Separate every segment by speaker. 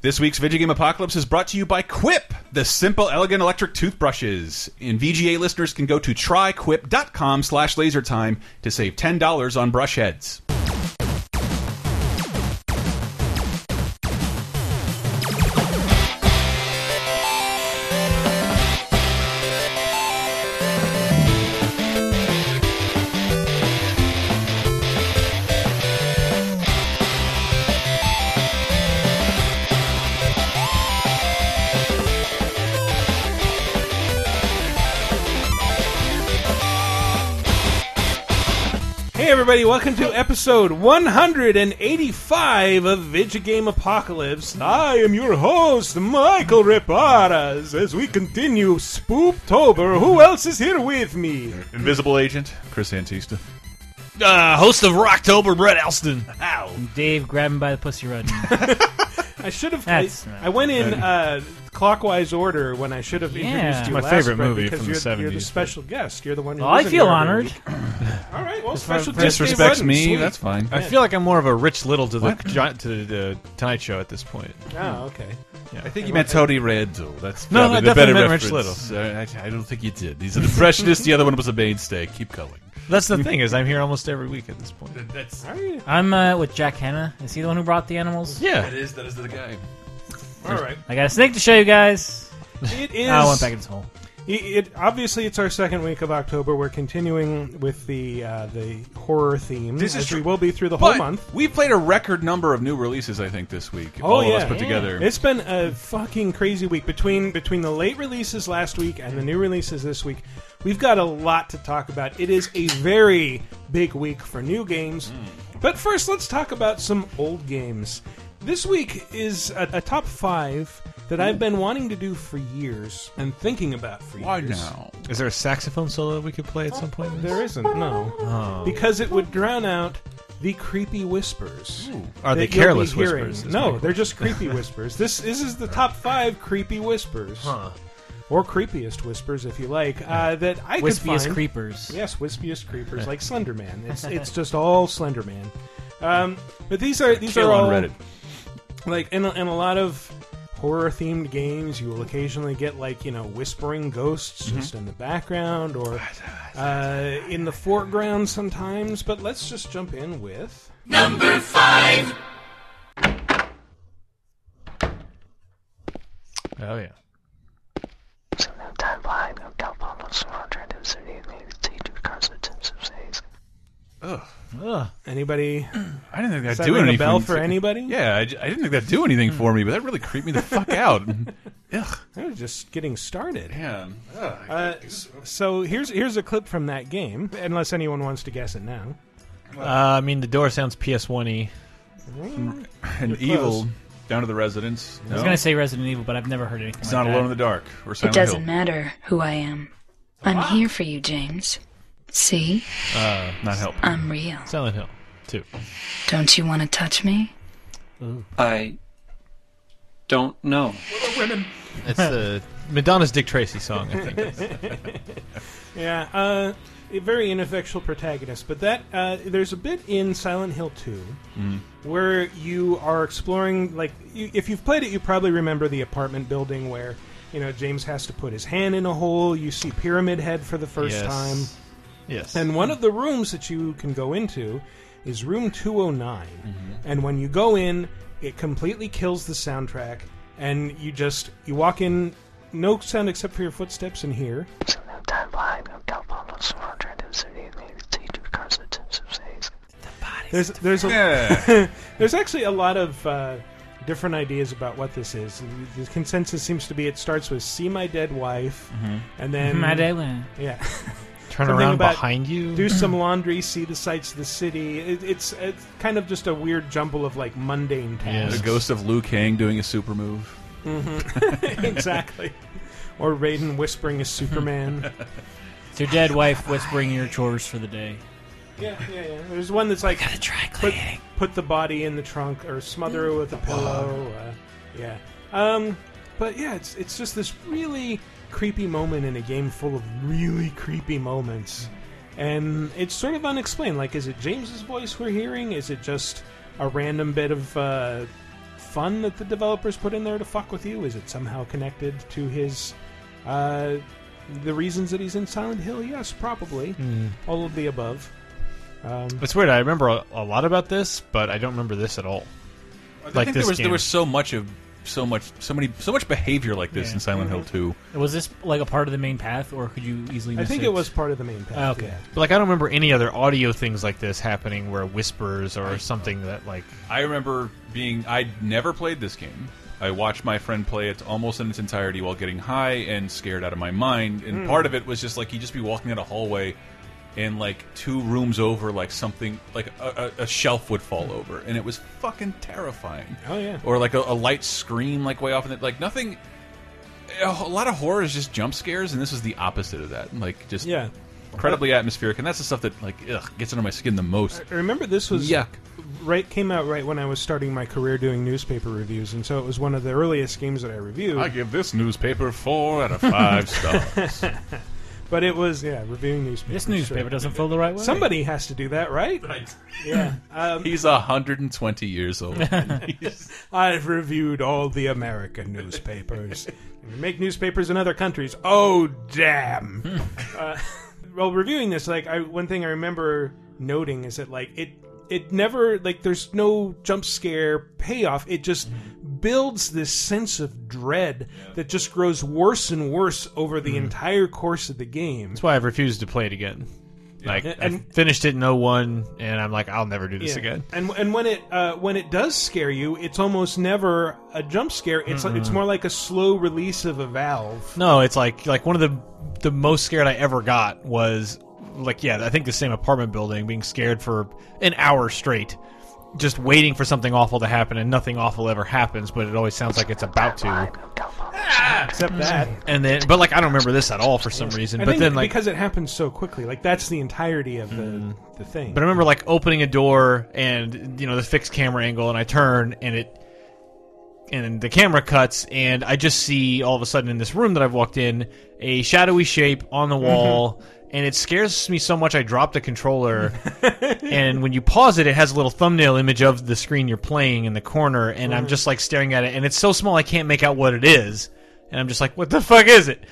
Speaker 1: This week's Video Game Apocalypse is brought to you by Quip, the simple, elegant electric toothbrushes. And VGA listeners can go to tryquip.com slash lasertime to save $10 on brush heads.
Speaker 2: Hey everybody, welcome to episode 185 of Video Game Apocalypse. I am your host, Michael Reparas, as we continue Spooptober. Who else is here with me?
Speaker 1: Invisible Agent, Chris Antista.
Speaker 3: Uh, host of Rocktober, Brett Elston. Ow.
Speaker 4: Dave, grab him by the pussy rod.
Speaker 2: I should have. I,
Speaker 4: That's-
Speaker 2: I went in uh, clockwise order when I should have
Speaker 4: Yeah.
Speaker 2: introduced you
Speaker 3: My
Speaker 2: last,
Speaker 3: favorite
Speaker 2: Brett,
Speaker 3: movie
Speaker 2: because
Speaker 3: from the
Speaker 2: you're, You're the
Speaker 3: 70s,
Speaker 2: special guest. You're the one. Who
Speaker 4: well, I
Speaker 2: isn't
Speaker 4: feel
Speaker 2: here.
Speaker 4: honored.
Speaker 2: All right. Well, special
Speaker 4: Brett
Speaker 2: guest Dave
Speaker 1: Disrespects
Speaker 2: Rudden,
Speaker 1: me,
Speaker 2: sweet.
Speaker 1: that's fine.
Speaker 3: I feel like I'm more of a Rich Little to the to the Tonight Show at this point.
Speaker 2: Oh, okay.
Speaker 1: I think you meant Tony Randall. That's
Speaker 3: No,
Speaker 1: probably
Speaker 3: no,
Speaker 1: the
Speaker 3: I
Speaker 1: better
Speaker 3: definitely meant Rich
Speaker 1: reference. Uh, actually, I don't think you did. These are the freshness. the other one was a mainstay. Keep going.
Speaker 3: That's the thing is I'm here almost every week at this point.
Speaker 1: That's
Speaker 2: All right.
Speaker 4: I'm uh, with Jack Hanna. Is he the one who brought the animals?
Speaker 3: Yeah,
Speaker 1: that is that is the guy.
Speaker 2: All right.
Speaker 4: I got a snake to show you guys. Oh,
Speaker 2: It is.
Speaker 4: I went back in his hole.
Speaker 2: It, it obviously it's our second week of October. We're continuing with the uh, the horror theme.
Speaker 1: This is
Speaker 2: Mm, as
Speaker 1: true.
Speaker 2: we will be through the whole
Speaker 1: But
Speaker 2: month.
Speaker 1: we played a record number of new releases. I think this week.
Speaker 2: Oh,
Speaker 1: all of us
Speaker 2: yeah.
Speaker 1: put
Speaker 2: Yeah.
Speaker 1: together.
Speaker 2: It's been a fucking crazy week between between the late releases last week and the new releases this week. We've got a lot to talk about. It is a very big week for new games.
Speaker 1: Hmm.
Speaker 2: But first, let's talk about some old games. This week is a, a top five that I've been wanting to do for years and thinking about for
Speaker 1: Why
Speaker 2: years.
Speaker 1: now?
Speaker 3: is there a saxophone solo that we could play at some point? in this?
Speaker 2: There isn't, no.
Speaker 3: Oh.
Speaker 2: Because it would drown out the creepy whispers.
Speaker 3: Are they
Speaker 2: that you'll be
Speaker 3: careless
Speaker 2: hearing.
Speaker 3: whispers? is
Speaker 2: No,
Speaker 3: my-
Speaker 2: they're just creepy whispers. This, this is the top five creepy whispers.
Speaker 3: Huh.
Speaker 2: Or creepiest whispers, if you like, uh, that I could
Speaker 4: Wispiest
Speaker 2: find.
Speaker 4: creepers.
Speaker 2: Yes, wispiest creepers, like Slenderman. It's, it's just all Slenderman. Um, but these are these
Speaker 1: Chill
Speaker 2: are all
Speaker 1: on Reddit.
Speaker 2: like in a, in a lot of horror themed games you will occasionally get like you know whispering ghosts
Speaker 1: Mm-hmm.
Speaker 2: just in the background or uh, in the foreground sometimes but let's just jump in with
Speaker 3: Oh yeah. Ugh.
Speaker 2: anybody
Speaker 1: I didn't think that'd
Speaker 2: does that
Speaker 1: do
Speaker 2: ring
Speaker 1: anything
Speaker 2: a bell for anybody Hmm.
Speaker 1: Yeah, I, I didn't think that'd do anything for me, but that really creeped me the fuck out. Ugh,
Speaker 2: they are just getting started
Speaker 1: man. Ugh.
Speaker 2: uh, so here's here's a clip from that game unless anyone wants to guess it now
Speaker 3: Uh, I mean, the door sounds PS1y.
Speaker 1: And Mm, evil down to the residents.
Speaker 4: I was gonna say Resident Evil, but I've never heard anything.
Speaker 1: it's
Speaker 4: like
Speaker 1: not
Speaker 4: that.
Speaker 1: alone in the dark or
Speaker 5: It
Speaker 1: Silent
Speaker 5: doesn't
Speaker 1: Hill.
Speaker 5: matter who I am. I'm here for you, James. See?
Speaker 1: Not help.
Speaker 5: I'm real.
Speaker 3: Silent Hill, two.
Speaker 5: Don't you want to touch me?
Speaker 6: I don't know.
Speaker 3: It's the Madonna's Dick Tracy song. I think.
Speaker 2: Yeah, uh, a very ineffectual protagonist. But that uh, there's a bit in Silent Hill 2
Speaker 3: Mm-hmm.
Speaker 2: where you are exploring. Like, you, if you've played it, you probably remember the apartment building where you know James has to put his hand in a hole. You see Pyramid Head for the first
Speaker 3: yes.
Speaker 2: time,
Speaker 3: Yes.
Speaker 2: and one of the rooms that you can go into is room 209. And when you go in, it completely kills the soundtrack, and you just you walk in. No sound except for your footsteps in here, There's there's a, there's actually a lot of uh, different ideas about what this is. The consensus seems to be it starts with "See my dead wife," and then
Speaker 4: My day went.
Speaker 2: yeah,
Speaker 3: Mm-hmm. Turn
Speaker 2: something
Speaker 3: around
Speaker 2: about-
Speaker 3: behind you.
Speaker 2: do some laundry, see the sights of the city. It, it's it's kind of just a weird jumble of like mundane
Speaker 1: The
Speaker 2: tasks.
Speaker 1: ghost of Liu Kang doing a super move.
Speaker 2: Mm-hmm. exactly. Or Raiden whispering as Superman.
Speaker 4: It's your dead wife whispering your chores for the day.
Speaker 2: yeah, yeah, yeah. There's one that's like
Speaker 4: Gotta try
Speaker 2: put,
Speaker 4: cleaning. Mm.
Speaker 2: put the body in the trunk or smother it with a pillow. Uh, yeah. Um, but yeah, it's it's just this really creepy moment in a game full of really creepy moments, and it's sort of unexplained. Like, is it James's voice we're hearing? Is it just a random bit of uh, fun that the developers put in there to fuck with you? Is it somehow connected to his uh, the reasons that he's in Silent Hill? Yes, probably. All of the above. Um,
Speaker 3: It's weird. I remember a, a lot about this, but I don't remember this at all.
Speaker 1: I
Speaker 3: Like
Speaker 1: think
Speaker 3: this
Speaker 1: there was
Speaker 3: game.
Speaker 1: there was so much of so much so many so much behavior like this
Speaker 4: Yeah.
Speaker 1: in Silent
Speaker 2: Mm-hmm.
Speaker 1: Hill 2.
Speaker 4: Was this like a part of the main path, or could you easily?
Speaker 2: I
Speaker 4: miss
Speaker 2: think it was part of the main path.
Speaker 4: Ah, Okay.
Speaker 2: yeah.
Speaker 3: But like, I don't remember any other audio things like this happening, where whispers or something that like.
Speaker 1: I remember being I'd never played this game. I watched my friend play it almost in its entirety while getting high and scared out of my mind.
Speaker 2: Hmm.
Speaker 1: And part of it was just like he'd just be walking down a hallway and like two rooms over like something like a, a, a shelf would fall over and it was fucking terrifying.
Speaker 2: Hmm. Oh yeah.
Speaker 1: Or like a, a light scream like way off in the like nothing a wh- a lot of horror is just jump scares and this is the opposite of that. Like just
Speaker 2: Yeah.
Speaker 1: incredibly atmospheric and that's the stuff that like ugh, gets under my skin the most.
Speaker 2: I remember this was
Speaker 1: Yuck.
Speaker 2: right came out right when I was starting my career doing newspaper reviews, and so it was one of the earliest games that I reviewed.
Speaker 1: give this newspaper four out of five stars.
Speaker 2: but it was yeah, reviewing newspapers.
Speaker 4: This
Speaker 2: sure.
Speaker 4: newspaper doesn't feel the right way.
Speaker 2: Somebody has to do that, right? Yeah. Um,
Speaker 1: He's 120 years old.
Speaker 2: I've reviewed all the American newspapers. we make newspapers in other countries. Oh, damn. uh,
Speaker 3: Hmm.
Speaker 2: well, reviewing this, like, I, one thing I remember noting is that, like, it it never like there's no jump scare payoff it just builds this sense of dread that just grows worse and worse over
Speaker 3: Hmm.
Speaker 2: the entire course of the game
Speaker 3: That's why I've refused to play it again. Like I
Speaker 2: And-
Speaker 3: finished it in 01, and I'm like, I'll never do this
Speaker 2: Yeah.
Speaker 3: again.
Speaker 2: And and when it uh, when it does scare you, it's almost never a jump scare. It's
Speaker 3: Mm-hmm.
Speaker 2: like, it's more like a slow release of a valve.
Speaker 3: No, it's like like one of the the most scared I ever got was like yeah, I think the same apartment building, being scared for an hour straight, just waiting for something awful to happen, and nothing awful ever happens, but it always sounds like it's about to.
Speaker 2: Except that,
Speaker 3: And then, but like I don't remember this at all for some reason.
Speaker 2: I
Speaker 3: But
Speaker 2: think
Speaker 3: then like. Mm.
Speaker 2: because it happens so quickly, like that's the entirety of the the thing.
Speaker 3: But I remember like opening a door and you know the fixed camera angle, and I turn and it, and the camera cuts, and I just see all of a sudden in this room that I've walked in a shadowy shape on the wall, and it scares me so much I dropped the controller. and when you pause it, it has a little thumbnail image of the screen you're playing in the corner, and I'm just like staring at it, and it's so small I can't make out what it is, and I'm just like, what the fuck is it?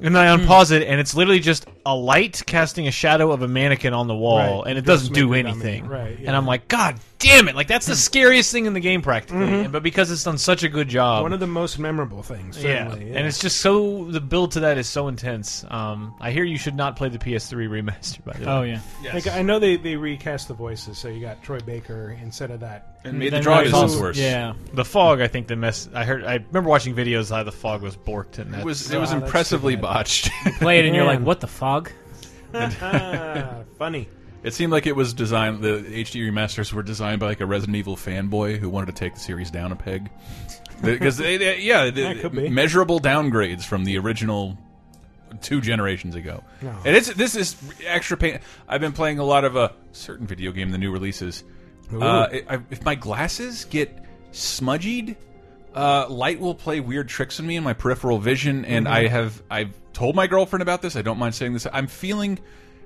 Speaker 3: And then I unpause it, and it's literally just a light casting a shadow of a mannequin on the wall,
Speaker 2: Right,
Speaker 3: and it
Speaker 2: dressmaker
Speaker 3: doesn't do
Speaker 2: dummy,
Speaker 3: anything.
Speaker 2: right, yeah. Mm.
Speaker 3: And I'm like, God damn it! Like that's the scariest thing in the game, practically. And- But because it's done such a good job,
Speaker 2: Mm-hmm. one of the most memorable things.
Speaker 3: yeah.
Speaker 2: certainly,
Speaker 3: and it's just so the build to that is so intense. Um, I hear you should not play the PS3 remaster, by the way.
Speaker 4: Oh yeah.
Speaker 2: like I know they, they recast the voices, so you got Troy Baker instead of that.
Speaker 1: and made the
Speaker 4: Then
Speaker 1: draw
Speaker 4: I
Speaker 1: distance
Speaker 4: felt-
Speaker 1: worse.
Speaker 4: Yeah.
Speaker 3: The fog, I think the mess. I heard. I remember watching videos how the fog was borked, and
Speaker 1: It
Speaker 3: that
Speaker 1: was it was
Speaker 2: Ah, that's too
Speaker 1: impressively
Speaker 2: bad.
Speaker 1: botched.
Speaker 4: Play it, and you're like,
Speaker 2: Man.
Speaker 4: "What the fog?"
Speaker 2: Ah, funny.
Speaker 1: it seemed like it was designed. The HD remasters were designed by like a Resident Evil fanboy who wanted to take the series down a peg. Because they, they- yeah, the-
Speaker 2: That could be.
Speaker 1: measurable downgrades from the original two generations ago.
Speaker 2: No.
Speaker 1: And it's this is extra pain. I've been playing a lot of a certain video game, the new releases. Uh, i I, if my glasses get smudged, uh, light will play weird tricks on me in my peripheral vision, and
Speaker 2: Mm-hmm.
Speaker 1: I have I've told my girlfriend about this. I don't mind saying this. I'm feeling,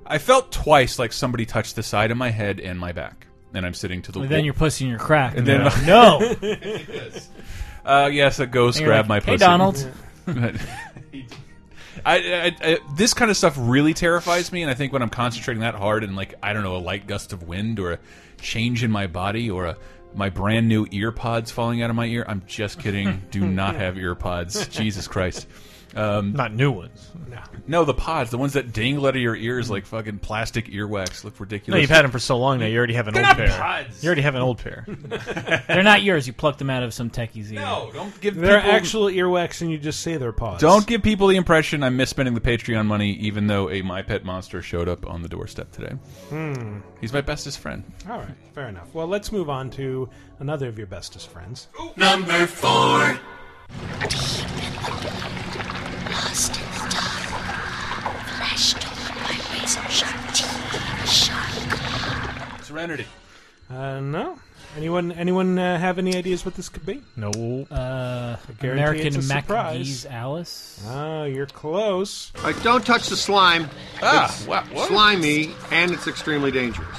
Speaker 1: I felt twice like somebody touched the side of my head and my back, and I'm sitting to the.
Speaker 4: And then you're pussy in your crack. And
Speaker 1: then-
Speaker 4: then like, no. And
Speaker 1: Uh, yes, a ghost
Speaker 4: you're
Speaker 1: grabbed
Speaker 4: like,
Speaker 1: my
Speaker 4: Hey
Speaker 1: pussy.
Speaker 4: Donald.
Speaker 1: I, I, I, this kind of stuff really terrifies me, and I think when I'm concentrating that hard, and like I don't know, a light gust of wind or a change in my body or a my brand new ear pods falling out of my ear. I'm just kidding. Do not have ear pods. Jesus Christ. Um,
Speaker 3: not new ones.
Speaker 1: no, the pods, the ones that dangle out of your ears like fucking plastic earwax, look ridiculous.
Speaker 3: No, you've had them for so long now. You already have an old
Speaker 1: not
Speaker 3: pair.
Speaker 1: pods.
Speaker 3: You already have an old pair.
Speaker 4: They're not yours. You plucked them out of some techie's ear.
Speaker 1: no, don't give
Speaker 2: They're
Speaker 1: people-
Speaker 2: actual earwax, and you just say they're paws.
Speaker 1: Don't give people the impression I'm misspending the Patreon money, even though a My Pet Monster showed up on the doorstep today. He's my bestest friend.
Speaker 2: All right, fair enough. Well, let's move on to another of your bestest friends.
Speaker 7: Number four.
Speaker 8: lost in the dark. Flashed over my razor sharp teeth. Shark.
Speaker 1: Serenity.
Speaker 2: Uh, no. Anyone? Anyone uh, have any ideas what this could be?
Speaker 3: no.
Speaker 4: Uh,
Speaker 2: guarantee
Speaker 4: American
Speaker 2: it's a surprise.
Speaker 4: Mackie's Alice.
Speaker 2: Oh, you're close.
Speaker 9: Like, don't touch the slime.
Speaker 1: Ah, wow, what?
Speaker 2: Oh.
Speaker 9: Slimy, and it's extremely dangerous.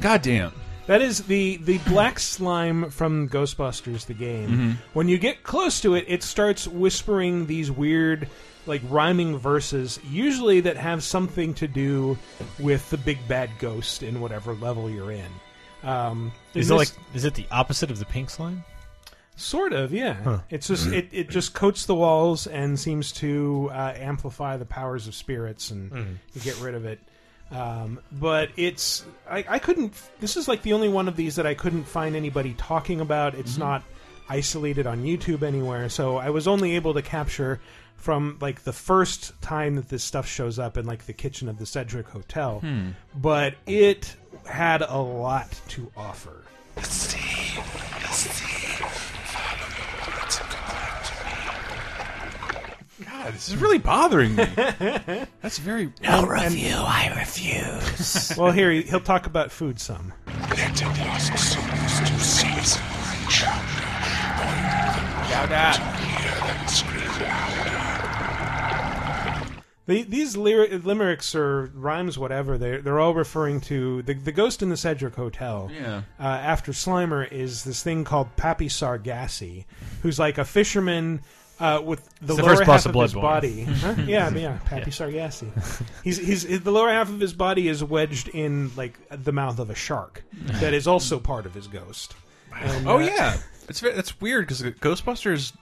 Speaker 1: Goddamn.
Speaker 2: That is the the black slime from Ghostbusters the game. When you get close to it, it starts whispering these weird like rhyming verses usually that have something to do with the big bad ghost in whatever level you're in. Um,
Speaker 3: Is
Speaker 2: in
Speaker 3: it
Speaker 2: this-
Speaker 3: like is it the opposite of the pink slime?
Speaker 2: Sort of, yeah. It's just it, it just coats the walls and seems to uh, amplify the powers of spirits and you get rid of it. Um, but it's I, I couldn't. This is like the only one of these that I couldn't find anybody talking about. It's not isolated on YouTube anywhere, so I was only able to capture from like the first time that this stuff shows up in like the kitchen of the Cedric Hotel. But it had a lot to offer.
Speaker 1: God, this is really bothering me. That's very.
Speaker 2: No review. I refuse. well, here he- he'll talk about food some. The, these lyri- limericks or rhymes, whatever, they're, they're all referring to the, the ghost in the Cedric Hotel.
Speaker 1: Yeah.
Speaker 2: Uh, after Slimer is this thing called Pappy Sargassi, who's like a fisherman uh, with the,
Speaker 3: the
Speaker 2: lower
Speaker 3: first boss
Speaker 2: half
Speaker 3: of
Speaker 2: of his
Speaker 3: Bloodborne.
Speaker 2: body. Huh? Yeah, yeah, Pappy Sargassi. He's, he's the lower half of his body is wedged in like the mouth of a shark that is also part of his ghost. And,
Speaker 1: Oh
Speaker 2: uh,
Speaker 1: yeah, it's ve- that's weird because Ghostbusters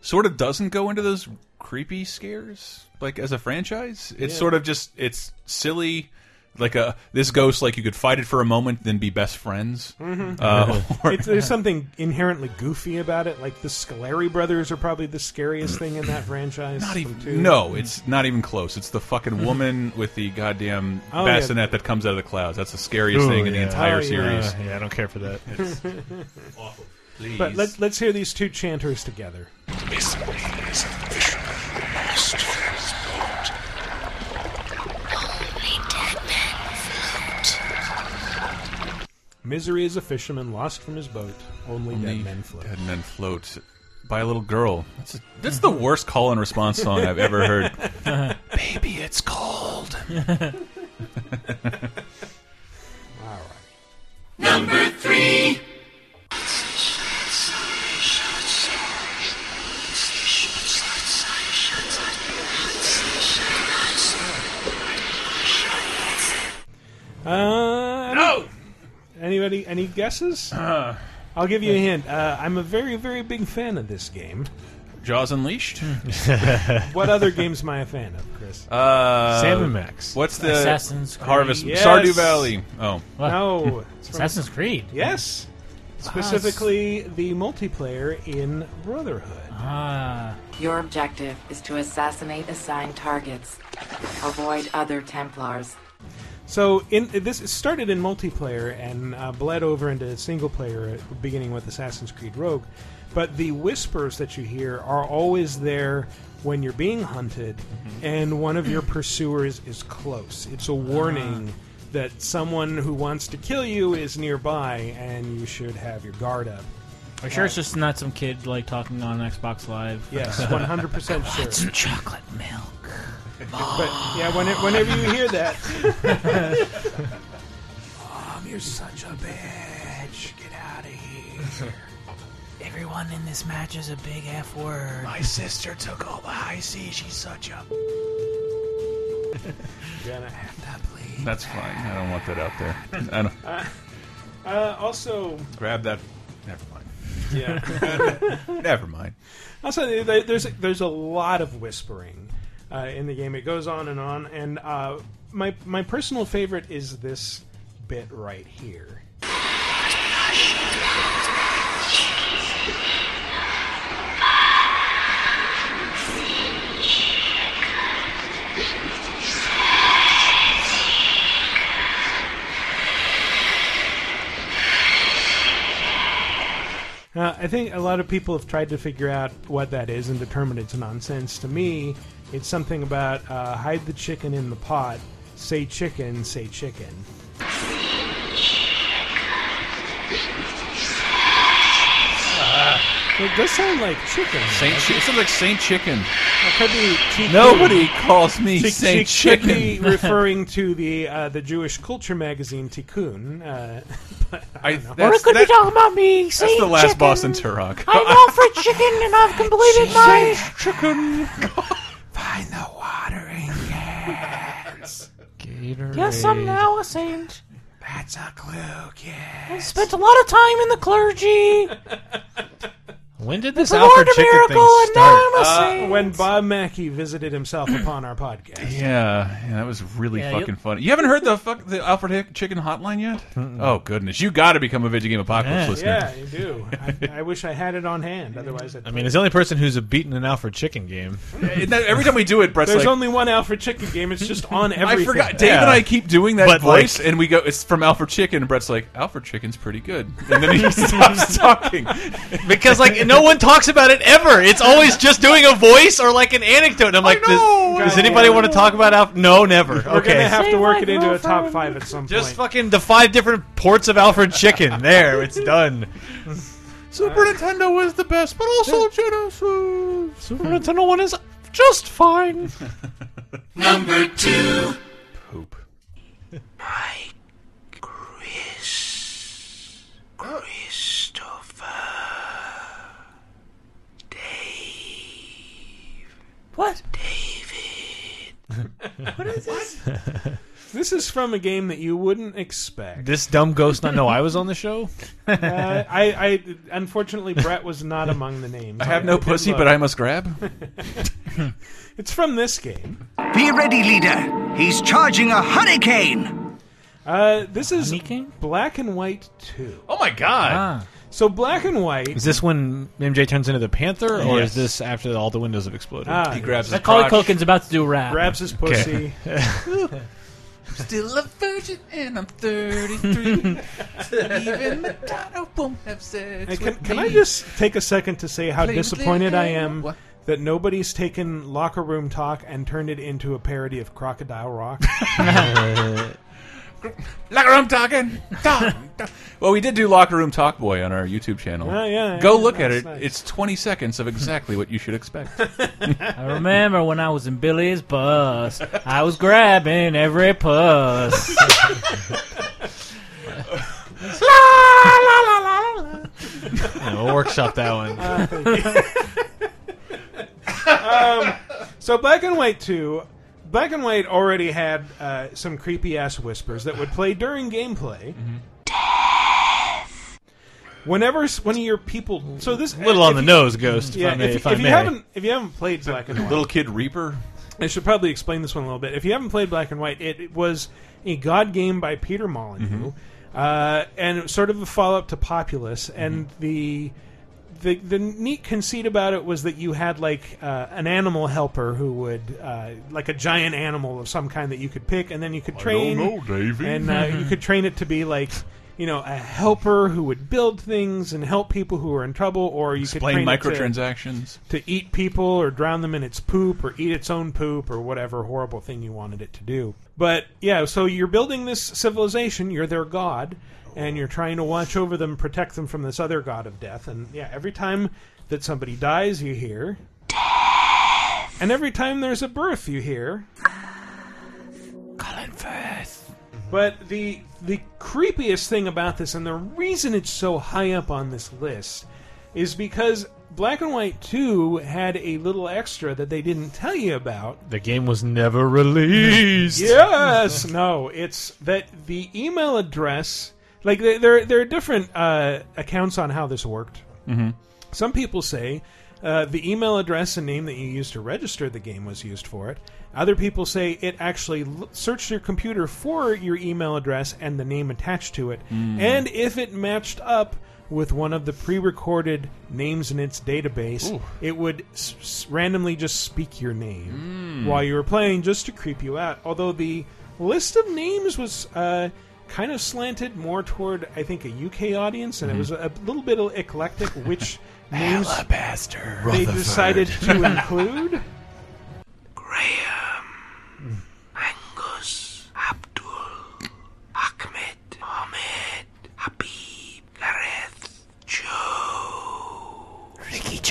Speaker 1: sort of doesn't go into those creepy scares like as a franchise. It's sort of just it's silly. Like a this ghost, like you could fight it for a moment, then be best friends. Uh, or-
Speaker 2: Mm-hmm. It's, there's something inherently goofy about it. Like the Scaleri brothers are probably the scariest thing in that franchise.
Speaker 1: not
Speaker 2: from two.
Speaker 1: even, no, it's not even close. It's the fucking woman with the goddamn
Speaker 2: Oh, yeah.
Speaker 1: bassinet that comes out of the clouds. That's the scariest thing in the
Speaker 3: yeah.
Speaker 1: entire
Speaker 2: Oh, yeah.
Speaker 1: series.
Speaker 3: Uh, yeah, I don't care for that. It's-
Speaker 2: But let's let's hear these two chanters together.
Speaker 8: Only dead men float.
Speaker 2: Misery is a fisherman lost from his boat. Only,
Speaker 1: Only
Speaker 2: dead men float.
Speaker 1: Dead men float by a little girl. That's, a, that's the worst call and response song I've ever heard. Baby, it's cold.
Speaker 2: All right.
Speaker 7: Number three.
Speaker 2: Uh, no. Anybody? Any guesses?
Speaker 1: Uh.
Speaker 2: I'll give you a hint. Uh, I'm a very very big fan of this game.
Speaker 1: Jaws Unleashed.
Speaker 2: What other games am I a fan of, Chris?
Speaker 1: Uh,
Speaker 3: Sam and Max.
Speaker 1: What's the
Speaker 4: Assassin's Creed.
Speaker 1: Harvest?
Speaker 2: Yes.
Speaker 1: Sardew Valley. Oh,
Speaker 2: no. It's from-
Speaker 4: Assassin's Creed. Ah,
Speaker 2: yes. Specifically, the multiplayer in Brotherhood.
Speaker 4: Ah,
Speaker 9: Your objective is to assassinate assigned targets. Avoid other Templars.
Speaker 2: So in this it started in multiplayer and uh, bled over into single player, beginning with Assassin's Creed Rogue. But the whispers that you hear are always there when you're being hunted,
Speaker 4: Mm-hmm.
Speaker 2: and one of your pursuers is close. It's a warning
Speaker 4: Ah.
Speaker 2: that someone who wants to kill you is nearby, and you should have your guard up. Uh,
Speaker 4: are you sure it's just not some kid like talking on Xbox Live?
Speaker 2: Yes, 100% sure.
Speaker 4: chocolate milk.
Speaker 2: But yeah, when it- whenever you hear that, mom, you're such a bitch. Get out of here.
Speaker 4: Everyone in this match is a big F word.
Speaker 2: My sister took all the high C. She's such a. Gonna have to bleed.
Speaker 1: that's fine. I don't want that out there. I don't,
Speaker 2: Uh, also,
Speaker 1: grab that. Never mind.
Speaker 2: yeah.
Speaker 1: Never mind.
Speaker 2: Also, th- th- there's there's a lot of whispering uh, in the game. It goes on and on. And uh, my my personal favorite is this bit right here. Uh, I think a lot of people have tried to figure out what that is and determined it's nonsense. To me, it's something about uh, hide the chicken in the pot, say chicken, say chicken. Uh, It does sound like chicken.
Speaker 1: Saint Chi- it sounds like Saint Chicken.
Speaker 2: It could be TQ.
Speaker 1: Nobody calls me
Speaker 2: She- she
Speaker 1: Saint
Speaker 2: could
Speaker 1: Chicken.
Speaker 2: be referring to the uh, the Jewish culture magazine Tikkun. Uh, but I,
Speaker 1: I,
Speaker 2: don't know.
Speaker 1: that's, that-
Speaker 10: talking about me.
Speaker 1: that's the last boss in Turok.
Speaker 10: I'm all for chicken, and I've completed my.
Speaker 1: chicken.
Speaker 10: Find the watering cans.
Speaker 3: Gatorade.
Speaker 10: Yes, I'm now a saint.
Speaker 2: That's a clue, kid.
Speaker 10: I spent a lot of time in the clergy.
Speaker 3: When did this
Speaker 10: The
Speaker 3: Alfred
Speaker 10: Lord of
Speaker 3: Chicken
Speaker 10: Miracle,
Speaker 3: thing
Speaker 10: and now
Speaker 3: start?
Speaker 10: I'm a saint.
Speaker 2: Uh, When Bob Mackey visited himself upon our podcast.
Speaker 1: Yeah, yeah, that was really
Speaker 4: Yeah,
Speaker 1: fucking funny. You haven't heard the fuck the Alfred Hick Chicken Hotline yet? Oh goodness, you got to become a video game apocalypse
Speaker 3: Yeah.
Speaker 1: listener.
Speaker 2: Yeah, you do. I, I wish I had it on hand. Otherwise, I'd
Speaker 3: I mean, it's the only person who's beaten an Alfred Chicken game.
Speaker 1: Isn't that- Every time we do it, Brett's
Speaker 2: there's
Speaker 1: like,
Speaker 2: only one Alfred Chicken game. It's just on
Speaker 1: I
Speaker 2: everything.
Speaker 1: forgot. Dave
Speaker 3: Yeah.
Speaker 1: and I keep doing that
Speaker 3: But,
Speaker 1: voice,
Speaker 3: like-
Speaker 1: and we go, it's from Alfred Chicken, and Brett's like, Alfred Chicken's pretty good, and then he stops talking.
Speaker 3: Because like no one talks about it ever. It's always just doing a voice or like an anecdote. And I'm like,
Speaker 1: know.
Speaker 3: does, does anybody want to talk about Alfred? No, never.
Speaker 2: We're
Speaker 3: okay,
Speaker 2: gonna have to
Speaker 10: Save
Speaker 2: work
Speaker 10: my
Speaker 2: it into a top
Speaker 10: girlfriend.
Speaker 2: five at some
Speaker 3: just
Speaker 2: point.
Speaker 3: fucking the five different ports of Alfred Chicken. There, it's done.
Speaker 1: Super
Speaker 3: Uh,
Speaker 1: Nintendo was the best, but also Genesis.
Speaker 3: Super Nintendo one is just fine.
Speaker 7: Number two.
Speaker 1: Poop.
Speaker 10: What?
Speaker 2: This is from a game that you wouldn't expect.
Speaker 3: This dumb ghost not know I was on the show.
Speaker 2: Uh, I, I unfortunately Brett was not among the names.
Speaker 1: I have no
Speaker 2: did
Speaker 1: pussy,
Speaker 2: look.
Speaker 1: but I must grab.
Speaker 2: it's from this game.
Speaker 11: Be ready, leader. He's charging a hurricane.
Speaker 2: Uh, this is
Speaker 4: Honeycomb?
Speaker 2: Black and White Two.
Speaker 1: Oh my god!
Speaker 2: So Black and White.
Speaker 3: Ah. Is this when MJ turns into the Panther, or
Speaker 1: Yes.
Speaker 3: is this after all the windows have exploded?
Speaker 2: Ah,
Speaker 1: He grabs his
Speaker 4: Macaulay
Speaker 1: crotch.
Speaker 4: Culkin's about to do a rap.
Speaker 2: grabs his pussy.
Speaker 7: Still a virgin and I'm 33. Even Madonna won't have sex.
Speaker 2: Hey, can,
Speaker 7: with
Speaker 2: can
Speaker 7: me.
Speaker 2: I just take a second to say how
Speaker 7: Play with
Speaker 2: disappointed
Speaker 7: little
Speaker 2: I am
Speaker 7: What?
Speaker 2: that nobody's taken locker room talk and turned it into a parody of Crocodile Rock?
Speaker 1: Locker room talking. Talk, talk. well, we did do locker room talk boy on our YouTube channel.
Speaker 2: Oh, yeah,
Speaker 1: Go
Speaker 2: yeah,
Speaker 1: look at
Speaker 2: that's
Speaker 1: it.
Speaker 2: nice.
Speaker 1: It's 20 seconds of exactly what you should expect.
Speaker 4: I remember when I was in Billy's bus, I was grabbing every puss.
Speaker 3: Yeah, we'll workshop that one.
Speaker 2: Um, So Black and White 2, Black and White already had uh, some creepy ass whispers that would play during gameplay.
Speaker 3: Mm-hmm.
Speaker 2: Whenever s- one of your people, so this
Speaker 3: Little
Speaker 2: if
Speaker 3: on the
Speaker 2: you-
Speaker 3: nose, ghost.
Speaker 2: Yeah,
Speaker 3: if I may.
Speaker 2: if,
Speaker 3: if I
Speaker 2: if you
Speaker 3: may.
Speaker 2: haven't if you haven't played Black and White,
Speaker 1: Little Kid Reaper.
Speaker 2: I should probably explain this one a little bit. If you haven't played Black and White, it, it was a god game by Peter Molyneux, uh, and it was sort of a follow up to Populous. And the, the the neat conceit about it was that you had like uh, an animal helper who would uh, like a giant animal of some kind that you could pick, and then you could train.
Speaker 1: Davey.
Speaker 2: And uh, you could train it to be like. You know, a helper who would build things and help people who were in trouble, or you
Speaker 1: Playing
Speaker 2: could train it to-
Speaker 1: microtransactions.
Speaker 2: to eat people or drown them in its poop or eat its own poop or whatever horrible thing you wanted it to do. But yeah, so you're building this civilization, you're their god, and you're trying to watch over them, protect them from this other god of death. And yeah, every time that somebody dies, you hear. And every time there's a birth, you hear.
Speaker 10: Colin Firth.
Speaker 2: But the the creepiest thing about this, and the reason it's so high up on this list, is because Black and White Two had a little extra that they didn't tell you about.
Speaker 3: The game was never released.
Speaker 2: Yes, no, it's that the email address. Like there- there, there are different uh, accounts on how this worked. Mm-hmm. Some people say uh, the email address and name that you used to register the game was used for it. Other people say it actually l- searched your computer for your email address and the name attached to it,
Speaker 1: Mm-hmm.
Speaker 2: and if it matched up with one of the pre-recorded names in its database, it would s- s- randomly just speak your name while you were playing just to creep you out. Although the list of names was uh, kind of slanted more toward, I think, a UK audience, and it was a, a little bit eclectic which names
Speaker 3: Alabaster.
Speaker 2: they decided to include.
Speaker 11: Angus, Abdul, Ahmed, Ahmed, Habib, Gareth, Joe.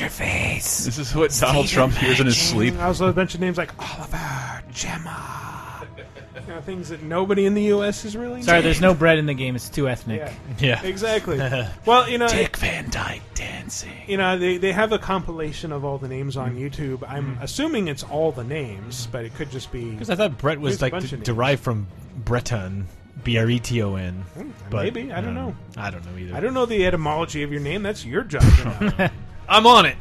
Speaker 10: face.
Speaker 1: This is what Donald Trump hears in his sleep.
Speaker 2: I also mentioned names like Oliver, Gemma. You know, things that nobody in the U.S. is really.
Speaker 4: Sorry, there's no
Speaker 2: named.
Speaker 4: bread in the game. It's too ethnic.
Speaker 2: Yeah. Exactly. well, you know,
Speaker 4: Dick
Speaker 2: Van Dyke dancing. You know, they they have a compilation of all the names on YouTube. I'm assuming it's all the names, but it could just be
Speaker 3: Because I thought Brett was
Speaker 2: There's a
Speaker 3: like
Speaker 2: bunch
Speaker 3: d-
Speaker 2: of
Speaker 3: derived from Breton, B R E T O N. But
Speaker 2: Hmm, maybe. I don't
Speaker 3: no,
Speaker 2: know.
Speaker 3: I don't know either.
Speaker 2: I don't know the etymology of your name. That's your job. to know.
Speaker 3: I'm on it.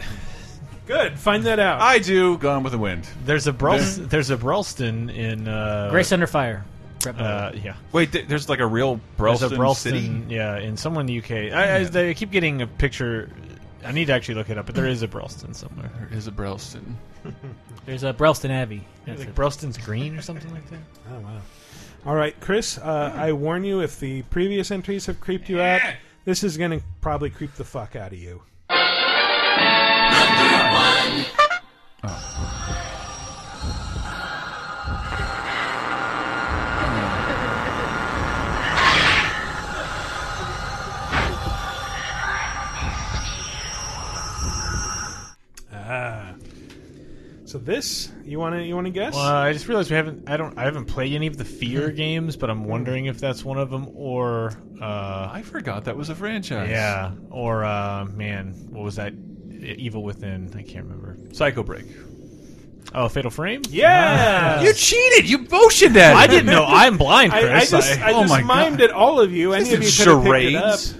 Speaker 2: Good. Find that out.
Speaker 1: I do. Gone with the wind.
Speaker 3: There's a Brels- There's a Brelston in uh,
Speaker 4: Grace Under Fire.
Speaker 3: Uh, yeah.
Speaker 1: Wait, th- there's like a real
Speaker 3: There's a
Speaker 1: Brelston, city.
Speaker 3: Yeah, in somewhere in the UK. I, I,
Speaker 1: Yeah.
Speaker 3: they keep getting a picture. I need to actually look it up, but there is a Brelston somewhere.
Speaker 1: There is a Brelston.
Speaker 4: There's a Brelston Abbey.
Speaker 3: Like Brelston's Green or something like that.
Speaker 2: Oh wow! All right, Chris. Uh, I warn you, if the previous entries have creeped you out, this is going to probably creep the fuck out of you. Ah. So this you want to you want to guess?
Speaker 3: Well, uh, I just realized we haven't. I don't. I haven't played any of the Fear
Speaker 2: Mm-hmm.
Speaker 3: games, but I'm wondering if that's one of them, or uh,
Speaker 1: I forgot that was a franchise.
Speaker 3: Yeah, or uh, man, what was that? Evil Within. I can't remember.
Speaker 1: Psycho Break.
Speaker 3: Oh, Fatal Frame.
Speaker 2: Yeah.
Speaker 1: You cheated. You motioned at.
Speaker 3: I didn't know. I'm blind,
Speaker 2: I,
Speaker 3: Chris.
Speaker 2: I just, I
Speaker 1: oh
Speaker 2: just
Speaker 1: my
Speaker 2: mimed at all of you. Any of you
Speaker 1: is
Speaker 2: could have picked it up. Uh,
Speaker 1: charades.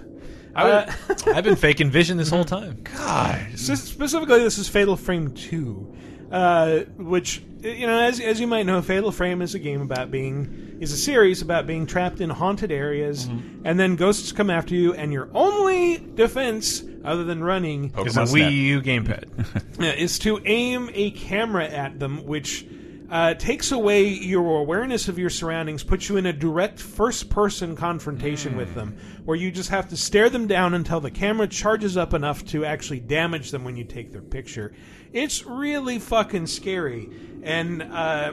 Speaker 3: I would- I've been faking vision this whole time.
Speaker 1: God.
Speaker 2: S- Specifically, this is Fatal Frame 2, uh, which, you know, as, as you might know, Fatal Frame is a game about being, is a series about being trapped in haunted areas,
Speaker 3: Mm-hmm.
Speaker 2: and then ghosts come after you, and your only defense, other than running,
Speaker 3: It's a Wii U gamepad.
Speaker 2: yeah, is to aim a camera at them, which uh, takes away your awareness of your surroundings, puts you in a direct first person confrontation with them, where you just have to stare them down until the camera charges up enough to actually damage them when you take their picture. It's really fucking scary. And, uh,.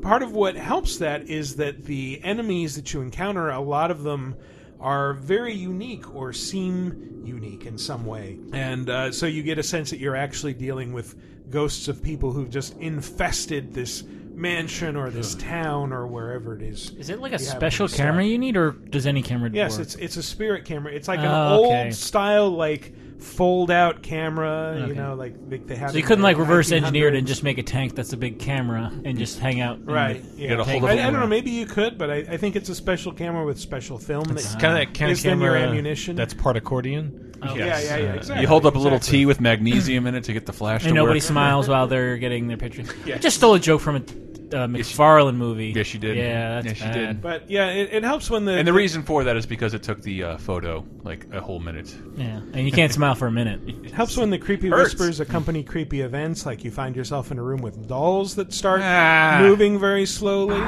Speaker 2: Part of what helps that is that the enemies that you encounter, a lot of them are very unique or seem unique in some way. And uh, so you get a sense that you're actually dealing with ghosts of people who've just infested this mansion or this town or wherever it is.
Speaker 4: Is it like a
Speaker 2: you have
Speaker 4: special
Speaker 2: them.
Speaker 4: camera you need, or does any camera
Speaker 2: Yes,
Speaker 4: work?
Speaker 2: it's it's a spirit camera. It's like an
Speaker 4: Oh, okay.
Speaker 2: old style like fold out camera, you
Speaker 4: Okay.
Speaker 2: know, like they, they have
Speaker 4: so you
Speaker 2: in
Speaker 4: couldn't
Speaker 2: the
Speaker 4: like reverse engineer it
Speaker 2: 1900s.
Speaker 4: and just make a tank that's a big camera and just hang out. in the-
Speaker 2: Right. Yeah.
Speaker 4: tank.
Speaker 2: I, I don't know. Maybe you could, but I, I think it's a special camera with special film.
Speaker 3: It's
Speaker 2: that
Speaker 3: kind of that kind of
Speaker 2: is then your
Speaker 3: camera
Speaker 2: ammunition.
Speaker 3: Uh, that's part accordion. Uh,
Speaker 2: Oh, Yes. yeah, yeah, yeah, exactly.
Speaker 1: You hold up a little T with magnesium in it to get the flash.
Speaker 4: And
Speaker 1: to
Speaker 4: nobody
Speaker 1: work.
Speaker 4: smiles while they're getting their picture.
Speaker 2: Yeah.
Speaker 4: I just stole a joke from a uh, McFarlane movie.
Speaker 1: Yes, you did.
Speaker 4: Yeah,
Speaker 1: Yes,
Speaker 4: that's
Speaker 1: you did.
Speaker 4: bad.
Speaker 2: But yeah, it, it helps when the
Speaker 1: And the reason for that is because it took the uh, photo like a whole minute.
Speaker 4: Yeah, and you can't smile for a minute.
Speaker 2: It helps when the creepy
Speaker 1: Hurts.
Speaker 2: whispers accompany creepy events, like you find yourself in a room with dolls that start
Speaker 1: Ah.
Speaker 2: moving very slowly.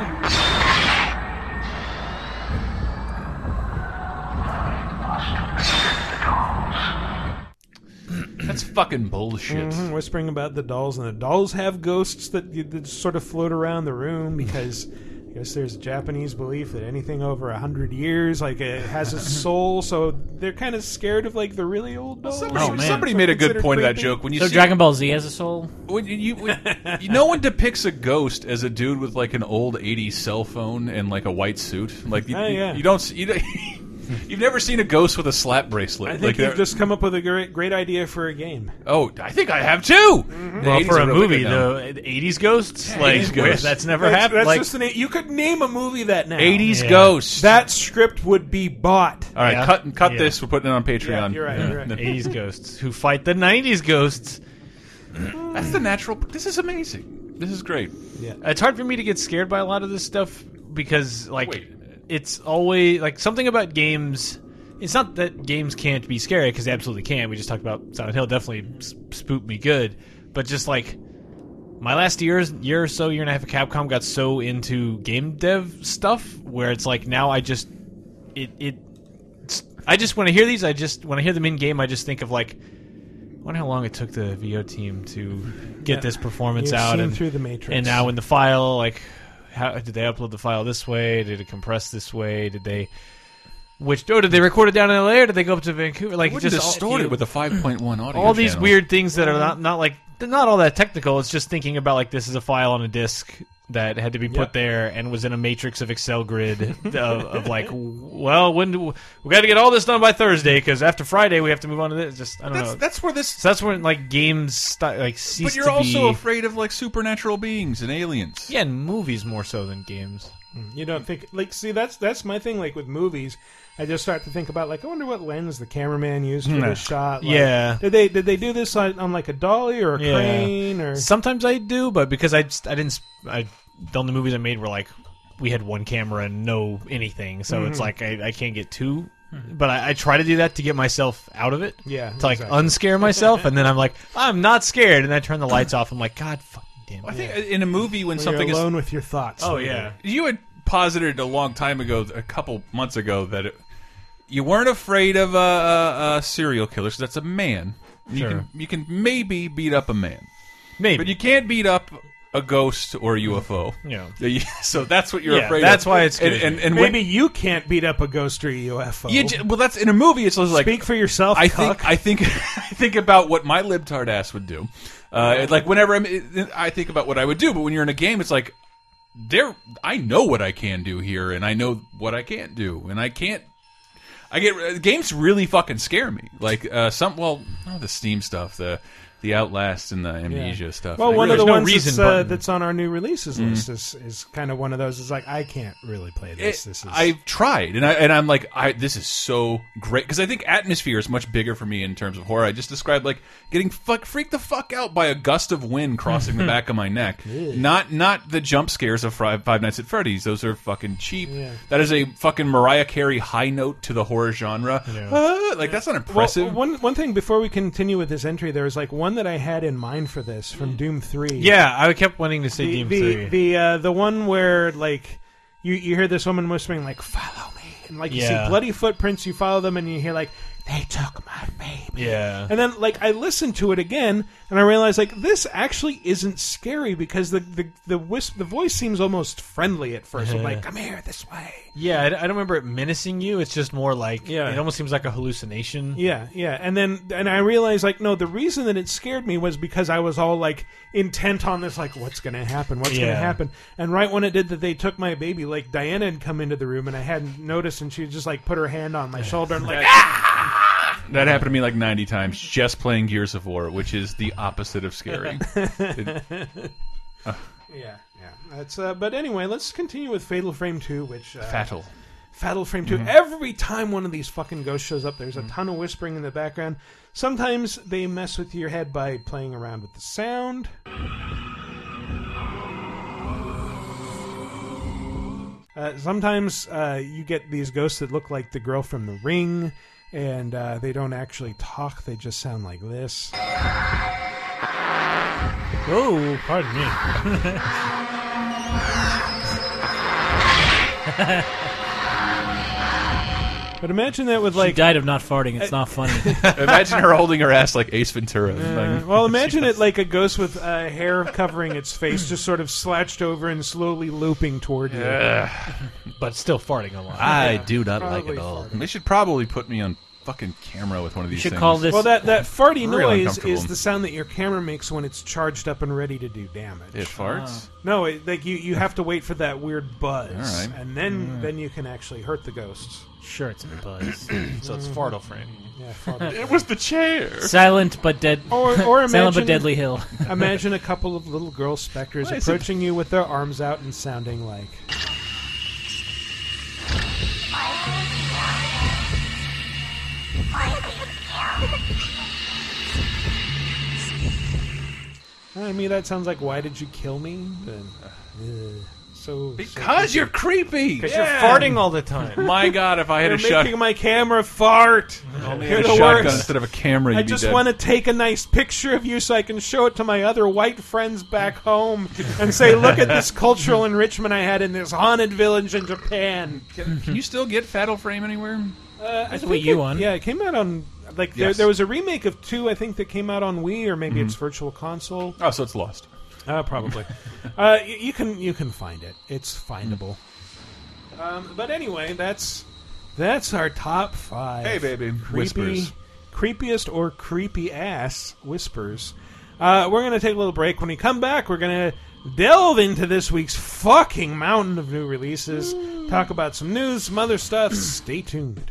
Speaker 1: That's fucking bullshit.
Speaker 2: Mhm, whispering about the dolls, and the dolls have ghosts that, that sort of float around the room because I guess there's Japanese belief that anything over a hundred years, like it has a soul, so they're kind of scared of like the really old dolls.
Speaker 3: Oh,
Speaker 1: Somebody,
Speaker 4: man.
Speaker 1: somebody made a good
Speaker 2: Considered
Speaker 1: point of that
Speaker 2: creepy.
Speaker 1: joke when you
Speaker 4: so
Speaker 1: see
Speaker 4: Dragon Ball Z has a soul.
Speaker 1: when you, you- when- you- no one depicts a ghost as a dude with like an old '80s cell phone and like a white suit. Like you,
Speaker 2: Oh, yeah.
Speaker 1: you don't see- you don't, you've never seen a ghost with a slap bracelet.
Speaker 2: I
Speaker 1: like
Speaker 2: think you've
Speaker 1: they're-
Speaker 2: just come up with a great, great idea for a game.
Speaker 1: oh, I think I have too. The
Speaker 3: Mm-hmm. Well,
Speaker 1: 80s
Speaker 3: for
Speaker 1: are
Speaker 3: a
Speaker 1: real big
Speaker 3: movie,
Speaker 1: now.
Speaker 3: the the '80s ghosts,
Speaker 1: Yeah,
Speaker 3: like
Speaker 1: 80s
Speaker 3: where-
Speaker 1: ghosts.
Speaker 3: that's never
Speaker 2: That's,
Speaker 3: happened.
Speaker 2: that's
Speaker 3: like
Speaker 2: just the name. You could name a movie that now.
Speaker 1: 80s
Speaker 3: Yeah.
Speaker 1: ghost.
Speaker 2: That script would be bought.
Speaker 1: All right,
Speaker 3: Yeah.
Speaker 1: cut and cut
Speaker 3: Yeah.
Speaker 1: this. We're putting it on Patreon.
Speaker 2: Yeah, you're right, you're right.
Speaker 3: 80s ghosts who fight the 90s ghosts.
Speaker 1: That's the natural. This is amazing. This is great.
Speaker 3: It's hard for me to get scared by a lot of this stuff because like
Speaker 1: Wait a minute.
Speaker 3: it's always like something about games. It's not that games can't be scary because they absolutely can. We just talked about Silent Hill definitely s- spooked me good, but just like my last year, year or so, year and a half of Capcom got so into game dev stuff where it's like now I just it it it's- I just when I hear these, I just when I hear them in game, I just think of like. I wonder how long it took the VO team to get
Speaker 2: Yeah.
Speaker 3: this performance
Speaker 2: You've
Speaker 3: out
Speaker 2: seen
Speaker 3: and
Speaker 2: through the matrix.
Speaker 3: and now in the file, like, how did they upload the file this way? Did it compress this way? Did they Which oh, did they record it down in L.A. or did they go up to Vancouver? Like
Speaker 1: Wouldn't
Speaker 3: just
Speaker 1: distort
Speaker 3: all,
Speaker 1: it with a 5.1 audio
Speaker 3: All these
Speaker 1: channel.
Speaker 3: weird things that are not not like they're not all that technical. It's just thinking about like this is a file on a disc that had to be put
Speaker 1: Yep.
Speaker 3: there and was in a matrix of Excel grid of, of like, well, when do, we got to get all this done by Thursday because after Friday we have to move on to this. Just I don't
Speaker 1: That's-
Speaker 3: know.
Speaker 1: that's where this.
Speaker 3: So that's when like games sti- like cease.
Speaker 1: But you're
Speaker 3: to
Speaker 1: also
Speaker 3: be-
Speaker 1: afraid of like supernatural beings and aliens.
Speaker 3: Yeah, and movies more so than games.
Speaker 2: Mm, You don't think like see that's that's my thing like with movies. I just start to think about like I wonder what lens the cameraman used for
Speaker 3: Nah.
Speaker 2: this shot. Like,
Speaker 3: Yeah.
Speaker 2: did they did they do this on, on like a dolly or a crane or
Speaker 3: sometimes I do, but because I just, I didn't sp- I the only movies I made were like we had one camera and no anything, so it's
Speaker 2: Mhm.
Speaker 3: like I, I can't get too. But I, I try to do that to get myself out of it.
Speaker 2: Yeah,
Speaker 3: to like
Speaker 2: exactly.
Speaker 3: unscare myself, and then I'm like I'm not scared, and I turn the lights off. I'm like God, fuck.
Speaker 1: I think in a movie when
Speaker 2: When
Speaker 1: something
Speaker 2: you're alone
Speaker 1: is
Speaker 2: with your thoughts?
Speaker 1: Oh yeah. You had posited a long time ago, a couple months ago, that it, you weren't afraid of a, a, a serial killer because that's a man. You
Speaker 3: Sure.
Speaker 1: can you can maybe beat up a man,
Speaker 3: maybe,
Speaker 1: but you can't beat up a ghost or a UFO.
Speaker 3: Yeah.
Speaker 1: So that's what you're
Speaker 2: Yeah,
Speaker 1: afraid.
Speaker 2: that's
Speaker 1: of.
Speaker 2: why it's
Speaker 1: and,
Speaker 2: good.
Speaker 1: and, and
Speaker 2: maybe
Speaker 1: when-
Speaker 2: you can't beat up a ghost or a UFO.
Speaker 1: You ju- well, that's in a movie. It's just like
Speaker 2: speak for yourself.
Speaker 1: I
Speaker 2: cuck.
Speaker 1: think I think I think about what my libtard ass would do. Uh, like whenever I'm, I think about what I would do. But when you're in a game, it's like there. I know what I can do here, and I know what I can't do, and I can't. I get uh, games really fucking scare me. Like uh, some well, oh, the Steam stuff, the the Outlast and the Amnesia stuff.
Speaker 2: Well,
Speaker 1: Like,
Speaker 2: one of
Speaker 1: there's
Speaker 2: the
Speaker 1: no
Speaker 2: ones
Speaker 1: reason
Speaker 2: that's, uh,
Speaker 1: button.
Speaker 2: that's on our new releases
Speaker 1: Mhm.
Speaker 2: list is, is kind of one of those. Is like I can't really play this.
Speaker 1: It-
Speaker 2: this is
Speaker 1: I've tried, and I and I'm like, I this is so great because I think atmosphere is much bigger for me in terms of horror. I just described like getting fuck freaked the fuck out by a gust of wind crossing the back of my neck.
Speaker 2: Ew.
Speaker 1: Not not the jump scares of Fri- Five Nights at Freddy's. Those are fucking cheap.
Speaker 2: Yeah.
Speaker 1: That is a fucking Mariah Carey high note to the horror genre. Ah, like that's not impressive.
Speaker 2: Well, one one thing before we continue with this entry, there was like one that I had in mind for this
Speaker 1: Mm.
Speaker 2: from Doom Three.
Speaker 3: Yeah, I kept wanting to say
Speaker 2: the
Speaker 3: Doom
Speaker 2: the
Speaker 3: 3.
Speaker 2: the, uh, the one where like you you hear this woman whispering like "Follow me," and like you
Speaker 3: Yeah.
Speaker 2: see bloody footprints. You follow them, and you hear like "They took my baby."
Speaker 3: Yeah.
Speaker 2: And then like I listened to it again, and I realized like this actually isn't scary because the the the, whisp, the voice seems almost friendly at first. I'm like, "Come here, this way."
Speaker 3: Yeah, I, I don't remember it um, menacing you. It's just more like
Speaker 2: Yeah.
Speaker 3: it almost seems like a hallucination.
Speaker 2: Yeah, yeah. And then and I realized like no, the reason that it scared me was because I was all like intent on this like what's going to happen? What's going
Speaker 3: Yeah.
Speaker 2: to happen? And right when it did that they took my baby, like Diana had come into the room and I hadn't noticed and she just like put her hand on my shoulder and like "Ah!"
Speaker 1: That happened to me like 90 times just playing Gears of War, which is the opposite of scary. It- uh,
Speaker 2: Yeah, yeah. That's uh, but anyway, let's continue with Fatal Frame 2, which uh,
Speaker 1: Fatal.
Speaker 2: Fatal Frame 2.
Speaker 1: Mhm.
Speaker 2: Every time one of these fucking ghosts shows up, there's a ton of whispering in the background. Sometimes they mess with your head by playing around with the sound. Uh, sometimes uh, you get these ghosts that look like the girl from The Ring, and uh, they don't actually talk, they just sound like this.
Speaker 3: Oh, pardon me.
Speaker 2: but imagine that with
Speaker 4: She
Speaker 2: like
Speaker 4: died of not farting. It's not funny.
Speaker 1: Imagine her holding her ass like Ace Ventura.
Speaker 2: Uh,
Speaker 1: Like-
Speaker 2: well, imagine it like a ghost with uh, hair covering its face, just sort of slouched over and slowly looping toward you.
Speaker 3: but still farting a lot.
Speaker 1: I
Speaker 2: Yeah,
Speaker 1: do not like
Speaker 2: probably
Speaker 1: it all. They should probably put me on fucking camera with one of these. things.
Speaker 2: Well, that that farty
Speaker 1: Real
Speaker 2: noise
Speaker 1: uncomfortable.
Speaker 2: is the sound that your camera makes when it's charged up and ready to do damage.
Speaker 1: It farts?
Speaker 4: Ah.
Speaker 2: No, it, like you, you have to wait for that weird buzz,
Speaker 1: All right.
Speaker 2: and then then you can actually hurt the ghosts.
Speaker 4: Hmm.
Speaker 2: Mm,
Speaker 4: Sure, it's a buzz.
Speaker 3: So it's Fartle Frame.
Speaker 2: Yeah, Fartle
Speaker 1: It was the chair.
Speaker 4: Silent but dead.
Speaker 2: Or, or imagine,
Speaker 4: Silent but deadly hill.
Speaker 2: imagine a couple of little girl specters
Speaker 4: Why is it-
Speaker 2: approaching you with their arms out and sounding like. I mean, that sounds like why did you kill me? But, uh, so
Speaker 1: Because you're creepy.
Speaker 2: Because
Speaker 1: Yeah.
Speaker 2: you're farting all the time.
Speaker 1: My God, if I had
Speaker 2: you're
Speaker 1: a shot-
Speaker 2: making my camera fart.
Speaker 1: Only
Speaker 2: You're
Speaker 1: had a
Speaker 2: the
Speaker 1: shotgun
Speaker 2: worst.
Speaker 1: instead of a camera,
Speaker 2: I
Speaker 1: you'd be
Speaker 2: just
Speaker 1: dead.
Speaker 2: want to take a nice picture of you so I can show it to my other white friends back home and say, "Look at this cultural enrichment I had in this haunted village in Japan."
Speaker 1: Can you still get Fatal Frame anywhere?
Speaker 2: Uh, I
Speaker 1: That's
Speaker 2: think
Speaker 1: Wii U
Speaker 2: it-
Speaker 1: one.
Speaker 2: Yeah, it came out on like there,
Speaker 1: Yes. Mm-hmm.
Speaker 2: there was a remake of two. I think that came out on Wii or maybe it's Virtual Console.
Speaker 1: Oh, so it's lost.
Speaker 2: Uh, probably. uh, you,
Speaker 1: Mm.
Speaker 2: you can you can find it. It's findable. Um, but Um, anyway, that's That's our top five.
Speaker 1: Hey, baby.
Speaker 2: Creepy,
Speaker 1: Whispers.
Speaker 2: Creepiest or creepy ass whispers. Uh, we're going to take a little break. When we come back, we're going to delve into this week's fucking mountain of new releases, talk about some news, some other stuff. Stay tuned.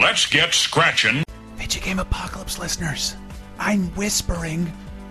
Speaker 12: Let's get scratching.
Speaker 7: Video Game Apocalypse listeners, I'm whispering,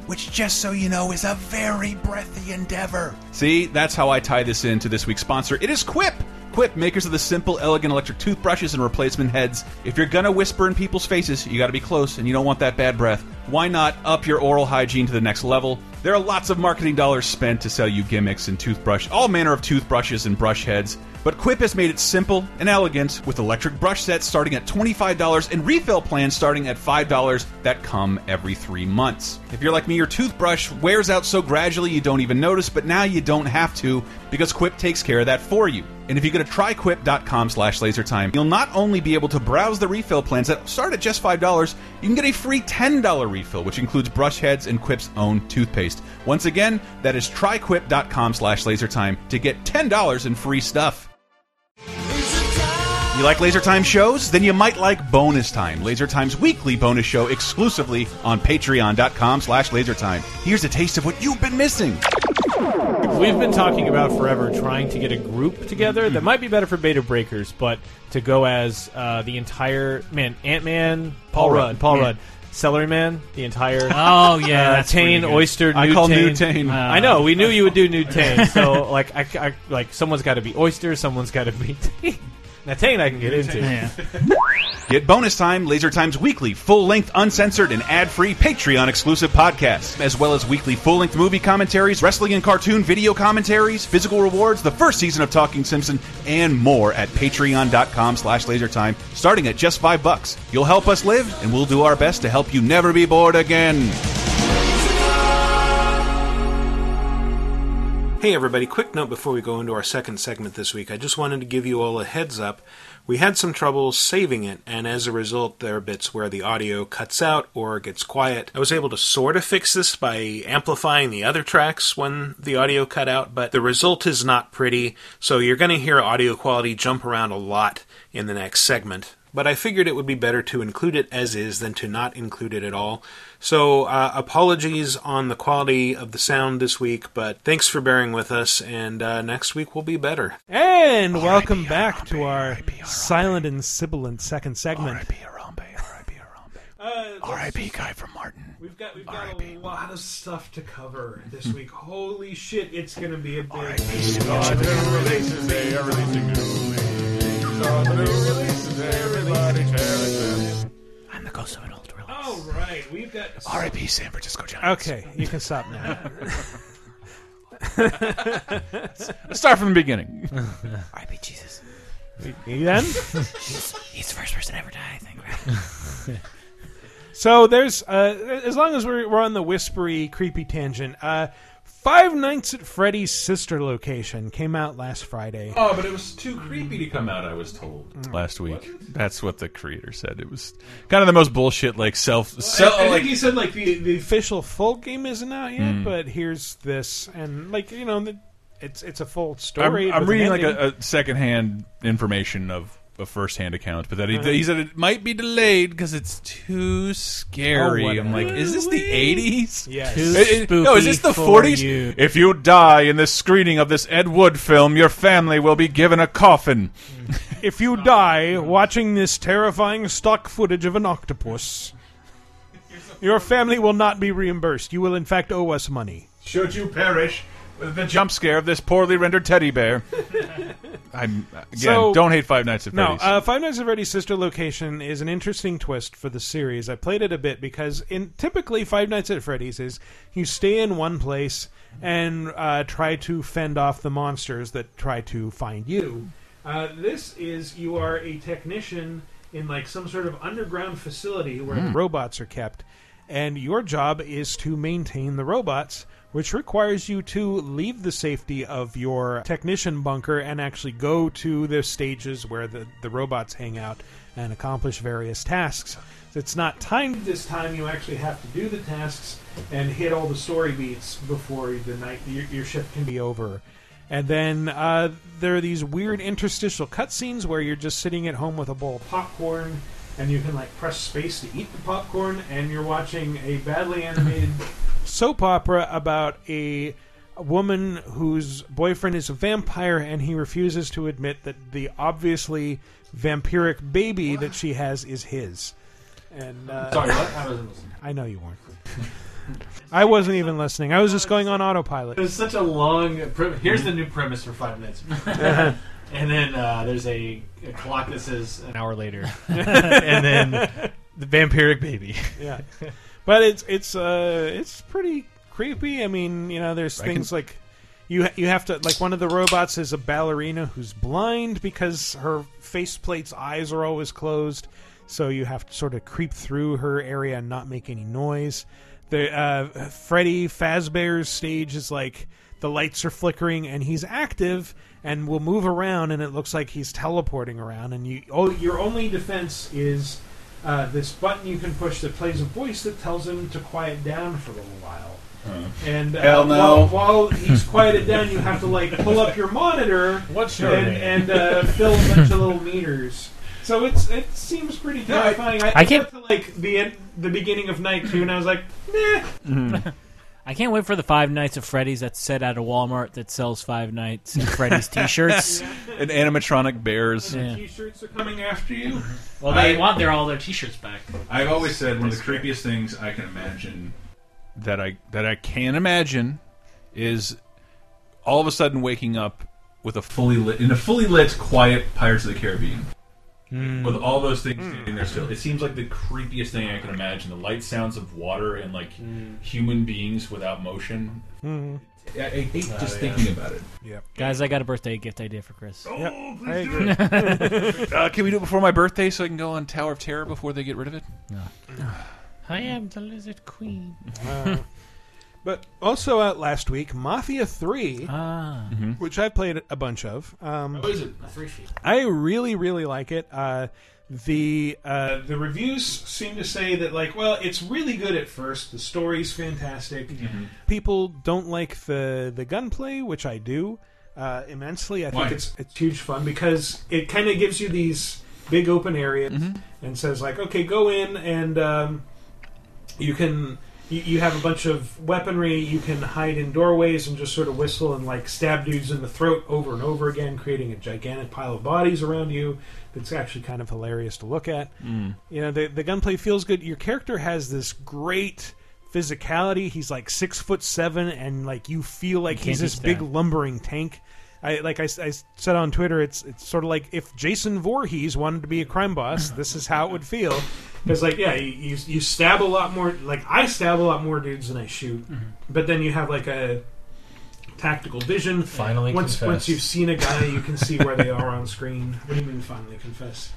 Speaker 7: which just so you know is a very breathy endeavor.
Speaker 1: See, that's how I tie this into this week's sponsor. It is Quip! Quip, makers of the simple, elegant electric toothbrushes and replacement heads. If you're gonna whisper in people's faces, you gotta be close and you don't want that bad breath. Why not up your oral hygiene to the next level? There are lots of marketing dollars spent to sell you gimmicks and toothbrush, all manner of toothbrushes and brush heads. But Quip has made it simple and elegant with electric brush sets starting at $25 and refill plans starting at $5 that come every three months. If you're like me, your toothbrush wears out so gradually you don't even notice, but now you don't have to because Quip takes care of that for you. And if you go to tryquip.com slash lasertime, you'll not only be able to browse the refill plans that start at just $5, you can get a free $10 refill, which includes brush heads and Quip's own toothpaste. Once again, that is tryquip.com slash lasertime to get $10 in free stuff. You like Laser Time shows? Then you might like Bonus Time, Laser Time's weekly bonus show exclusively on patreon.com slash lasertime. Here's a taste of what you've been missing.
Speaker 3: We've been talking about forever trying to get a group together that might be better for beta breakers, but to go as uh, the entire man, Ant Man, Paul,
Speaker 4: Paul
Speaker 3: Rudd,
Speaker 4: Rudd,
Speaker 3: Paul
Speaker 4: yeah.
Speaker 3: Rudd, Celery Man, the entire
Speaker 4: Oh, yeah,
Speaker 3: uh,
Speaker 4: that's
Speaker 3: Tane
Speaker 4: pretty good.
Speaker 3: Oyster.
Speaker 4: I
Speaker 3: Nude
Speaker 4: call
Speaker 3: Tane.
Speaker 4: Nude Tane. Uh,
Speaker 3: I know we knew you would do Nude Tane, so like I, I like someone's got to be Oyster, someone's got to be Tane. Now Tane I can get into.
Speaker 1: Get Bonus Time, Laser Time's weekly, full length, uncensored, and ad free Patreon exclusive podcast, as well as weekly full length movie commentaries, wrestling and cartoon video commentaries, physical rewards, the first season of Talking Simpson, and more at patreon.com slash lasertime, starting at just five bucks. You'll help us live, and we'll do our best to help you never be bored again.
Speaker 2: Hey, everybody, quick note before we go into our second segment this week. I just wanted to give you all a heads up. We had some trouble saving it, and as a result, there are bits where the audio cuts out or gets quiet. I was able to sort of fix this by amplifying the other tracks when the audio cut out, but the result is not pretty, so you're going to hear audio quality jump around a lot in the next segment. But I figured it would be better to include it as is than to not include it at all. So, uh, apologies on the quality of the sound this week, but thanks for bearing with us, and uh, next week will be better. And welcome back to our silent and sibilant second segment.
Speaker 7: R.I.P. Guy from Martin.
Speaker 2: Uh, We've got, we've got a lot of stuff to cover this week. Holy shit, it's going to be a big
Speaker 7: I'm the ghost of an old relic.
Speaker 2: All right, we've got
Speaker 7: R.I.P. San Francisco Giants.
Speaker 2: Okay, you can stop now.
Speaker 1: Let's start from the beginning.
Speaker 7: R.I.P. Jesus.
Speaker 2: You done?
Speaker 7: He's the first person to ever die, I think. Right?
Speaker 2: So there's uh, as long as we're, we're on the whispery, creepy tangent. Uh, Five Nights at Freddy's sister location came out last Friday.
Speaker 1: Oh, but it was too creepy to come out, I was told.
Speaker 3: Mm.
Speaker 1: Last week. That's what the creator said. It was kind of the most bullshit, like self.
Speaker 2: So, I, think he said like the, the official full game isn't out yet,
Speaker 1: Mm.
Speaker 2: but here's this and like you know the, it's it's a full
Speaker 1: I'm,
Speaker 2: story.
Speaker 1: I'm
Speaker 2: with an
Speaker 1: reading like
Speaker 2: ending.
Speaker 1: a, a secondhand information of a firsthand account, but that he,
Speaker 2: Uh-huh.
Speaker 1: he said it might be delayed because it's too scary.
Speaker 7: Oh,
Speaker 1: I'm like,
Speaker 7: whatever.
Speaker 1: is this the 80s?
Speaker 7: Yes. Too
Speaker 1: It- it- no, is this the
Speaker 7: spooky for
Speaker 1: 40s?
Speaker 7: you.
Speaker 1: If you die in this screening of this Ed Wood film, your family will be given a coffin.
Speaker 2: if you die watching this terrifying stock footage of an octopus, your family will not be reimbursed. You will, in fact, owe us money.
Speaker 1: Should you perish with the jump scare of this poorly rendered teddy bear? I'm again.
Speaker 2: So-
Speaker 1: don't hate Five Nights at
Speaker 2: No,
Speaker 1: Freddy's.
Speaker 2: uh, Five Nights at Freddy's sister location is an interesting twist for the series. I played it a bit because in typically Five Nights at Freddy's is you stay in one place and uh, try to fend off the monsters that try to find you. Uh, this is you are a technician in like some sort of underground facility where
Speaker 3: Hmm.
Speaker 2: robots are kept, and your job is to maintain the robots, which requires you to leave the safety of your technician bunker and actually go to the stages where the, the robots hang out and accomplish various tasks. It's not timed this time. You actually have to do the tasks and hit all the story beats before the night your, your shift can be over. And then uh, there are these weird interstitial cutscenes where you're just sitting at home with a bowl of popcorn, and you can like press space to eat the popcorn, and you're watching a badly animated soap opera about a woman whose boyfriend is a vampire, and he refuses to admit that the obviously vampiric baby that she has is his. And uh,
Speaker 13: Sorry, what? I wasn't listening.
Speaker 2: I know you weren't. I wasn't even listening. I was just going on autopilot.
Speaker 13: It was such a long. Prim- Here's the new premise for five minutes, and then uh, there's a, a clock that says
Speaker 14: uh,
Speaker 13: an hour later,
Speaker 3: and then the vampiric baby.
Speaker 2: yeah, but it's it's uh it's pretty creepy. I mean, you know, there's
Speaker 3: I
Speaker 2: things like you ha- you have to like one of the robots is a ballerina who's blind because her faceplate's eyes are always closed, so you have to sort of creep through her area and not make any noise. The uh, Freddy Fazbear's stage is like the lights are flickering and he's active and will move around and it looks like he's teleporting around and you oh your only defense is uh, this button you can push that plays a voice that tells him to quiet down for a little while.
Speaker 13: Hmm.
Speaker 2: And uh,
Speaker 13: Hell no.
Speaker 2: while, while he's quieted down, you have to like pull up your monitor
Speaker 13: What's your
Speaker 2: and,
Speaker 13: name?
Speaker 2: and uh, fill a bunch of little meters. So it's it seems pretty
Speaker 13: No, I-
Speaker 2: terrifying.
Speaker 4: I can't-
Speaker 2: got to, like the end, the beginning of night two, and I was like, nah.
Speaker 4: I can't wait for the Five Nights at Freddy's that's set out of Walmart that sells Five Nights at Freddy's
Speaker 2: uh,
Speaker 4: T-shirts.
Speaker 1: and animatronic bears.
Speaker 2: T-shirts are coming after you.
Speaker 13: Well, they want their all their T-shirts back.
Speaker 1: I've always said one of the creepiest things I can imagine that I that I can imagine is all of a sudden waking up with a fully lit in a fully lit quiet Pirates of the Caribbean. With all those things
Speaker 4: Hmm.
Speaker 1: standing there still, it seems like the creepiest thing I can imagine. The light sounds of water and like
Speaker 4: Hmm.
Speaker 1: human beings without motion. I, I hate
Speaker 4: Oh,
Speaker 1: just
Speaker 4: yeah.
Speaker 1: thinking about it.
Speaker 4: Guys, I got a birthday gift idea for Chris.
Speaker 1: Oh, please uh, can we do it before my birthday so I can go on Tower of Terror before they get rid of it?
Speaker 3: I am the lizard queen.
Speaker 2: Uh, but also out last week, Mafia Three,
Speaker 3: Mhm.
Speaker 2: which I played a bunch of. Um,
Speaker 13: Oh, is it? A three sheet.
Speaker 2: I really, really like it. Uh, the uh, the reviews seem to say that like, well, it's really good at first. The story's fantastic.
Speaker 13: Mm-hmm.
Speaker 2: People don't like the the gunplay, which I do uh, immensely. I
Speaker 13: Why?
Speaker 2: think it's it's huge fun because it kind of gives you these big open areas and says like, okay, go in and. Um, you can you, you have a bunch of weaponry you can hide in doorways and just sort of whistle and like stab dudes in the throat over and over again creating a gigantic pile of bodies around you that's actually kind of hilarious to look at you know the, the gunplay feels good your character has this great physicality he's like six foot seven and like you feel like
Speaker 4: You
Speaker 2: he's
Speaker 4: can't
Speaker 2: this
Speaker 4: beat
Speaker 2: big
Speaker 4: that.
Speaker 2: lumbering tank I, like I, s- I s- said on Twitter, it's it's sort of like if Jason Voorhees wanted to be a crime boss, this is how it would feel. Because like yeah, you, you you stab a lot more. Like I stab a lot more dudes than I shoot, but then you have like a tactical vision.
Speaker 13: Finally
Speaker 2: once
Speaker 13: confess.
Speaker 2: once you've seen a guy, you can see where they are on screen. What do you mean finally confess?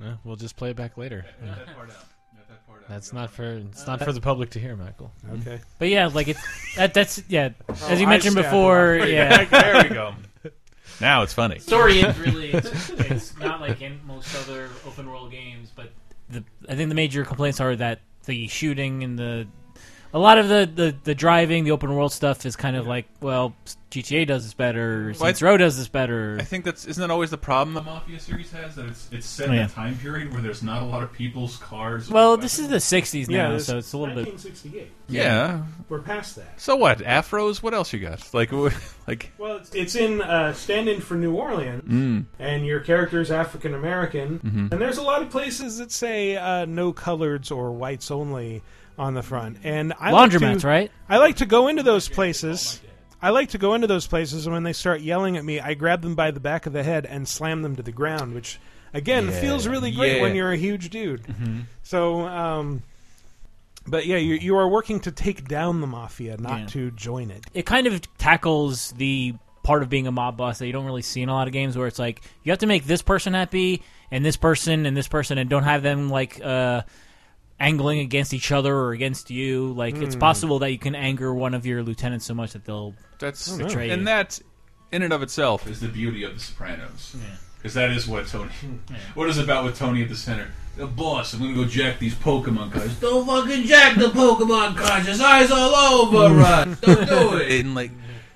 Speaker 3: Yeah, we'll just play it back later. That's not for it's not for the public to hear, Michael.
Speaker 2: Okay.
Speaker 4: Mm. But yeah, like it's that, that's yeah. As
Speaker 1: Oh,
Speaker 4: you
Speaker 3: I
Speaker 4: mentioned
Speaker 3: stabbed
Speaker 4: before,
Speaker 3: him.
Speaker 4: yeah.
Speaker 1: there we go. Now it's funny.
Speaker 4: Story is
Speaker 1: really-
Speaker 4: it's- it's
Speaker 13: not like in most other open world games, but
Speaker 4: The, I think the major complaints are that the shooting and the a lot of the, the, the driving, the open world stuff is kind of like, well, GTA does this better,
Speaker 1: Well,
Speaker 4: Saints Row does this better.
Speaker 1: I think that's isn't that always the problem the Mafia series has that it's it's set
Speaker 4: Oh,
Speaker 1: in
Speaker 4: yeah.
Speaker 1: a time period where there's not a lot of people's cars. or
Speaker 4: Well, this is
Speaker 1: weapons.
Speaker 4: the '60s
Speaker 2: Yeah,
Speaker 4: now,
Speaker 2: this-
Speaker 4: so it's a little bit.
Speaker 2: 1968.
Speaker 1: yeah.
Speaker 2: We're past that.
Speaker 1: So what? Afros? What else you got? Like wh- like
Speaker 2: Well, it's, it's in uh, Stand In for New Orleans,
Speaker 1: Mm.
Speaker 2: and your character is African American.
Speaker 1: Mhm.
Speaker 2: And there's a lot of places that say uh, no coloreds or whites only on the front. And I like
Speaker 4: Laundromats,
Speaker 2: to,
Speaker 4: right?
Speaker 2: I like to go into those places. I like to go into those places, and when they start yelling at me, I grab them by the back of the head and slam them to the ground, which again
Speaker 13: Yeah.
Speaker 2: feels really great
Speaker 13: Yeah.
Speaker 2: when you're a huge dude. So, um, but yeah, you, you are working to take down the mafia, not
Speaker 4: Yeah.
Speaker 2: to join it.
Speaker 4: It kind of tackles the part of being a mob boss that you don't really see in a lot of games, where it's like you have to make this person happy and this person and this person, and don't have them like uh, angling against each other or against you. Like it's
Speaker 1: Hmm.
Speaker 4: possible that you can anger one of your lieutenants so much that they'll
Speaker 1: That's
Speaker 4: betray you.
Speaker 1: and that in and of itself is the beauty of The Sopranos. Because that is what Tony.
Speaker 4: Hmm.
Speaker 1: What is it about with Tony at the center? The boss. I'm gonna go jack these Pokemon guys. Don't fucking jack the Pokemon cards. His eyes all over us. Don't do it. And like,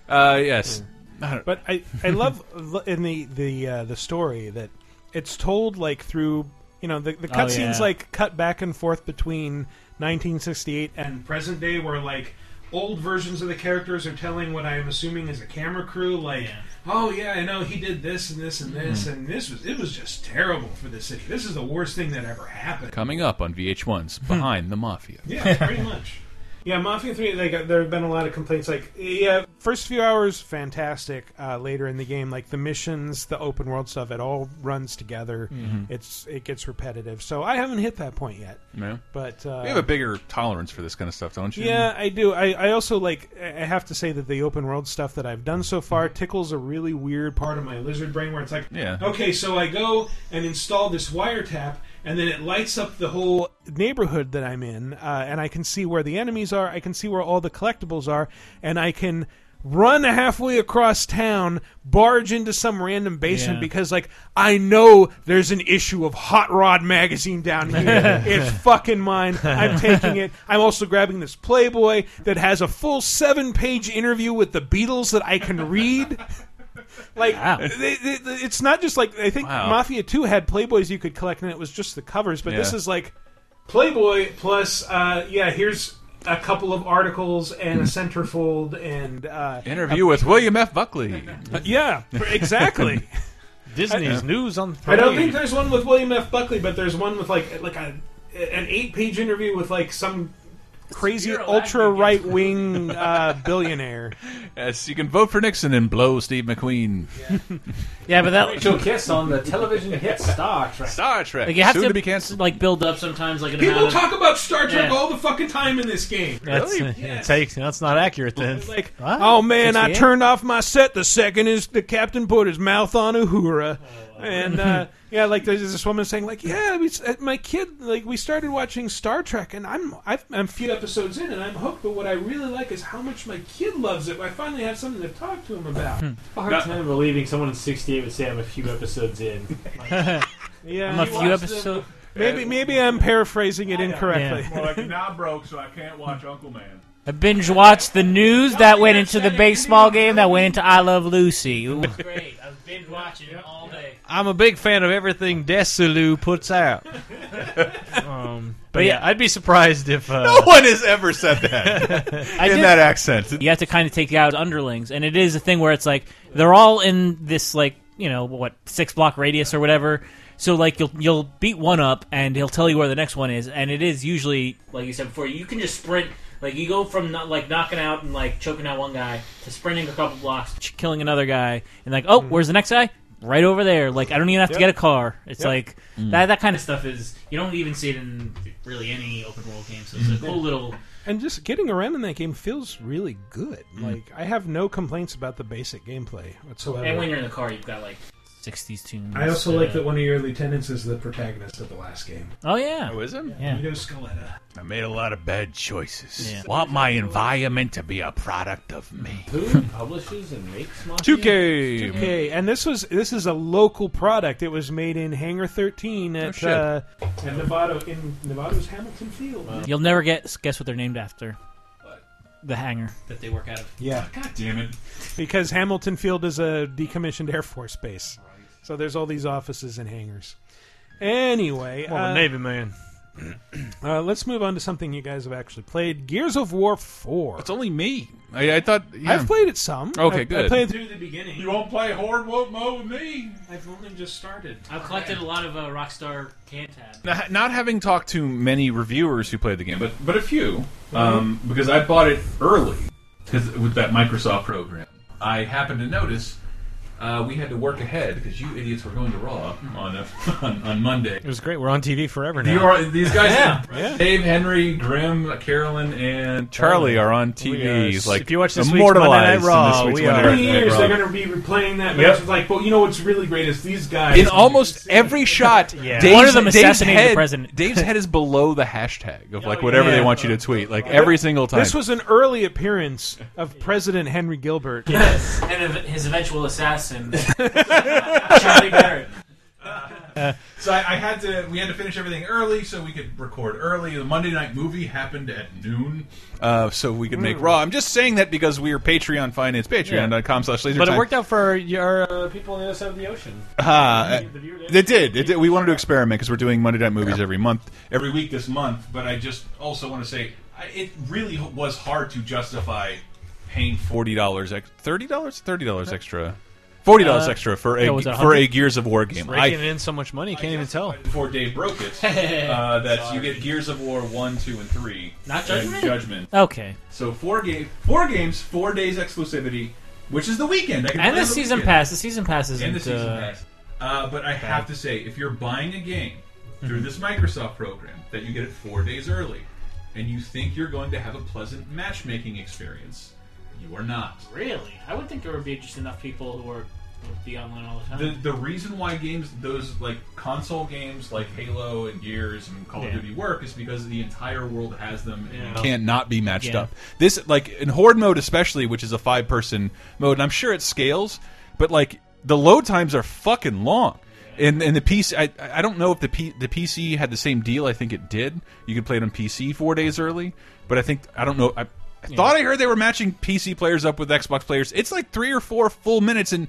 Speaker 1: uh, yes.
Speaker 4: Hmm.
Speaker 2: But I, I love lo- in the the uh, the story that it's told like through you know the the
Speaker 13: Oh,
Speaker 2: cutscenes
Speaker 13: yeah.
Speaker 2: like cut back and forth between 1968 and
Speaker 13: and present day where like old versions of the characters are telling what I'm assuming is a camera crew like oh yeah Mm-hmm. I know he did this and this and this
Speaker 1: Mhm.
Speaker 13: and this was it was just terrible for the city this is the worst thing that ever happened
Speaker 1: Coming up on VH1's Behind the Mafia.
Speaker 13: yeah pretty much
Speaker 2: yeah Mafia 3 they got, there have been a lot of complaints like yeah first few hours fantastic uh, later in the game like the missions the open world stuff it all runs together
Speaker 1: Mhm.
Speaker 2: it's it gets repetitive so I haven't hit that point yet
Speaker 1: No.
Speaker 2: but uh,
Speaker 1: you have a bigger tolerance for this kind of stuff, don't you?
Speaker 2: Yeah, I do. I, I also like. I have to say that the open world stuff that I've done so far tickles a really weird part of my lizard brain where it's like,
Speaker 1: Mm-hmm. Yeah.
Speaker 13: okay so I go and install this wiretap and then it lights up the whole
Speaker 2: whole neighborhood that I'm in, uh, and I can see where the enemies are. I can see where all the collectibles are, and I can run halfway across town, barge into some random basement
Speaker 13: Yeah.
Speaker 2: because, like, I know there's an issue of Hot Rod magazine down here. it's fucking mine. I'm taking it. I'm also grabbing this Playboy that has a full seven-page interview with the Beatles that I can read. Like they- they- they- it's not just like I think
Speaker 13: Wow.
Speaker 2: Mafia Two had Playboys you could collect, and it was just the covers. But this
Speaker 13: Yeah.
Speaker 2: is like
Speaker 13: Playboy plus uh, yeah here's a couple of articles and a centerfold and uh,
Speaker 1: Interview with William F. Buckley.
Speaker 2: yeah,
Speaker 13: exactly.
Speaker 3: Disney's
Speaker 13: I-
Speaker 3: news on.
Speaker 13: I don't
Speaker 3: three.
Speaker 13: think there's one with William F. Buckley, but there's one with like like a an eight page interview with like some
Speaker 2: crazy ultra right wing uh, billionaire.
Speaker 1: Yes, you can vote for Nixon and blow Steve McQueen.
Speaker 4: Yeah, but that
Speaker 13: Rachel Kiss on the television hit Star Trek.
Speaker 1: Star Trek.
Speaker 4: Like you have
Speaker 1: Soon
Speaker 4: to,
Speaker 1: to be
Speaker 4: like build up sometimes like an
Speaker 13: People
Speaker 4: amount of-
Speaker 13: talk about Star Trek
Speaker 4: Yeah.
Speaker 13: all the fucking time in this game.
Speaker 3: That's, that's, how you- that's not accurate then.
Speaker 2: Like, oh man, I
Speaker 3: 68?
Speaker 2: turned off my set the second is the captain put his mouth on Uhura,
Speaker 13: Oh,
Speaker 2: and uh, yeah, like there's this woman saying like, yeah, we, s- uh, my kid, like we started watching Star Trek, and I'm I've, I'm
Speaker 13: a few episodes in, and I'm hooked. But what I really like is how much my kid loves it. I finally have something to talk to him about.
Speaker 4: Hmm.
Speaker 14: a hard time believing someone in 68 would say I'm a few episodes in.
Speaker 2: yeah,
Speaker 13: I'm a few episode-
Speaker 2: Maybe maybe I'm paraphrasing it incorrectly.
Speaker 1: nah, broke, so I can't watch Uncle Man.
Speaker 4: I binge watched the news that went into the baseball game that went into I Love Lucy. Ooh.
Speaker 14: Great. I've been watching all day.
Speaker 3: I'm a big fan of everything Desilu puts out. um, but yeah, I'd be surprised if uh,
Speaker 1: No one has ever said that
Speaker 4: I
Speaker 1: in
Speaker 4: did-
Speaker 1: that accent.
Speaker 4: You have to kind of take out underlings, and it is a thing where it's like they're all in this like you know what six block radius or whatever. So like you'll you'll beat one up, and he'll tell you where the next one is, and it is usually like you said before. You can just sprint. Like you go from not, like knocking out and like choking out one guy to sprinting a couple blocks, ch- killing another guy, and like oh, where's the next guy? Right over there. Like I don't even have to
Speaker 14: Mm. Yep.
Speaker 4: get a car. It's
Speaker 14: Yep.
Speaker 4: like
Speaker 14: Mm.
Speaker 4: that that kind of stuff is you don't even see it in really any open world game. So it's a cool little
Speaker 2: And just getting around in that game feels really good.
Speaker 13: Hmm.
Speaker 4: Mm.
Speaker 2: Like I have no complaints about the basic gameplay whatsoever.
Speaker 4: And when you're in the car, you've got like sixties tunes.
Speaker 13: I also like
Speaker 4: uh,
Speaker 13: that one of your lieutenants is the protagonist of the last game.
Speaker 4: Oh yeah.
Speaker 1: Oh, is it?
Speaker 4: Yeah.
Speaker 13: Vito Scaletta.
Speaker 1: I made a lot of bad choices.
Speaker 14: Yeah.
Speaker 1: Want my environment to be a product of me.
Speaker 14: Who publishes and makes Mafia?
Speaker 1: 2K.
Speaker 2: 2K, and this was this is a local product. It was made in Hangar
Speaker 1: Oh,
Speaker 2: 13
Speaker 4: Oh,
Speaker 2: at.
Speaker 13: shit.
Speaker 2: uh,
Speaker 13: And Nevada in Nevada's Hamilton Field.
Speaker 4: You'll never guess guess what they're named after. The hangar that they work out of.
Speaker 2: yeah.
Speaker 1: God damn it!
Speaker 2: Because Hamilton Field is a decommissioned Air Force base, so there's all these offices and hangars. Anyway,
Speaker 3: More of a
Speaker 2: uh,
Speaker 3: Navy man.
Speaker 2: uh, let's move on to something you guys have actually played: Gears of War 4. It's
Speaker 1: only me. I, I thought yeah.
Speaker 2: I've played it some.
Speaker 1: Okay,
Speaker 2: I-
Speaker 1: good.
Speaker 2: I played
Speaker 13: the beginning.
Speaker 1: You won't play hard woke mode with me.
Speaker 13: I've only just started.
Speaker 4: I've collected a lot of uh, Rockstar can tabs.
Speaker 1: Not not having talked to many reviewers who played the game, but but a few, um, because I bought it early because with that Microsoft program, I happened to notice Uh, we had to work ahead because you idiots were going to Raw on a, on, on Monday.
Speaker 3: It was great. We're on TV forever now.
Speaker 1: You are, these guys,
Speaker 3: Yeah.
Speaker 1: Dave, Henry, Grimm, Carolyn, and Charlie are on
Speaker 3: We
Speaker 1: TV.
Speaker 3: are-
Speaker 1: like
Speaker 3: if you watch this week's Monday Night
Speaker 1: immortalized in
Speaker 3: Raw,
Speaker 1: this week's
Speaker 3: we
Speaker 1: Monday
Speaker 3: are-
Speaker 1: Night
Speaker 13: years
Speaker 1: Raw.
Speaker 13: they're going to be replaying that
Speaker 1: Yep.
Speaker 13: match. It's Like, but you know what's really great is these guys.
Speaker 1: In almost every shot,
Speaker 13: Yeah.
Speaker 1: Dave's,
Speaker 13: One of them
Speaker 1: Dave's
Speaker 13: assassinated the
Speaker 1: head,
Speaker 13: president.
Speaker 1: Dave's head is below the hashtag of like whatever they
Speaker 2: yeah.
Speaker 1: want you to tweet. Like every single time.
Speaker 2: This was an early appearance of President Henry Gilbert.
Speaker 13: Yes.
Speaker 15: and ev- his eventual assassin, Charlie Barrett.
Speaker 1: so I, I had to. We had to finish Uh, everything early so we could record early. The Monday night movie happened at noon, uh, so we could make
Speaker 3: Mm.
Speaker 1: Raw. I'm just saying that because we are Patreon finance, Patreon.com/slash laser.
Speaker 3: But it worked out for your uh, people on the other side of the ocean.
Speaker 1: Uh, it did. It did. We wanted to experiment because we're doing Monday night movies every month, every week this month. But I just also want to say I, it really was hard to justify paying forty dollars, thirty dollars, thirty
Speaker 15: Uh,
Speaker 1: dollars extra, forty dollars
Speaker 3: Uh,
Speaker 1: extra for
Speaker 3: yeah,
Speaker 1: a
Speaker 3: was it
Speaker 1: for a
Speaker 3: 100?
Speaker 1: Gears of War
Speaker 3: Just
Speaker 1: game. I
Speaker 3: raking it in so much money, can't even tell.
Speaker 1: before Dave broke it. uh, that's you get Gears of War one, two, and three.
Speaker 15: Not
Speaker 1: and
Speaker 15: Judgment?
Speaker 1: Judgment.
Speaker 15: Okay.
Speaker 1: So four game, four games, four days exclusivity, which is the weekend. I can play
Speaker 15: And the
Speaker 1: on the
Speaker 15: season
Speaker 1: weekend.
Speaker 15: pass. The season pass isn't.
Speaker 1: And the season
Speaker 15: uh,
Speaker 1: pass. Uh, but I have to say, if you're buying a game
Speaker 15: Mm-hmm.
Speaker 1: through this Microsoft program that you get it four days early, and you think you're going to have a pleasant matchmaking experience, you are not.
Speaker 15: Really? I would think there would be just enough people who are would be online all the time.
Speaker 1: The, the reason why games, those like console games like Halo and Gears and Call
Speaker 15: Yeah.
Speaker 1: of Duty work is because the entire world has them and
Speaker 15: Yeah.
Speaker 1: can't not be matched
Speaker 15: Yeah.
Speaker 1: up. This, like in Horde mode especially, which is a five person mode, and I'm sure it scales, but like the load times are fucking long. And, and the PC, I, I don't know if the P, the PC had the same deal. I think it did. You could play it on PC four days early, but I think I don't know. I, I thought I heard they were matching PC players up with Xbox players. It's like three or four full minutes, and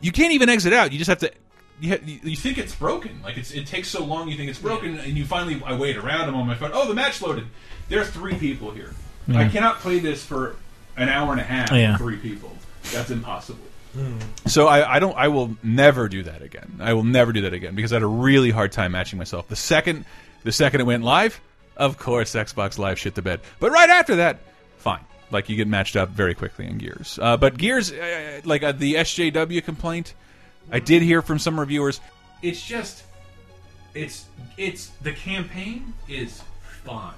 Speaker 1: you can't even exit out. You just have to. You, ha- you you think it's broken? Like it's it takes so long. You think it's broken, and you finally I wait around. I'm on my phone. Oh, the match loaded. There are three people here.
Speaker 15: Yeah.
Speaker 1: I cannot play this for an hour and a
Speaker 3: Oh,
Speaker 1: half. with
Speaker 15: Yeah.
Speaker 1: Three people. That's impossible.
Speaker 2: Hmm.
Speaker 1: So I, I don't. I will never do that again. I will never do that again because I had a really hard time matching myself. The second, the second it went live, of course Xbox Live shit the bed. But right after that, fine. Like you get matched up very quickly in Gears. Uh, but Gears, uh, like uh, the SJW complaint, I did hear from some reviewers. It's just, it's it's the campaign is fine,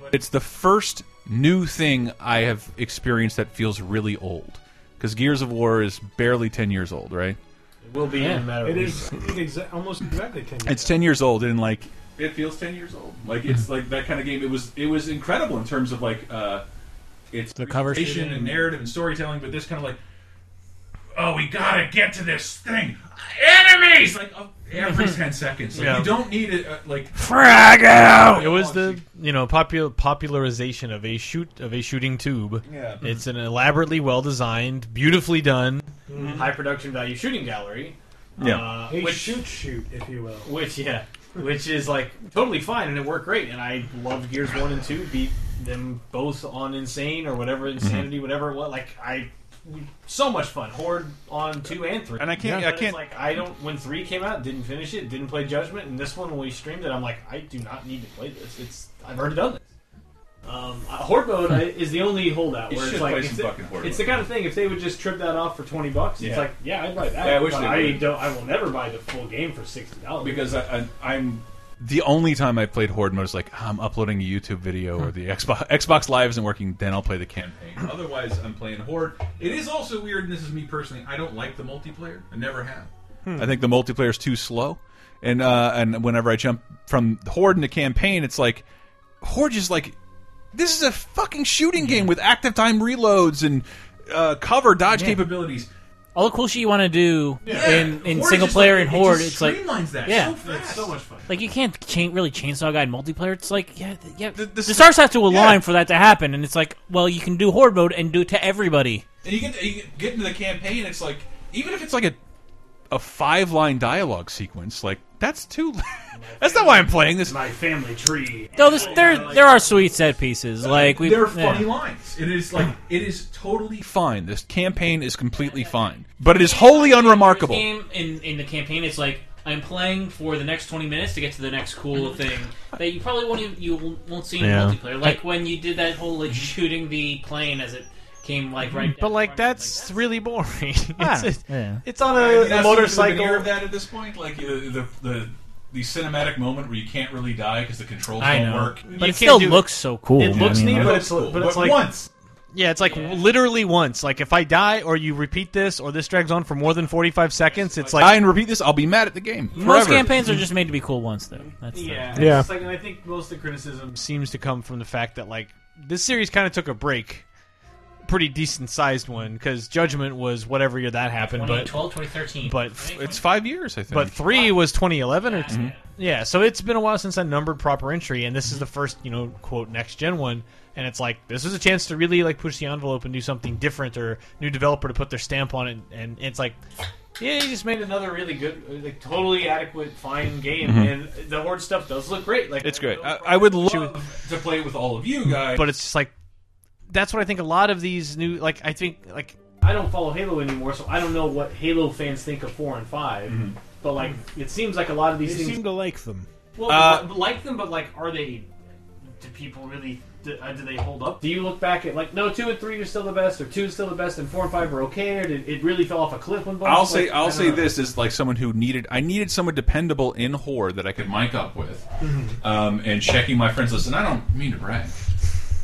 Speaker 1: but it's the first new thing I have experienced that feels really old. Because Gears of War is barely ten years old, right?
Speaker 13: It will be
Speaker 3: Yeah.
Speaker 13: in a matter of
Speaker 2: It
Speaker 13: weeks.
Speaker 2: is exa- almost exactly ten years.
Speaker 1: It's ten years old, and like it feels ten years old. Like it's
Speaker 2: Mm-hmm.
Speaker 1: like that kind of game. It was it was incredible in terms of like uh, its the
Speaker 3: cover shooting.
Speaker 1: and narrative and storytelling, but this kind of like oh we gotta get to this thing enemies like oh, every
Speaker 2: Mm-hmm.
Speaker 1: ten seconds. Like,
Speaker 3: Yeah.
Speaker 1: You don't need it uh, like
Speaker 3: It was the you know popular popularization of a shoot of a shooting tube.
Speaker 1: Yeah.
Speaker 3: It's an elaborately well designed, beautifully done.
Speaker 13: high production value uh, shooting gallery.
Speaker 3: Yeah.
Speaker 13: uh,
Speaker 2: A
Speaker 13: which
Speaker 2: shoot shoot, if you will.
Speaker 13: which yeah, which is like totally fine and it worked great. And I loved Gears One and Two. Beat them both on Insane or whatever
Speaker 1: Mm-hmm.
Speaker 13: Insanity, whatever it was. Like I, so much fun. Horde on two and three.
Speaker 1: And I can't-
Speaker 13: But
Speaker 1: I
Speaker 13: it's
Speaker 1: can't-
Speaker 13: like I don't. When three came out, didn't finish it, didn't play Judgment, and this one when we streamed it, I'm like, I do not need to play this. It's I've already done this. Um, uh, Horde mode I- is the only holdout
Speaker 1: You
Speaker 13: where
Speaker 1: should
Speaker 13: it's like
Speaker 1: play
Speaker 13: it's,
Speaker 1: some
Speaker 13: the,
Speaker 1: fucking Horde
Speaker 13: it's
Speaker 1: mode.
Speaker 13: the kind of thing if they would just trip that off for twenty bucks,
Speaker 1: Yeah.
Speaker 13: it's like yeah, I'd buy that.
Speaker 1: Yeah, I wish
Speaker 13: but
Speaker 1: they
Speaker 13: I
Speaker 1: would.
Speaker 13: don't. I will never buy the full game for sixty dollars
Speaker 1: because I, I, I'm the only time I played Horde mode is like "Ah, I'm uploading a YouTube video or the Xbox Xbox Live isn't working. Then I'll play the campaign. Otherwise, I'm playing Horde. It is also weird, and this is me personally. I don't like the multiplayer. I never have.
Speaker 4: Hmm.
Speaker 1: I think the multiplayer is too slow, and uh, and whenever I jump from Horde into campaign, it's like Horde is like this is a fucking shooting game with active time reloads and uh, cover dodge capabilities.
Speaker 4: All the cool shit you want to do
Speaker 1: Yeah.
Speaker 4: in, in
Speaker 1: Horde
Speaker 4: single
Speaker 1: is just
Speaker 4: player
Speaker 1: like-
Speaker 4: and
Speaker 1: it
Speaker 4: Horde,
Speaker 1: just
Speaker 4: it's like
Speaker 1: streamlines that
Speaker 4: yeah,
Speaker 1: so fast. It's so much fun.
Speaker 4: Like you can't cha- really chainsaw guy in multiplayer. It's like yeah, th- yeah. The,
Speaker 1: the-
Speaker 4: stars have to align
Speaker 1: yeah.
Speaker 4: for that to happen, and it's like well, you can do horde mode and do it to everybody.
Speaker 1: And you get you get into the campaign. It's like even if it's like a a five line dialogue sequence, like that's too. that's not why I'm playing this.
Speaker 13: My family tree.
Speaker 4: Though this, there there are sweet set pieces like we
Speaker 1: They're funny
Speaker 4: yeah.
Speaker 1: lines. It is like it is totally fine. This campaign is completely fine, but it is wholly unremarkable.
Speaker 4: game in, in the campaign it's like I'm playing for the next 20 minutes to get to the next cool thing that you probably won't even, you won't see in
Speaker 3: Yeah.
Speaker 4: multiplayer. Like when you did that whole like shooting the plane as it
Speaker 15: came like right.
Speaker 3: But like that's really boring.
Speaker 1: Ah,
Speaker 3: it's, it's-
Speaker 1: yeah.
Speaker 3: it's on
Speaker 1: I mean,
Speaker 3: a,
Speaker 1: that's sort of
Speaker 3: motorcycle.
Speaker 1: veneer of that at this point, like uh, the the the cinematic moment where you can't really die because the controls
Speaker 3: I
Speaker 1: don't
Speaker 3: know.
Speaker 1: work.
Speaker 3: But You it can't still do- looks so cool.
Speaker 1: It
Speaker 3: Yeah,
Speaker 1: looks
Speaker 3: I mean,
Speaker 1: neat,
Speaker 3: it
Speaker 1: but
Speaker 3: looks
Speaker 1: it's
Speaker 3: cool.
Speaker 1: but it's
Speaker 3: But
Speaker 1: like
Speaker 3: once. Yeah, it's like literally once. Like if I die or you repeat this or this drags on for more than forty five seconds, it's like
Speaker 1: I and repeat this, I'll be mad at the game. Mm-hmm.
Speaker 4: Most campaigns are just made to be cool once, though. That's the-
Speaker 3: Yeah.
Speaker 14: It's
Speaker 3: Yeah.
Speaker 14: just like, and I think most of the criticism
Speaker 3: seems to come from the fact that like this series kind of took a break, pretty decent sized one because Judgment was whatever year that happened, but
Speaker 15: 2012, 2013.
Speaker 3: but
Speaker 1: it's five years I think. Mm-hmm.
Speaker 3: But three was 2011 or yeah, so it's been a while since I numbered proper entry, and this is the first you know quote next gen one, and it's like this is a chance to really like push the envelope and do something different or new developer to put their stamp on it, and it's like
Speaker 14: Yeah, you just made another really good, like totally adequate, fine game,
Speaker 3: Mhm.
Speaker 14: and the horde stuff does look great. Like
Speaker 1: Mm-hmm. it's great. I, I would love
Speaker 14: to play with all of you guys.
Speaker 3: but it's just like that's what I think a lot of these new like I think like
Speaker 14: I don't follow Halo anymore, so I don't know what Halo fans think of four and 5
Speaker 1: Mm-hmm.
Speaker 14: But like, it seems like a lot of these
Speaker 2: They
Speaker 14: things
Speaker 2: seem to like them.
Speaker 14: Well,
Speaker 2: Uh,
Speaker 14: li- like them, but like, are they? Do people really? Do, uh, do they hold up? Do you look back at like, no, two and three are still the best, or two is still the best, and four and five are okay, or did it really fell off a cliff when?
Speaker 1: I'll say
Speaker 14: Like, I
Speaker 1: I'll
Speaker 14: don't
Speaker 1: say
Speaker 14: know.
Speaker 1: this is like someone who needed I needed someone dependable in whore that I could mic up with,
Speaker 2: Mm-hmm.
Speaker 14: Mhm.
Speaker 1: um, and checking my friends list. And I don't mean to brag,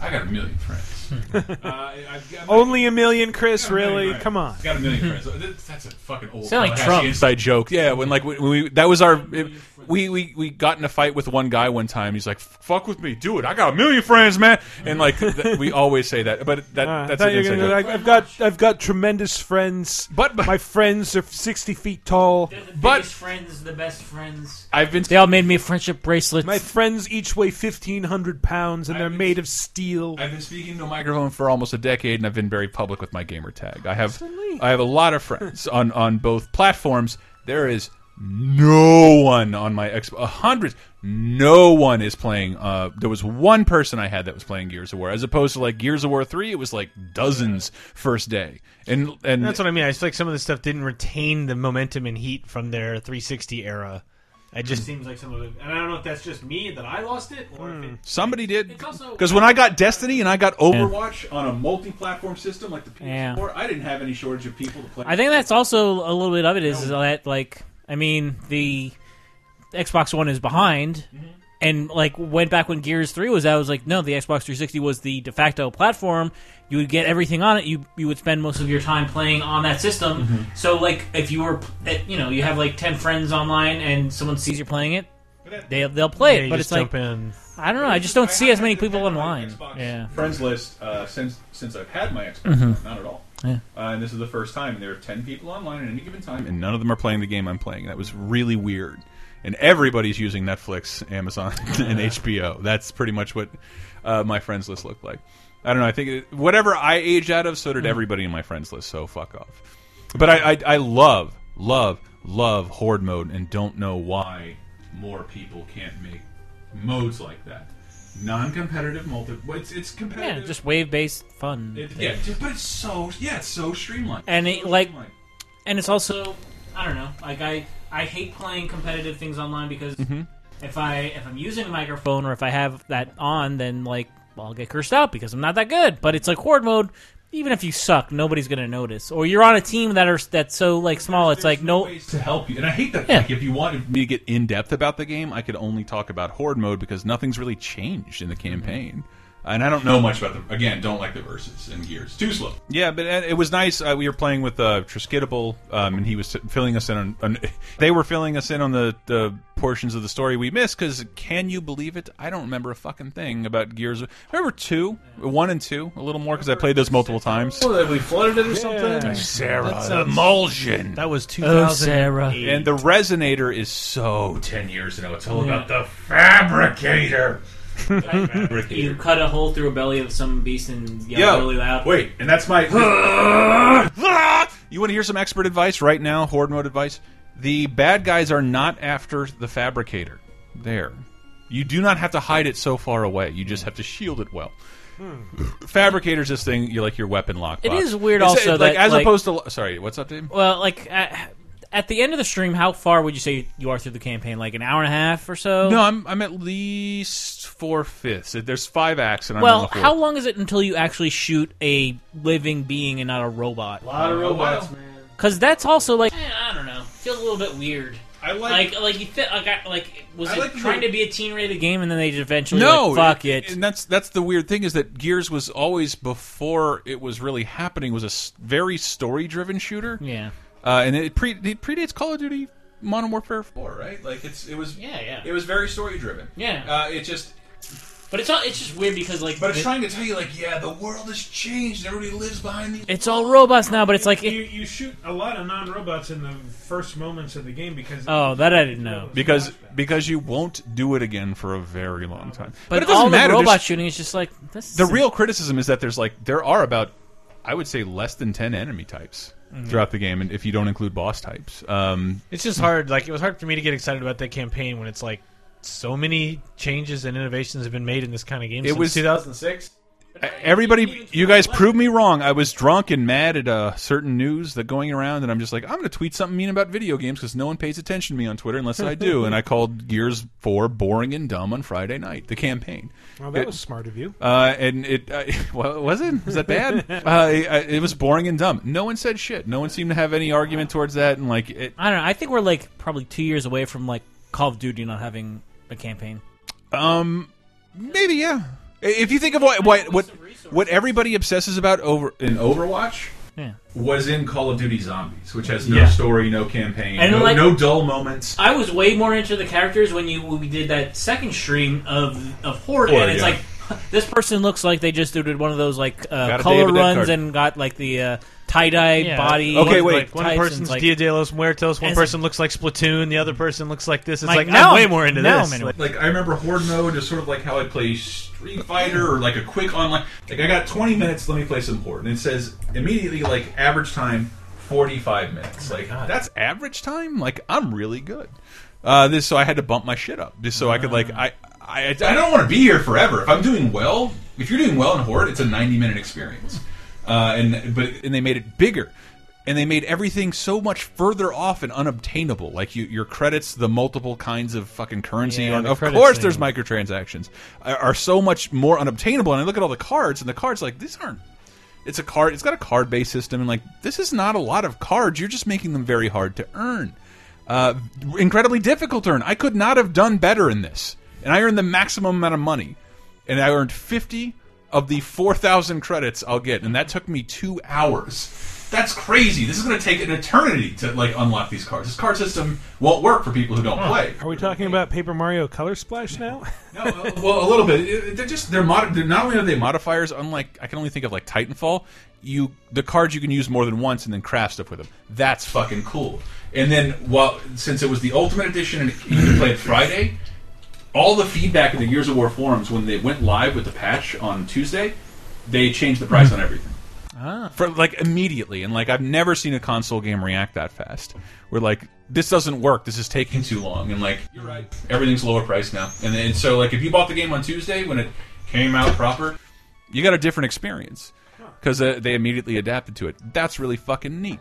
Speaker 1: I got a million
Speaker 2: Hmm.
Speaker 1: friends. uh, I've got
Speaker 2: Only a million, Chris.
Speaker 1: Got a million
Speaker 2: Really?
Speaker 1: friends.
Speaker 2: Come on.
Speaker 1: Got a million friends. That- That's a fucking old
Speaker 2: Sound like
Speaker 1: Tallahassee
Speaker 2: Trump.
Speaker 1: inside joke. Yeah, when like when we that was our it- we, we we got in a fight with one guy one time. He's like, "Fuck with me, do it. I got a million friends, man." And like th- we always say that, but that
Speaker 2: Uh, I
Speaker 1: that's
Speaker 2: thought
Speaker 1: an
Speaker 2: you were
Speaker 1: inside
Speaker 2: gonna
Speaker 1: joke.
Speaker 2: go, like, I've got I've got tremendous friends,
Speaker 1: but,
Speaker 2: my friends are sixty feet tall.
Speaker 1: But
Speaker 15: friends, the best friends.
Speaker 1: I've been.
Speaker 4: They all made me friendship bracelets.
Speaker 2: My friends each weigh fifteen hundred pounds, and they're made of steel.
Speaker 1: I've been speaking to a microphone for almost a decade, and I've been very public with my gamer tag. I have I have a lot of friends on on both platforms. There is no one on my Xbox. A hundred, no one is playing. Uh, there was one person I had that was playing Gears of War, as opposed to like Gears of War three. It was like dozens first day, and and
Speaker 3: that's what I mean. I feel like some of this stuff didn't retain the momentum and heat from their 360 era. I
Speaker 14: It just
Speaker 3: just
Speaker 14: seems like some of it, and I don't know if that's just me that I lost it, or
Speaker 3: Hmm.
Speaker 14: if it,
Speaker 1: somebody did
Speaker 14: It's also-
Speaker 1: because when I got Destiny and I got Overwatch.
Speaker 12: on a multi-platform system like the PS4,
Speaker 4: Yeah.
Speaker 12: I didn't have any shortage of people to play.
Speaker 4: I think that's also a little bit of it is, is that like I mean the Xbox One is behind, and like when back when Gears Three was out, it was like no, the Xbox 360 was the de facto platform. You would get everything on it. You you would spend most of your time playing on that system.
Speaker 15: So like, if you were, eh, you know, you have like ten friends online, and someone sees
Speaker 4: Sees
Speaker 15: you
Speaker 4: you're playing it, they they'll play
Speaker 3: Yeah,
Speaker 4: it.
Speaker 3: you
Speaker 4: But
Speaker 3: just
Speaker 4: it's like
Speaker 3: jump in.
Speaker 4: I don't know. I just don't see as many people online.
Speaker 1: yeah.
Speaker 4: Yeah.
Speaker 1: friends list uh, since since I've had my Xbox.
Speaker 3: Mm-hmm.
Speaker 4: Mhm.
Speaker 1: Not at all.
Speaker 4: Yeah.
Speaker 1: Uh, and this is the first time. and There are ten people online at any given time, and none of them are playing the game I'm playing. That was really weird. And everybody's using Netflix, Amazon, and HBO. That's pretty much what uh, my friends list looked like. I don't know. I think it, whatever I age out of, so did everybody in my friends list. So fuck off. But I, I, I love, love, love horde mode, and don't know why more people can't make modes like that. Non-competitive multi. well, It's, it's competitive.
Speaker 4: Yeah, just wave based fun.
Speaker 1: It- yeah, just- but it's so yeah, it's so streamlined.
Speaker 4: and it like, and it's also
Speaker 15: So I don't know. Like I, I hate playing competitive things online because
Speaker 3: Mm-hmm.
Speaker 4: Mhm.
Speaker 15: if I if I'm using a microphone,
Speaker 4: phone or if I have that on, then like well, I'll get cursed out because I'm not that good. But it's like horde mode. Even if you suck, nobody's gonna notice. Or you're on a team that are that's so like small. It's like no.
Speaker 1: to help you. And I hate that. Like, if you wanted me to get in depth about the game, I could only talk about horde mode because nothing's really changed in the campaign. And I don't know much about the again. Don't like the verses and gears. Too slow. Yeah, but uh, it was nice. Uh, we were playing with uh, Triskidable, um, and he was filling us in on, on. They were filling us in on the, the portions of the story we missed. Because can you believe it? I don't remember a fucking thing about Gears. of- Remember two, one and two, a little more because I played those multiple times.
Speaker 14: Oh, that we flooded it or something.
Speaker 1: Sarah,
Speaker 14: That sounds-
Speaker 1: emulsion.
Speaker 3: That was
Speaker 1: Oh,
Speaker 3: 2008.
Speaker 1: And the resonator is so ten years ago. It's all
Speaker 15: Yeah.
Speaker 1: about the fabricator.
Speaker 15: you cut a hole through a belly of some beast and yell
Speaker 1: Yo,
Speaker 15: really loud.
Speaker 1: Wait, and that's my. you want to hear some expert advice right now? Horde mode advice. The bad guys are not after the fabricator. There, you do not have to hide it so far away. You just have to shield it well.
Speaker 13: Hmm.
Speaker 1: Fabricator's this thing you like your weapon lockbox.
Speaker 4: It is weird
Speaker 1: It's-
Speaker 4: also
Speaker 1: like
Speaker 4: that,
Speaker 1: as
Speaker 4: like-
Speaker 1: opposed to sorry, what's up, Dave?
Speaker 4: Well, like I, at the end of the stream, how far would you say you are through the campaign? Like an hour and a half or so?
Speaker 1: No, I'm I'm at least four fifths. There's five acts, and I'm on
Speaker 4: well,
Speaker 1: the fourth.
Speaker 4: how long is it until you actually shoot a living being and not a robot?
Speaker 13: lot of robots, man.
Speaker 4: Because that's also like
Speaker 15: Eh, I don't know. Feels a little bit weird.
Speaker 13: I
Speaker 15: like like, you th- like, I, like was
Speaker 13: I
Speaker 15: it
Speaker 13: like the
Speaker 15: trying
Speaker 13: way-
Speaker 15: to be a teen rated game and then they just eventually
Speaker 1: no,
Speaker 4: like, fuck it.
Speaker 1: And that's that's the weird thing is that Gears was always before it was really happening was a s- very story driven shooter.
Speaker 4: Yeah,
Speaker 1: uh, and it, pre- it predates Call of Duty Modern Warfare Four, right?
Speaker 12: Like it's it was
Speaker 15: yeah yeah
Speaker 12: it was very story driven.
Speaker 15: Yeah.
Speaker 12: uh, it just
Speaker 15: But it's all, it's just weird because like
Speaker 12: but it's
Speaker 15: the-
Speaker 12: trying to tell you like yeah the world has changed and everybody lives behind these.
Speaker 4: it's all robots now, but it's like
Speaker 2: you, you shoot a lot of non-robots in the first moments of the game because
Speaker 4: Oh, that I didn't know.
Speaker 1: Because because you won't do it again for a very long time.
Speaker 4: But,
Speaker 1: it doesn't
Speaker 4: all
Speaker 1: matter.
Speaker 4: the robot
Speaker 1: there's-
Speaker 4: shooting is just like this.
Speaker 1: the
Speaker 4: isn't-
Speaker 1: real criticism is that there's like there are about I would say less than ten enemy types
Speaker 4: Mm-hmm.
Speaker 3: Mhm.
Speaker 1: throughout the game, and if you don't include boss types, um,
Speaker 3: It's just hard. Like it was hard for me to get excited about that campaign when it's like so many changes and innovations have been made in this kind of game.
Speaker 1: It
Speaker 3: since
Speaker 1: was-
Speaker 3: 2006.
Speaker 1: Uh, Everybody, you guys proved me wrong. I was drunk and mad at uh, certain news that going around, and I'm just like, I'm going to tweet something mean about video games because no one pays attention to me on Twitter unless I do. and I called Gears Four boring and dumb on Friday night, the campaign.
Speaker 2: Well, that
Speaker 1: It-
Speaker 2: was smart of you.
Speaker 1: Uh, and it uh, well, was it was that bad? uh, I- I- it was boring and dumb. No one said shit. No one seemed to have any argument towards that, and like it.
Speaker 4: I don't know. I think we're like probably two years away from like Call of Duty not having a campaign.
Speaker 1: Um, maybe yeah. If you think of what what what, what everybody obsesses about over in Overwatch
Speaker 4: Yeah.
Speaker 1: was in Call of Duty Zombies, which has no
Speaker 12: Yeah.
Speaker 1: story, no campaign,
Speaker 15: And,
Speaker 1: no,
Speaker 15: like-
Speaker 1: no dull moments.
Speaker 15: I was way more into the characters when you when we did that second stream of of Horde,
Speaker 4: Horde,
Speaker 15: and it's
Speaker 4: yeah.
Speaker 15: like
Speaker 4: This person looks like they just did one of those like uh,
Speaker 3: Got a Day
Speaker 4: color
Speaker 3: of the Dead
Speaker 4: runs
Speaker 3: card.
Speaker 4: and got like the uh, tie dye body.
Speaker 3: Okay, wait.
Speaker 4: like,
Speaker 3: one
Speaker 4: types and
Speaker 3: person's
Speaker 4: it's like,
Speaker 3: Dia de los Muertos. One
Speaker 4: It's-
Speaker 3: person looks like Splatoon. The other person looks like this. It's
Speaker 4: Like,
Speaker 3: like,
Speaker 4: now
Speaker 3: I'm way
Speaker 4: I'm-
Speaker 3: more into
Speaker 4: now
Speaker 3: this.
Speaker 4: I'm into
Speaker 3: Like,
Speaker 12: Like I remember Horde mode is sort of like how I play Street Fighter or like a quick online. Like I got 20 minutes, let me play some Horde, and it says immediately like average time 45 minutes. Like
Speaker 1: that's average time. Like I'm really good. Uh, this so I had to bump my shit up just so I could like I I, I
Speaker 12: I don't want to be here forever. If I'm doing well, if you're doing well in Horde, it's a 90 minute experience.
Speaker 1: uh, and but and they made it bigger and they made everything so much further off and unobtainable like you, your credits the multiple kinds of fucking currency
Speaker 3: Yeah,
Speaker 1: on-
Speaker 3: the
Speaker 1: of
Speaker 3: credit
Speaker 1: course
Speaker 3: thing.
Speaker 1: there's microtransactions are, are so much more unobtainable and i look at all the cards and the cards like these aren't it's a card it's got a card based system and like this is not a lot of cards you're just making them very hard to earn uh, incredibly difficult to earn i could not have done better in this and i earned the maximum amount of money and I earned 50 of the 4,000 credits I'll get, and that took me two hours.
Speaker 12: That's crazy. This is going to take an eternity to like unlock these cards. This card system won't work for people who don't play.
Speaker 2: Are we talking about Paper Mario Color Splash now?
Speaker 1: well, a little bit. It- They're just they're, mod- they're not only are they modifiers. Unlike I can only think of like Titanfall. You the cards you can use more than once, and then craft stuff with them. That's fucking cool.
Speaker 12: And then, while since it was the Ultimate Edition and you could play it Friday, all the feedback in the Gears of War forums when they went live with the patch on Tuesday, they changed the price on everything. Ah.
Speaker 1: For like immediately, and like I've never seen a console game react that fast. We're like, this doesn't work. This is taking too long, and like
Speaker 12: You're right. Everything's lower price now. And then, so like if you bought the game on Tuesday when it came out proper,
Speaker 1: you got a different experience because uh, they immediately adapted to it. That's really fucking neat.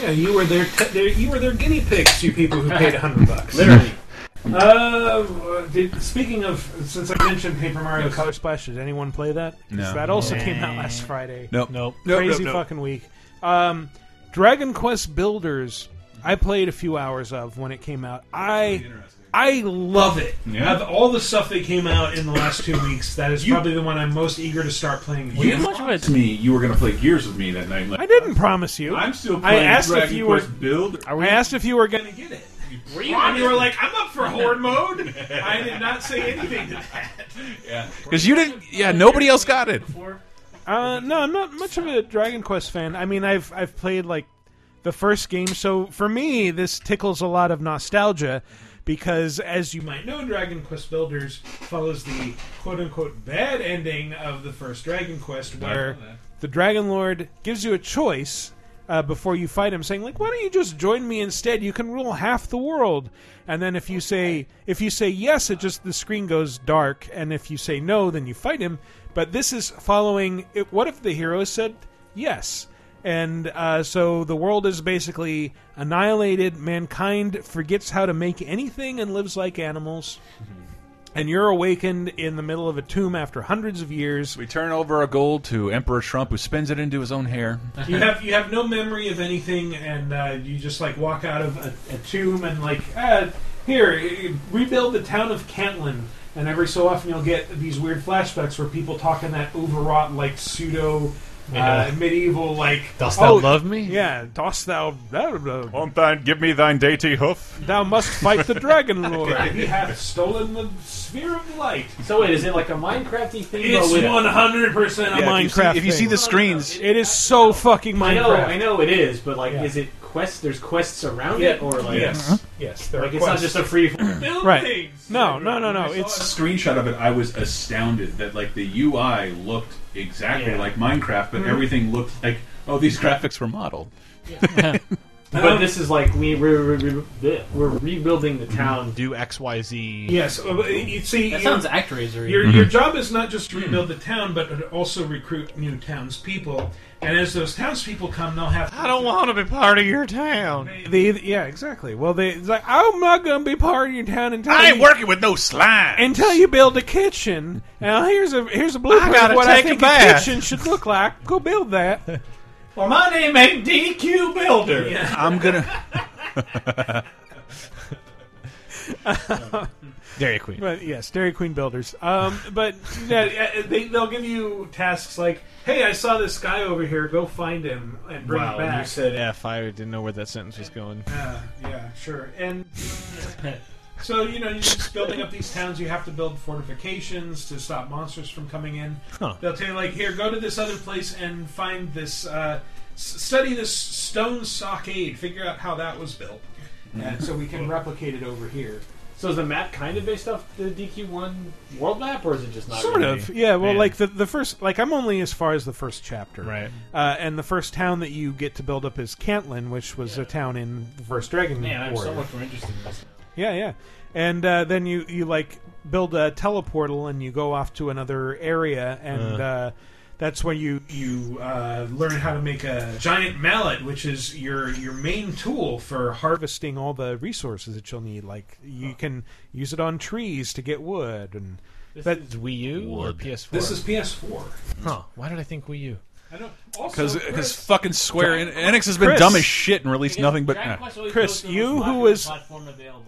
Speaker 16: Yeah, you were their, te- their you were their guinea pigs. You people who paid hundred bucks.
Speaker 2: Literally. Uh, did, speaking of, since I mentioned Paper Mario Color Splash, did anyone play that? 'Cause
Speaker 1: No.
Speaker 2: That also
Speaker 1: No.
Speaker 2: came out last Friday.
Speaker 1: Nope. Nope. Nope,
Speaker 2: Crazy
Speaker 1: nope, nope.
Speaker 2: fucking week. Um, Dragon Quest Builders, I played a few hours of when it came out. I I love it.
Speaker 12: Yeah.
Speaker 2: Of all the stuff that came out in the last two weeks, that is probably the one I'm most eager to start playing.
Speaker 12: you promised me you were going to play Gears with me that night. Like,
Speaker 2: I didn't promise you.
Speaker 12: I'm still
Speaker 2: I
Speaker 12: playing
Speaker 2: asked if
Speaker 12: Dragon
Speaker 2: you were.
Speaker 12: Quest Build.
Speaker 2: I asked if you were going to get it.
Speaker 12: Were
Speaker 2: you-
Speaker 13: Ron, you were like,
Speaker 2: I'm up for horde mode. I did not say anything to that.
Speaker 12: Yeah.
Speaker 1: Because you didn't. Yeah, nobody else got it.
Speaker 2: Uh, no, I'm not much of a Dragon Quest fan. I mean, I've I've played like the first game, so for me, this tickles a lot of nostalgia because, as you might know, Dragon Quest Builders follows the quote unquote bad ending of the first Dragon Quest, where the Dragon Lord gives you a choice. Uh, before you fight him, saying like, "Why don't you just join me instead? You can rule half the world." And then if you say if you say yes, it just the screen goes dark, and if you say no, then you fight him. But this is following. It, what if the hero said yes? And uh, so the world is basically annihilated. Mankind forgets how to make anything and lives like animals. And you're awakened in the middle of a tomb after hundreds of years.
Speaker 1: We turn over our gold to Emperor Trump, who spins it into his own hair.
Speaker 2: You have you have no memory of anything, and uh, you just like walk out of a, a tomb and like uh, here eh, rebuild the town of Cantlin. And every so often you'll get these weird flashbacks where people talk in that overwrought like pseudo.
Speaker 3: Yeah.
Speaker 2: Uh, medieval like "Oh,
Speaker 3: Dost thou love me?
Speaker 2: Yeah, dost thou? Blah, blah, blah.
Speaker 1: Won't thine give me thine dainty hoof?
Speaker 2: Thou must fight the dragon lord. he hath stolen the sphere of light.
Speaker 13: So wait, is it like a Minecrafty thing?
Speaker 2: It's
Speaker 13: but with-
Speaker 2: one hundred percent a
Speaker 13: Yeah, if you see-
Speaker 2: Minecraft.
Speaker 13: if you see the
Speaker 2: thing.
Speaker 13: screens-
Speaker 2: it is so fucking Minecraft.
Speaker 13: I know, I know it is, but like,
Speaker 2: Yeah.
Speaker 13: is it quest? There's quests around
Speaker 2: Yeah.
Speaker 13: it, or like,
Speaker 2: Yes. Mhm. Yes, there are
Speaker 13: like it's
Speaker 2: quests.
Speaker 13: not just a free.
Speaker 2: right? No, no, no, no.
Speaker 12: It's a screenshot of it. I was astounded that like the UI looked exactly
Speaker 2: Yeah. Hmm.
Speaker 12: like Minecraft, but
Speaker 13: Mhm.
Speaker 12: everything looked like oh these graphics were modeled.
Speaker 13: but this is like we we're, we're, we're rebuilding the town.
Speaker 3: Do X Y Z.
Speaker 2: Yes, uh, but you see,
Speaker 13: That
Speaker 2: you-
Speaker 13: sounds Hmm. ActRaiser-y.
Speaker 2: Your
Speaker 3: Mhm.
Speaker 2: your job is not just to rebuild the town, but to also recruit new townspeople. And as those townspeople come, they'll have. I don't
Speaker 3: want to be part of your town.
Speaker 2: They, yeah, exactly. Well, they it's like I'm not going to be part of your town until
Speaker 1: I ain't
Speaker 2: you-
Speaker 1: working with no slime.
Speaker 2: until you build a kitchen. Now here's a here's a blueprint
Speaker 3: gotta
Speaker 2: of what I
Speaker 3: take a
Speaker 2: think a
Speaker 3: bath.
Speaker 2: kitchen should look like. Go build that.
Speaker 13: Well, my name ain't DQ Builder.
Speaker 1: I'm gonna.
Speaker 3: Dairy Queen.
Speaker 2: But yes, Dairy Queen builders. Um, but yeah, uh, they they'll give you tasks like, "Hey, I saw this guy over here. Go find him and bring
Speaker 3: wow,
Speaker 2: him back."
Speaker 3: you said F. I didn't know where that sentence was going.
Speaker 13: Uh,
Speaker 2: Yeah, yeah, sure. And so you know, you're just building up these towns. You have to build fortifications to stop monsters from coming in.
Speaker 3: Huh.
Speaker 2: They'll tell you like, here, go to this other place and find this. Uh, s- study this stone stockade. Figure out how that was built, and so we can replicate it over here.
Speaker 13: So is the map kind of based off the DQ one world map, or is it just not?
Speaker 2: sort
Speaker 13: really?
Speaker 2: of yeah well
Speaker 13: Man.
Speaker 2: like the, the first like i'm only as far as the first chapter
Speaker 13: Right.
Speaker 2: uh, and the first town that you get to build up is cantlin which was a town in the first dragon
Speaker 13: Man, I'm so
Speaker 2: Warrior.
Speaker 13: much more interested in this.
Speaker 2: yeah yeah and uh, then you you like build a teleportal and you go off to another area and
Speaker 16: Uh.
Speaker 2: uh, that's where you you uh, learn how to make a giant mallet, which is your your main tool for harvesting all the resources that you'll need. Like you can use it on trees to get wood, and
Speaker 3: This
Speaker 2: that-
Speaker 3: is Wii U or PS4?
Speaker 2: This is PS4.
Speaker 3: Huh? Why did I think Wii U?
Speaker 2: I don't.
Speaker 1: Because fucking Square En-
Speaker 2: Dra-
Speaker 1: Enix has been
Speaker 2: Chris.
Speaker 1: dumb as shit and released nothing but. eh.
Speaker 2: uh, Chris, you who is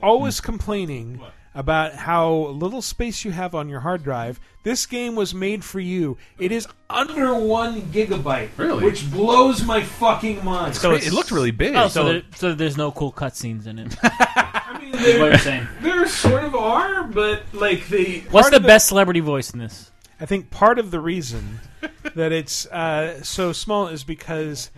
Speaker 2: always complaining about how little space you have on your hard drive, this game was made for you. It is under one gigabyte,
Speaker 1: Really?
Speaker 2: which blows my fucking mind.
Speaker 4: Oh, so, there, so there's no cool cutscenes in it.
Speaker 2: There-
Speaker 4: what you're saying.
Speaker 2: There sort of are, but like the
Speaker 4: What's
Speaker 2: part
Speaker 4: the
Speaker 2: of
Speaker 4: best celebrity voice in this?
Speaker 2: I think part of the reason that it's uh, so small is because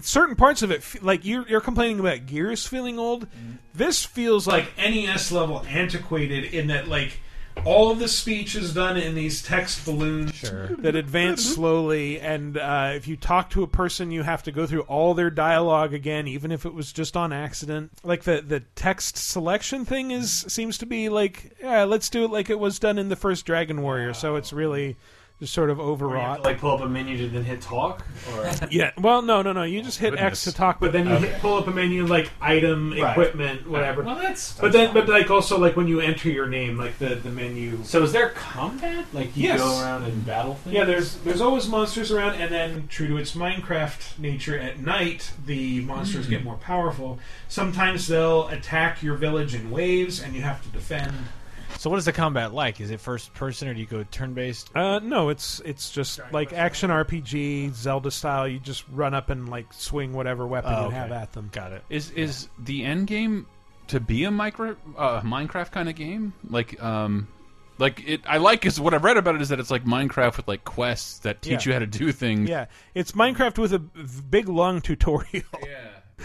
Speaker 2: certain parts of it, fe- like you're, you're complaining about Gears feeling old. This feels like NES level antiquated in that, like, all of the speech is done in these text balloons that advance slowly, and uh, if you talk to a person, you have to go through all their dialogue again, even if it was just on accident. Like the the text selection thing is seems to be like, yeah, let's do it like it was done in the first Dragon Warrior. So it's really just sort of
Speaker 13: You have to,
Speaker 2: overwrought.
Speaker 13: like pull up a menu to then hit talk, or
Speaker 2: Yeah. Well, no, no, no. You just hit X
Speaker 13: Goodness.
Speaker 2: to talk, but then you
Speaker 13: Okay.
Speaker 2: hit, pull up a menu like item,
Speaker 13: Right.
Speaker 2: equipment, whatever.
Speaker 13: Well, that's-
Speaker 2: But then, but like also like when you enter your name, like the the menu.
Speaker 13: So is there combat? Like you
Speaker 2: Yes.
Speaker 13: go around and battle things?
Speaker 2: Yeah, there's there's always monsters around, and then true to its Minecraft nature, at night the monsters
Speaker 12: Hmm.
Speaker 13: Mm.
Speaker 2: get more powerful. Sometimes they'll attack your village in waves, and you have to defend.
Speaker 3: So what is the combat like? Is it first person or do you go turn based?
Speaker 2: Uh, no, it's it's just like action RPG, Zelda style. You just run up and like swing whatever weapon
Speaker 1: Oh,
Speaker 2: you
Speaker 1: okay.
Speaker 2: have at them. Got it.
Speaker 1: Is is the end game to be a micro uh, Minecraft kind of game? Like um like it I like is what I've read about it is that it's like Minecraft with like quests that teach
Speaker 2: Yeah.
Speaker 1: you how to do things.
Speaker 2: Yeah, it's Minecraft with a b- big long tutorial.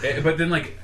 Speaker 12: Eh, But then like,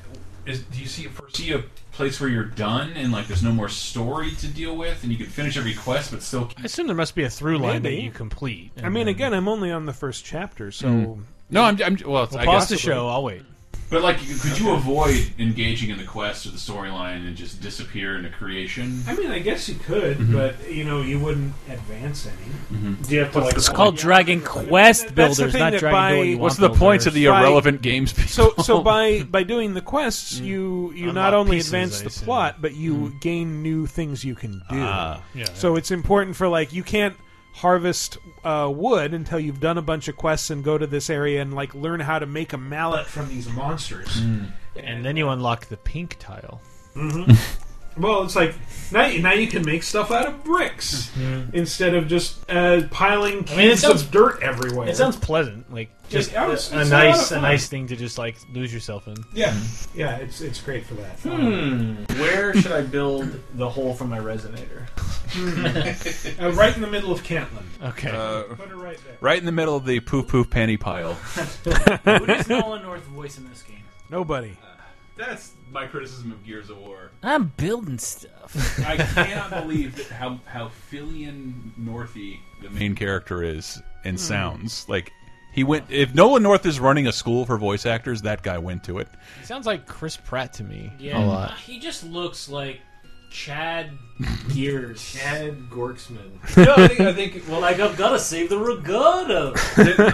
Speaker 12: is, do you see foresee a place where you're done and like there's no more story to deal with and you can finish every quest but still
Speaker 3: I assume there must be a through line
Speaker 2: Maybe.
Speaker 3: that you complete.
Speaker 2: I mean, again, I'm only on the first chapter, so
Speaker 1: Mm. No, I'm, I'm well,
Speaker 3: Well,
Speaker 1: I
Speaker 3: pause
Speaker 1: guess-
Speaker 3: the show. I'll wait.
Speaker 12: But like, could you avoid engaging in the quest or the storyline and just disappear into creation?
Speaker 16: I mean, I guess you could,
Speaker 1: Mm-hmm.
Speaker 16: but you know, you wouldn't advance any.
Speaker 12: Mhm.
Speaker 16: Do you have to like?
Speaker 4: It's called Dragon Quest
Speaker 2: That's the
Speaker 4: Builders,
Speaker 2: thing
Speaker 4: not
Speaker 2: that
Speaker 4: Dragon
Speaker 2: by-
Speaker 4: Building.
Speaker 1: What's the points of the
Speaker 2: By-
Speaker 1: irrelevant games? People? Mm.
Speaker 2: So, so by by doing the quests, you you not
Speaker 1: Unlock
Speaker 2: only
Speaker 1: pieces,
Speaker 2: advance
Speaker 1: I
Speaker 2: the
Speaker 1: see. Mm.
Speaker 2: plot, but you gain new things you can do.
Speaker 1: Ah. Yeah,
Speaker 2: so it's important for like you can't harvest uh, wood until you've done a bunch of quests and go to this area and like learn how to make a mallet from these monsters.
Speaker 1: Mm.
Speaker 3: And then you unlock the pink tile.
Speaker 16: Mm-hmm. well, it's like now you, now you can make stuff out of bricks
Speaker 3: Mm-hmm.
Speaker 16: instead of just uh, piling cubes
Speaker 3: I mean, it sounds
Speaker 16: of dirt everywhere.
Speaker 3: It sounds pleasant, like just
Speaker 16: Yeah, it's-
Speaker 3: a, a
Speaker 16: it's a lot
Speaker 3: nice,
Speaker 16: of
Speaker 3: a
Speaker 16: fun.
Speaker 3: nice thing to just like lose yourself in.
Speaker 16: yeah, yeah. It's it's great for that.
Speaker 13: Hmm. Where should I build the hole for my resonator?
Speaker 16: uh, right in the middle of Cantland.
Speaker 3: Okay.
Speaker 1: Uh,
Speaker 16: Put it right there.
Speaker 1: right in the middle of the poo poo panty pile.
Speaker 15: Who does Nolan North voice in this game?
Speaker 2: Nobody.
Speaker 12: That's my criticism of Gears of War.
Speaker 4: I'm building stuff.
Speaker 12: I cannot believe that how how Fillion Northy the
Speaker 1: main character is
Speaker 4: Hmm.
Speaker 1: and sounds like he went. If Nolan North is running a school for voice actors, that guy went to it.
Speaker 3: He sounds like Chris Pratt to me
Speaker 15: Yeah,
Speaker 3: a lot.
Speaker 15: he just looks like Chad Gears.
Speaker 13: Chad Gorksman.
Speaker 15: no, I think, I think well, like I've got to save the regatta.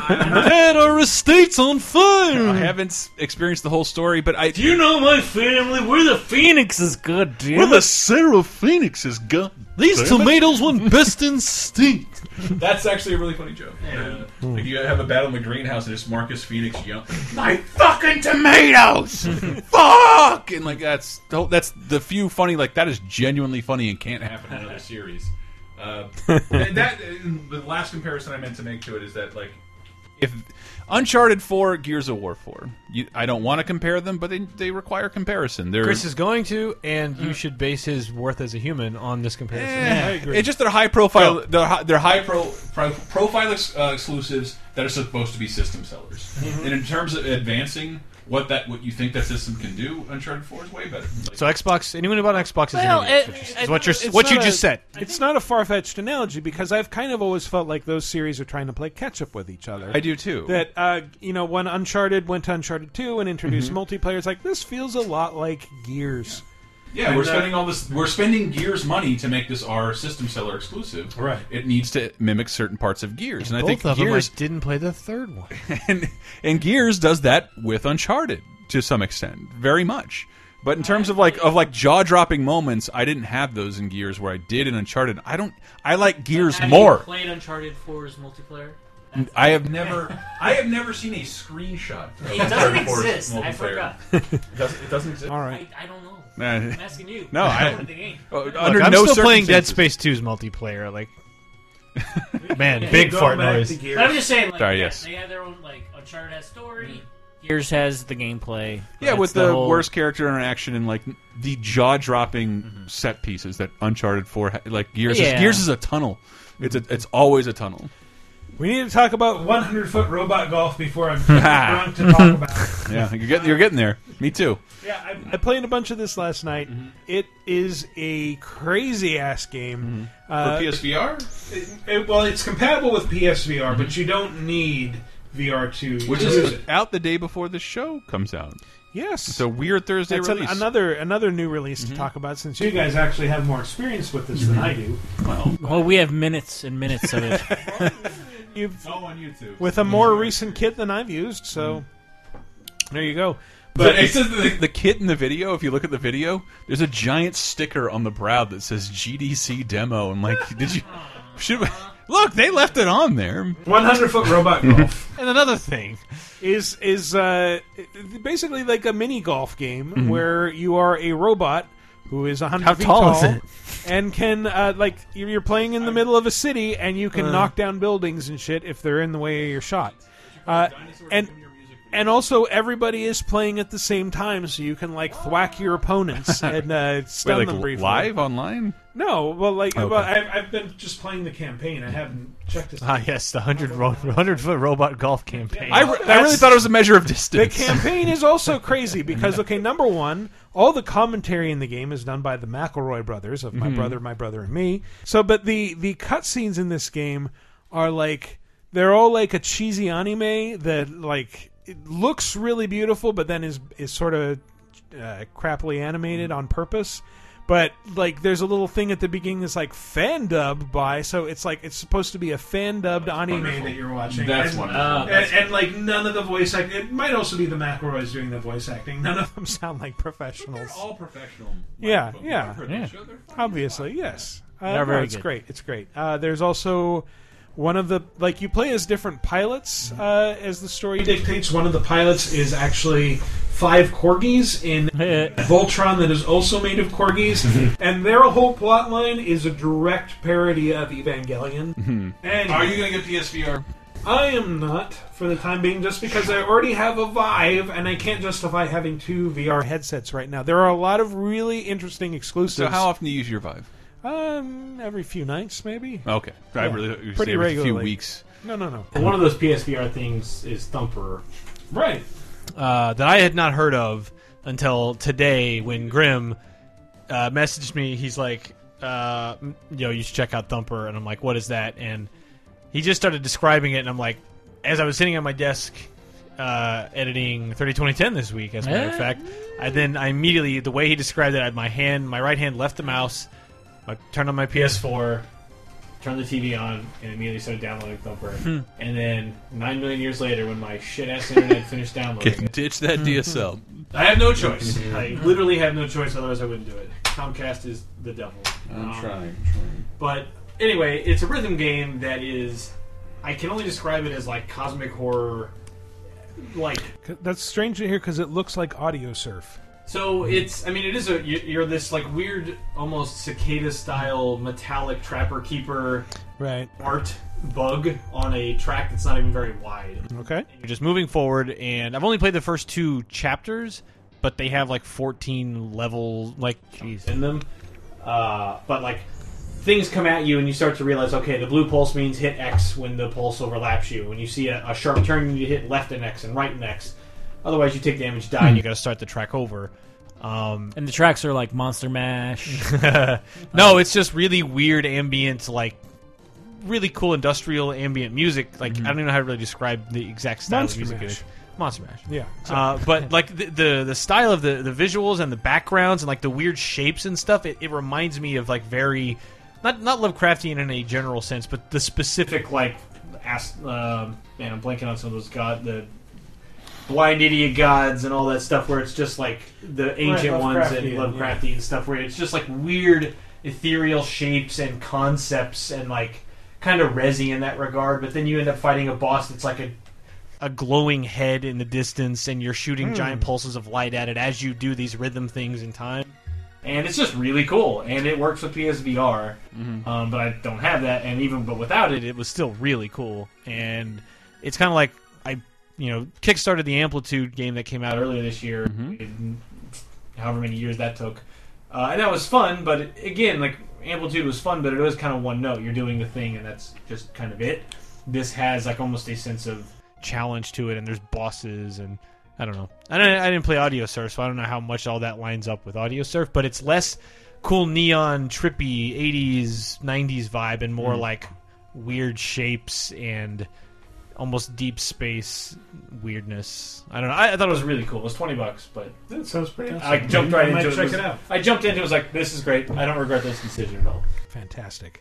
Speaker 1: Dad, our estate's on fire. I haven't s- experienced the whole story, but I do
Speaker 15: you know my family. We're the Phoenixes. Good damn
Speaker 1: We're the
Speaker 15: it.
Speaker 1: Sarah Phoenix is gone.
Speaker 12: These
Speaker 3: tomatoes went best in steam.
Speaker 12: That's actually a really funny joke.
Speaker 13: Yeah.
Speaker 12: Like you have a battle in the greenhouse and it's Marcus Phoenix yelling,
Speaker 7: My
Speaker 12: fucking tomatoes! Fuck! And like that's the- that's the few funny like that is genuinely funny and can't happen in another series. Uh, and that and the last comparison I meant to make to it is that like
Speaker 1: if Uncharted Four, Gears of War Four. You, I don't want to compare them, but they, they require comparison. They're,
Speaker 3: Chris is going to, and
Speaker 12: Uh.
Speaker 3: you should base his worth as a human on this comparison.
Speaker 1: Eh, It's just their high profile.
Speaker 3: Oh.
Speaker 1: They're high, they're high
Speaker 12: high pro, pro, profile ex, uh, exclusives that are supposed to be system sellers.
Speaker 3: Mhm.
Speaker 12: And in terms of advancing what that what you think that system can do, Uncharted Four is way better. Like,
Speaker 3: So Xbox, anyone who bought an Xbox is an
Speaker 2: Well,
Speaker 3: idiot,
Speaker 2: it-
Speaker 3: is
Speaker 2: it-
Speaker 3: what you're
Speaker 2: it's
Speaker 3: what you
Speaker 2: not a-
Speaker 3: just said.
Speaker 2: It's not a far fetched analogy because I've kind of always felt like those series are trying to play catch up with each other.
Speaker 1: I do, too.
Speaker 2: That uh, you know, when Uncharted went to Uncharted Two and introduced
Speaker 3: Mm-hmm.
Speaker 1: Mhm.
Speaker 2: multiplayer, it's like this feels a lot like Gears.
Speaker 12: yeah,
Speaker 2: And,
Speaker 12: we're
Speaker 2: uh,
Speaker 12: spending all this. We're spending Gears money to make this our system seller exclusive. Right.
Speaker 1: it needs to mimic certain parts of Gears, and, I
Speaker 3: Both
Speaker 1: think
Speaker 3: of
Speaker 1: Gears
Speaker 3: them I didn't play the third one.
Speaker 1: and Gears does that with Uncharted to some extent, very much. But in terms of like of like jaw dropping moments, I didn't have those in Gears where I did in Uncharted. I don't. I like Gears
Speaker 15: Have you
Speaker 1: more.
Speaker 15: Played Uncharted 4's multiplayer.
Speaker 1: I have never.
Speaker 12: I have never seen a screenshot. Of
Speaker 15: It doesn't
Speaker 12: Uncharted 4's
Speaker 15: exist. I
Speaker 12: multiplayer.
Speaker 15: forgot.
Speaker 12: It doesn't, it doesn't exist.
Speaker 2: All right.
Speaker 15: I, I don't know.
Speaker 1: Nah.
Speaker 15: I'm asking you.
Speaker 1: No, I-
Speaker 15: What do you think?
Speaker 1: Uh,
Speaker 3: Look,
Speaker 1: under
Speaker 3: I'm
Speaker 1: no
Speaker 3: still playing Dead
Speaker 1: circumstances.
Speaker 3: Space 2's multiplayer. Like, man,
Speaker 15: Yeah,
Speaker 3: big
Speaker 15: go
Speaker 3: fart
Speaker 15: back
Speaker 3: noise.
Speaker 15: to Gears. But I'm just saying, like,
Speaker 1: Sorry,
Speaker 15: yeah,
Speaker 1: yes.
Speaker 15: they have their own like Uncharted has story.
Speaker 13: Mm-hmm.
Speaker 15: Gears has the gameplay.
Speaker 1: Yeah,
Speaker 15: It's
Speaker 1: with the,
Speaker 15: whole-
Speaker 1: worst character interaction and like the jaw dropping
Speaker 15: Mm-hmm.
Speaker 1: set pieces that Uncharted Four ha- like Gears. Is,
Speaker 16: Yeah.
Speaker 1: Gears is a tunnel. It's a, it's always a tunnel.
Speaker 2: We need to talk about
Speaker 16: 100 foot robot golf before I'm drunk to talk about. it.
Speaker 1: yeah, you're getting you're getting there. Me too.
Speaker 2: Yeah, I, I played a bunch of this last night.
Speaker 1: Mm-hmm.
Speaker 2: It is a crazy ass game
Speaker 1: Mm-hmm.
Speaker 2: Uh,
Speaker 12: For PSVR?
Speaker 16: It- it- well, it's compatible with PSVR, but you don't need VR to
Speaker 1: Mm-hmm. Which
Speaker 16: use
Speaker 1: is
Speaker 16: it.
Speaker 1: out the day before the show comes out.
Speaker 2: Yes,
Speaker 1: it's a weird Thursday
Speaker 2: That's an-
Speaker 1: release. Mm-hmm.
Speaker 2: another another new release to talk about since
Speaker 16: You guys actually have more experience with this than I do.
Speaker 1: Well,
Speaker 4: well, we have minutes and minutes of it.
Speaker 2: You've
Speaker 12: on YouTube.
Speaker 2: with a
Speaker 1: Mm-hmm.
Speaker 2: more recent kit than I've used. So there you go.
Speaker 1: But it says the, the kid in the video. If you look at the video, there's a giant sticker on the brow that says GDC demo. And like, did you? Should we, look? They left it on there.
Speaker 16: 100 foot robot golf.
Speaker 3: And another thing
Speaker 2: is is uh, basically like a mini golf game
Speaker 1: Mhm.
Speaker 2: where you are a robot who is 100
Speaker 3: How
Speaker 2: feet
Speaker 3: tall is it?
Speaker 2: and can uh, like you're you're playing in the middle of a city and you can
Speaker 3: Uh.
Speaker 2: knock down buildings and shit if they're in the way of your shot. Uh, and and also everybody is playing at the same time, so you can like thwack your opponents and uh, stun
Speaker 1: Wait,
Speaker 2: them
Speaker 1: like
Speaker 2: briefly.
Speaker 1: live online?
Speaker 2: No, well, like,
Speaker 1: Okay.
Speaker 2: well, I-
Speaker 16: I've, I've been just playing the campaign. I haven't checked this.
Speaker 3: Ah, yes, the 100, ro- 100 foot robot golf campaign.
Speaker 2: I re- I That's- really thought
Speaker 1: it was a measure of
Speaker 2: The
Speaker 1: distance.
Speaker 2: campaign is also crazy because okay, number one, all the commentary in the game is done by the McElroy brothers of My
Speaker 1: Mhm.
Speaker 2: Brother, My Brother and Me. So, but the the cutscenes in this game are like they're all like a cheesy anime that like it looks really beautiful, but then is is sort of uh, crappily
Speaker 1: Mm-hmm.
Speaker 2: animated on purpose. But like, there's a little thing at the beginning that's like fan dubbed by, so it's like it's supposed to be a fan dubbed anime
Speaker 16: anime that you're watching.
Speaker 12: That's
Speaker 16: and,
Speaker 12: wonderful.
Speaker 7: uh,
Speaker 16: and-
Speaker 12: That's
Speaker 16: and, like none of the voice acting. It might also be the McElroys doing the voice acting. None of
Speaker 2: them sound like professionals.
Speaker 12: all professional.
Speaker 2: Yeah,
Speaker 12: microphones.
Speaker 2: yeah,
Speaker 12: I've heard
Speaker 2: yeah.
Speaker 12: that show. They're
Speaker 2: Obviously, yes. Uh,
Speaker 12: They're
Speaker 2: no,
Speaker 12: very
Speaker 2: it's
Speaker 12: good.
Speaker 2: great. It's great. Uh, there's also one of the like you play as different
Speaker 12: Mm-hmm.
Speaker 2: pilots uh, as the story
Speaker 16: dictates. One of the pilots is actually five corgis in Voltron that is also made of corgis,
Speaker 12: Mm-hmm.
Speaker 16: and their whole plot line is a direct parody of Evangelion.
Speaker 12: Mm-hmm.
Speaker 1: Hmm.
Speaker 16: And
Speaker 12: Are you going to get PSVR?
Speaker 16: I am not for the time being, just because I already have a Vive and I can't justify having two VR
Speaker 2: headsets right now. There are a lot of really interesting exclusives.
Speaker 1: So how often do you use your Vive?
Speaker 2: Um, every few nights, maybe.
Speaker 1: Okay. I really thought you said
Speaker 2: pretty
Speaker 1: every few
Speaker 2: regularly.
Speaker 1: weeks.
Speaker 2: No, no, no.
Speaker 13: One of those PSVR things is Thumper.
Speaker 16: Right.
Speaker 3: uh, that I had not heard of until today when Grim uh, messaged me. He's like, uh, m- "Yo, you should check out Thumper," and I'm like, "What is that?" And he just started describing it, and I'm like, as I was sitting at my desk uh, editing 302010 this week, as a matter of
Speaker 15: Eh?
Speaker 3: fact, I then I immediately the way he described it, I had my hand, my right hand left the mouse, I turned on my PS4.
Speaker 13: Turned the TV on and immediately started downloading Thumper.
Speaker 3: Hmm.
Speaker 13: And then nine million years later, when my shit ass internet finished downloading,
Speaker 1: Get- Ditch that
Speaker 2: Mm-hmm.
Speaker 1: DSL.
Speaker 13: I have no choice. I literally have no choice, otherwise I wouldn't do it. Comcast is the devil. Um,
Speaker 12: I'm trying,
Speaker 13: But anyway, it's a rhythm game that is. I can only describe it as like cosmic horror. Like
Speaker 2: C- That's strange to hear because it looks like Audio Surf.
Speaker 13: so, it's. I mean, it is a. you- You're this like weird, almost cicada style metallic trapper keeper
Speaker 2: Right.
Speaker 13: art bug on a track that's not even very wide.
Speaker 2: Okay.
Speaker 3: You're just moving forward, and I've only played the first two chapters, but they have like 14 levels, like
Speaker 13: in them. Uh, but like things come at you, and you start to realize, okay, the blue pulse means hit X when the pulse overlaps you. When you see a, a sharp turn, you need to hit left and X and right and X. Otherwise, you take damage, die, and you
Speaker 3: got to start the track over. Um,
Speaker 4: and the tracks are like Monster Mash.
Speaker 3: no, it's just really weird ambient, like really cool industrial ambient music. Like
Speaker 4: Mm-hmm.
Speaker 3: I don't even know how to really describe the exact style
Speaker 2: Monster
Speaker 3: of music. it
Speaker 2: Mash.
Speaker 3: is. Monster Mash.
Speaker 2: Yeah.
Speaker 3: Uh, but like the, the the style of the the visuals and the backgrounds and like the weird shapes and stuff, it, it reminds me of like very not not Lovecraftian in a general sense, but the specific
Speaker 13: like ask. Um, man, I'm blanking on some of those god the blind idiot gods and all that stuff, where it's just like the ancient ones and
Speaker 16: Lovecraftian,
Speaker 13: Lovecraftian stuff, where it's just like weird ethereal shapes and concepts and like kind of resi in that regard. But then you end up fighting a boss that's like a
Speaker 3: a glowing head in the distance, and you're shooting
Speaker 13: Hmm.
Speaker 3: giant pulses of light at it as you do these rhythm things in time.
Speaker 13: and it's just really cool and it works with PSVR.
Speaker 3: Mm-hmm.
Speaker 13: Um, but I don't have that, and even but without it,
Speaker 3: it was still really cool. And it's kind of like I, you know, kickstarted the Amplitude game that came out
Speaker 13: earlier this year, in however many years that took, uh, and that was fun. But it- again, like Amplitude was fun, but it was kind of one note. You're doing the thing, and that's just kind of it. This has like almost a sense of
Speaker 3: challenge to it, and there's bosses, and I don't know. I don't, I didn't play Audio Surf, so I don't know how much all that lines up with Audio Surf, but it's less cool neon, trippy '80s, '90s vibe, and more
Speaker 13: Mm.
Speaker 3: like weird shapes and almost deep space weirdness. I don't know. I, I thought it was really cool.
Speaker 13: It was twenty bucks, but
Speaker 16: That sounds pretty
Speaker 13: I
Speaker 16: awesome.
Speaker 13: jumped right
Speaker 16: I might
Speaker 13: into it.
Speaker 16: check
Speaker 13: was-
Speaker 16: it out.
Speaker 13: I jumped into it. Was like, this is great. I don't regret this decision at all.
Speaker 2: Fantastic.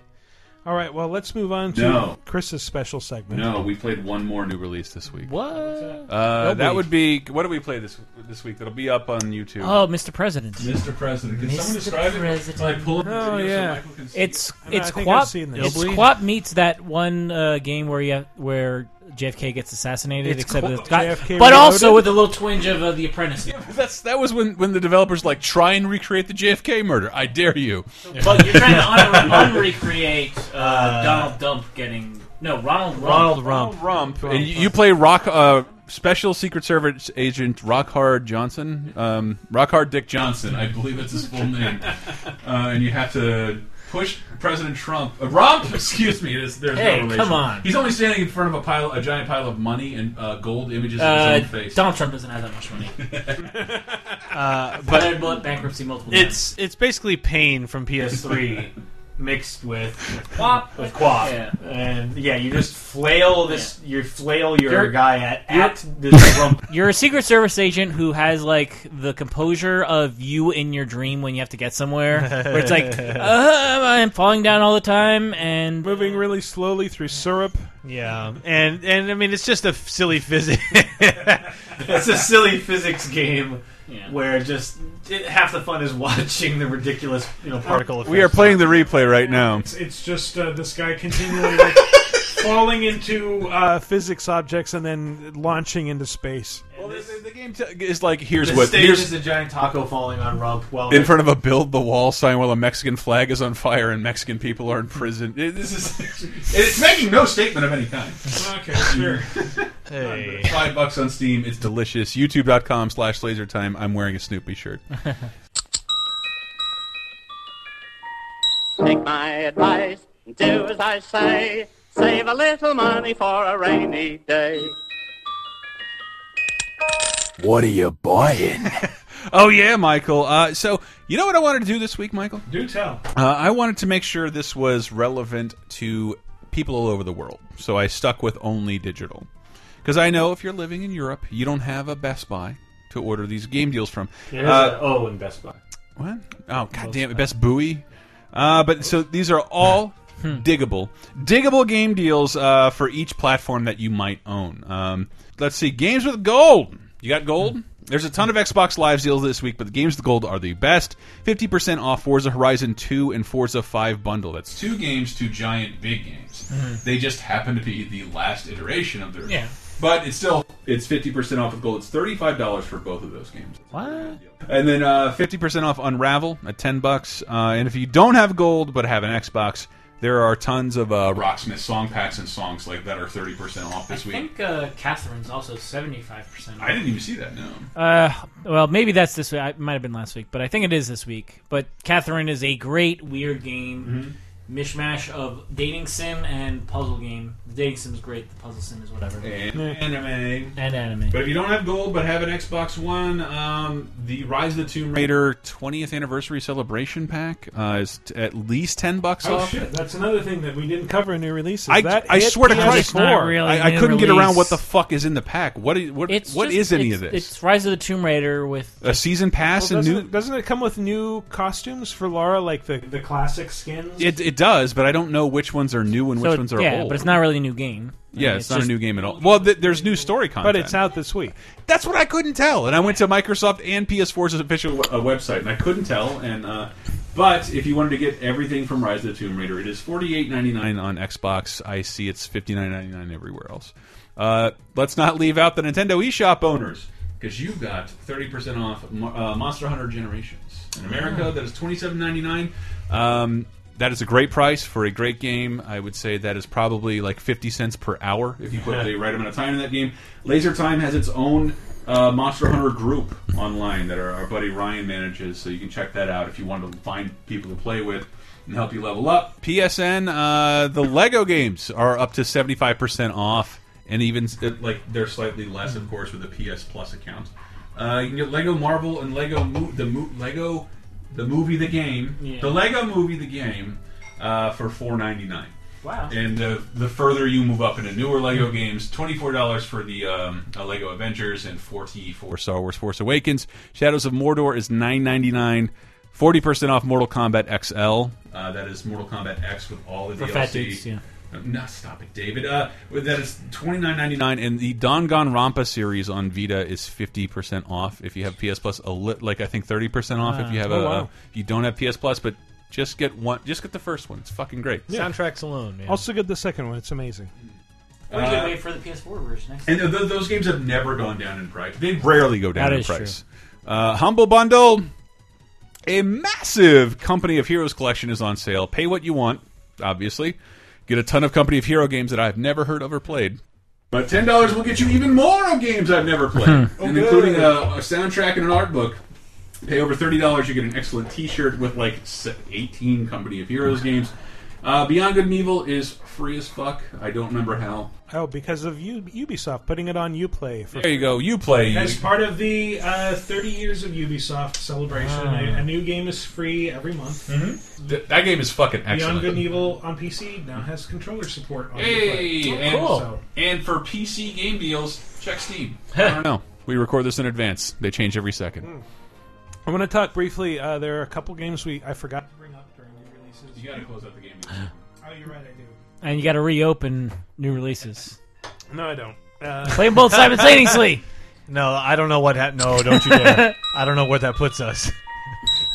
Speaker 2: All right, well, let's move on to
Speaker 1: No.
Speaker 2: Chris's special segment.
Speaker 1: No, we played one more new release this week.
Speaker 4: What?
Speaker 1: Uh,
Speaker 4: No
Speaker 1: that
Speaker 4: week.
Speaker 1: would be what do we play this this week? That'll be up on YouTube.
Speaker 4: Oh, Mr. President.
Speaker 1: Mr. President. Can someone
Speaker 4: Mr.
Speaker 1: describe it?
Speaker 4: President.
Speaker 1: Can I pull up the Oh, video so yeah. Michael can see it?
Speaker 4: It's
Speaker 1: I know,
Speaker 4: it's
Speaker 1: I think I've
Speaker 4: Quap.
Speaker 1: seen this.
Speaker 4: It's
Speaker 1: Nobly?
Speaker 4: Quap meets that one uh, game where you where JFK gets assassinated,
Speaker 1: It's
Speaker 4: except
Speaker 1: Quap-
Speaker 4: it's got,
Speaker 1: JFK
Speaker 4: but also
Speaker 1: Reloaded?
Speaker 4: with a little twinge of uh, The Apprentice.
Speaker 1: That's that was when when the developers like try and recreate the JFK murder. I dare you.
Speaker 15: But you're trying to un- unrecreate uh, Donald Dump getting no Ronald Rump.
Speaker 1: Rump. And you, you play Rock, uh, Special Secret Service Agent Rockhard Johnson, um, Rockhard Dick Johnson, I believe that's his full name. uh, and you have to push President Trump, uh, Rump. Excuse me, there's, there's
Speaker 4: Hey,
Speaker 1: no relation.
Speaker 4: come on.
Speaker 1: He's only standing in front of a pile, a giant pile of money and uh, gold images
Speaker 4: Uh,
Speaker 1: of his own face.
Speaker 4: Donald Trump doesn't have that much money.
Speaker 3: Uh,
Speaker 4: But I had bought bankruptcy multiple
Speaker 3: it's it's basically pain from PS3
Speaker 13: mixed with
Speaker 15: Quap.
Speaker 13: with quap,
Speaker 15: Yeah.
Speaker 13: and yeah, you just flail this. You flail your
Speaker 15: You're-
Speaker 13: guy at at this rump.
Speaker 4: You're a Secret Service agent who has like the composure of you in your dream when you have to get somewhere, where it's like, uh, I'm falling down all the time and
Speaker 2: moving really slowly through syrup.
Speaker 3: Yeah, and and I mean it's just a silly physics.
Speaker 13: it's a silly physics game where just it, half the fun is watching the ridiculous you know particle.
Speaker 1: We are playing the replay right now.
Speaker 16: It's, it's just uh, this guy continually like, falling into
Speaker 2: uh, physics objects and then launching into space.
Speaker 13: Well, the,
Speaker 1: game It's like here's
Speaker 13: the
Speaker 1: what
Speaker 13: stage
Speaker 1: here's
Speaker 13: is a giant taco falling on rump. Well,
Speaker 1: in front of a build the wall sign while a Mexican flag is on fire and Mexican people are in prison. It- This is it's making no statement of any kind.
Speaker 16: Okay, sure.
Speaker 3: Hey.
Speaker 1: Five bucks on Steam. It's delicious. YouTube.com slash lasertime. I'm wearing a Snoopy shirt.
Speaker 17: Take my advice, do as I say. Save a little money for a rainy day.
Speaker 1: What are you buying? oh yeah, Michael. Uh, so you know what I wanted to do this week, Michael?
Speaker 16: Do tell.
Speaker 1: Uh, I wanted to make sure this was relevant to people all over the world, so I stuck with only digital. Because I know if you're living in Europe, you don't have a Best Buy to order these game deals from.
Speaker 13: There's
Speaker 1: Uh,
Speaker 13: a O in Best Buy.
Speaker 1: What? Oh, god damn it, best buoy. Uh, but so these are all diggable, diggable game deals uh, for each platform that you might own. Um, let's see, games with gold. You got gold. There's a ton of Xbox Live deals this week, but the games with gold are the best. Fifty percent off Forza Horizon Two and Forza Five bundle. That's two games, two giant big games.
Speaker 12: Mhm.
Speaker 1: They just happen to be the last iteration of their.
Speaker 12: Yeah.
Speaker 1: But it's still it's fifty percent off with gold. It's thirty five dollars for both of those games.
Speaker 4: What?
Speaker 1: And then uh, 50% off Unravel at 10 bucks. Uh, and if you don't have gold but have an Xbox, there are tons of uh, Rocksmith song packs and songs like that are 30% off this
Speaker 15: I
Speaker 1: week.
Speaker 15: think uh, Catherine's also seventy-five percent.
Speaker 1: I didn't even see that, no.
Speaker 4: Uh, well, maybe that's this week. I- It might have been last week, but I think it is this week. But Catherine is a great weird game,
Speaker 1: Mm-hmm.
Speaker 4: mishmash of dating sim and puzzle game. The dating sim is great. The puzzle sim is whatever.
Speaker 1: And anime.
Speaker 4: And anime.
Speaker 1: But if you don't have gold but have an Xbox One, um, the Rise of the Tomb Raider 20th Anniversary Celebration Pack uh, is t at least 10 bucks
Speaker 16: Oh
Speaker 1: off.
Speaker 16: shit! That's another thing that we didn't cover in new releases.
Speaker 1: I,
Speaker 16: that
Speaker 1: I
Speaker 16: hit E
Speaker 1: swear to
Speaker 16: PS4.
Speaker 1: Christ, I, I couldn't get around what the fuck is in the pack. What is, what,
Speaker 4: It's
Speaker 1: what
Speaker 4: just-
Speaker 1: is any
Speaker 4: it's-
Speaker 1: of this?
Speaker 4: It's Rise of the Tomb Raider with
Speaker 1: a season pass
Speaker 2: Well,
Speaker 1: and
Speaker 2: doesn't,
Speaker 1: new
Speaker 2: it, doesn't it come with new costumes for Laura, like the
Speaker 16: the classic skins?
Speaker 1: It, it does, but I don't know which ones are new and
Speaker 4: so
Speaker 1: which
Speaker 4: it-
Speaker 1: ones are
Speaker 4: yeah,
Speaker 1: old.
Speaker 4: but it's not really a new game.
Speaker 1: yeah,
Speaker 4: I mean,
Speaker 1: it's, not
Speaker 4: just-
Speaker 1: a new game at all. Well, th- there's new story content,
Speaker 2: But it's out this week.
Speaker 1: That's what I couldn't tell, and I went to Microsoft and PS4's official uh, website, and I couldn't tell. And uh, but if you wanted to get everything from Rise of the Tomb Raider, it is forty eight ninety nine on Xbox. I see it's fifty nine ninety nine everywhere else. Uh, let's not leave out the Nintendo eShop owners because you got thirty percent off Mo- uh, Monster Hunter Generations in America.
Speaker 12: Ah.
Speaker 1: That is twenty seven ninety nine. Um, that is a great price for a great game. I would say that is probably like 50 cents per hour if you put the right amount of time in that game. Laser Time has its own uh, Monster Hunter group online that our, our buddy Ryan manages, so you can check that out if you want to find people to play with and help you level up. PSN, uh, the Lego games are up to 75% off, and even like they're slightly less, of course, with a PS Plus account. Uh, you can get Lego Marvel and Lego mo- the mo- Lego the movie the game the Lego movie the game uh, for four ninety nine.
Speaker 13: Wow.
Speaker 1: And uh, the further you move up into newer Lego games, twenty four dollars for the um, uh, Lego Avengers and forty for Star Wars Force Awakens. Shadows of Mordor is nine ninety nine. Forty percent off Mortal Kombat XL. Uh, that is Mortal Kombat X with all the
Speaker 4: For
Speaker 1: DLC.
Speaker 4: fat dudes, yeah.
Speaker 1: Uh, No, stop it, David. Uh, that is twenty nine ninety nine, and the Danganronpa series on Vita is fifty percent off if you have PS Plus. A li like I think thirty percent off if you have
Speaker 3: Oh,
Speaker 1: a.
Speaker 3: wow.
Speaker 1: if you don't have PS Plus, but just get one. Just get the first one. It's fucking great.
Speaker 3: Soundtracks alone, man.
Speaker 2: Also, get the second one. It's amazing.
Speaker 1: Uh,
Speaker 15: We can wait for the PS4 version next.
Speaker 1: And th th- those games have never gone down in price. They rarely go down
Speaker 4: That
Speaker 1: in
Speaker 4: is
Speaker 1: price. Uh, Humble Bundle, a massive Company of Heroes collection is on sale. Pay what you want, obviously. Get a ton of Company of Hero games that I've never heard of or played. But ten dollars will get you even more of games I've never played,
Speaker 4: Hmm.
Speaker 12: Oh,
Speaker 1: and
Speaker 12: good.
Speaker 1: including a, a soundtrack and an art book. Pay over thirty dollars, you get an excellent T-shirt with like s- eighteen Company of Heroes games.
Speaker 12: Uh, Beyond Good and Evil is free as fuck. I don't remember how.
Speaker 2: Oh, because of U- Ubisoft putting it on UPlay. For
Speaker 1: There you go. You play.
Speaker 16: As part of the uh, 30 years of Ubisoft celebration,
Speaker 1: Ah.
Speaker 16: a, a new game is free every month.
Speaker 12: Th- that game is fucking excellent.
Speaker 16: Beyond Good and Evil on PC now has controller
Speaker 4: Oh,
Speaker 16: support. On
Speaker 12: Hey,
Speaker 3: Oh,
Speaker 16: Uplay.
Speaker 12: and,
Speaker 16: So,
Speaker 12: and for PC game deals, check Steam.
Speaker 1: I don't know. We record this in advance. They change every second.
Speaker 12: Hmm.
Speaker 2: I'm going to talk briefly. Uh, there are a couple games we I forgot.
Speaker 12: You gotta close out the game.
Speaker 16: oh, you're right, I do.
Speaker 4: And you got to reopen new releases.
Speaker 16: No, I don't. Uh,
Speaker 4: Play 'em both simultaneously.
Speaker 3: No, I don't know what hap No, don't you dare. I don't know where that puts us.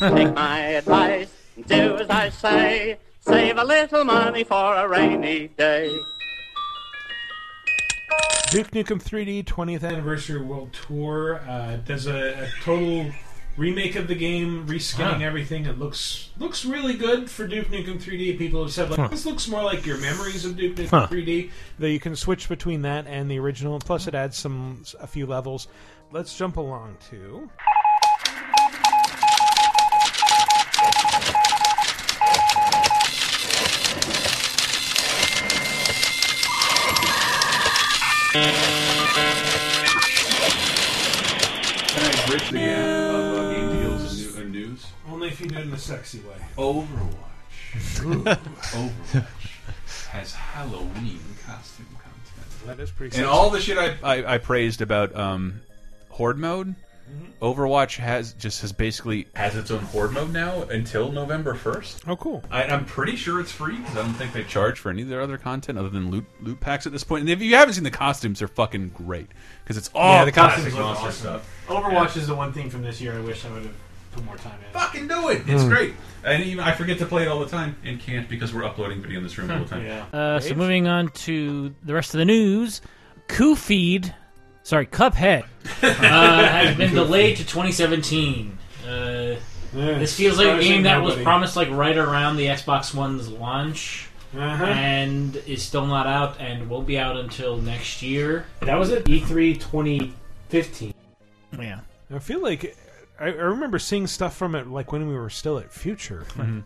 Speaker 17: Take my advice, do as I say. Save a little money for a rainy day.
Speaker 2: Duke Nukem 3D 20th
Speaker 16: Anniversary World Tour uh, does a, a total remake of the game, reskinning
Speaker 2: Huh.
Speaker 16: everything. It looks looks really good for Duke Nukem 3D. People have said like
Speaker 2: Huh.
Speaker 16: this looks more like your memories of Duke Nukem
Speaker 2: Huh.
Speaker 16: 3D.
Speaker 2: Though you can switch between that and the original. Plus, it adds some a few levels. Let's jump along to.
Speaker 12: Can I bridge the gap of uh, game deals and new- and news?
Speaker 16: Only if you do it in a sexy way.
Speaker 12: Overwatch. Ooh, Overwatch has Halloween costume content.
Speaker 2: That is pretty
Speaker 12: And
Speaker 2: sexy.
Speaker 12: all the shit I
Speaker 1: I, I praised about um, horde mode. Overwatch has just has basically
Speaker 12: Mm-hmm. has its own horde mode now until November first.
Speaker 2: Oh, cool!
Speaker 12: I, I'm pretty sure it's free because I don't think they charge for any of their other content other than loot loot packs at this point. And if you haven't seen the costumes, they're fucking great because it's all
Speaker 3: Yeah, the
Speaker 12: classic
Speaker 3: costumes look
Speaker 12: monster
Speaker 3: awesome.
Speaker 12: stuff.
Speaker 13: Overwatch is the one thing from this year I wish I would have put more time in.
Speaker 12: Fucking do it! It's
Speaker 13: Hmm.
Speaker 12: great. And even I forget to play it all the time and can't because we're uploading video in this room all the time.
Speaker 4: Uh, so moving on to the rest of the news, Koofied, sorry, Cuphead
Speaker 15: uh, has been delayed to 2017. Uh, this feels like a
Speaker 13: surprising
Speaker 15: game that was
Speaker 13: nobody.
Speaker 15: promised like right around the Xbox One's launch,
Speaker 13: Uh-huh.
Speaker 15: and is still not out, and won't be out until next year.
Speaker 13: That was at E3 2015.
Speaker 4: Yeah.
Speaker 2: I feel like I, I remember seeing stuff from it like when we were still at Future.
Speaker 4: Mhm.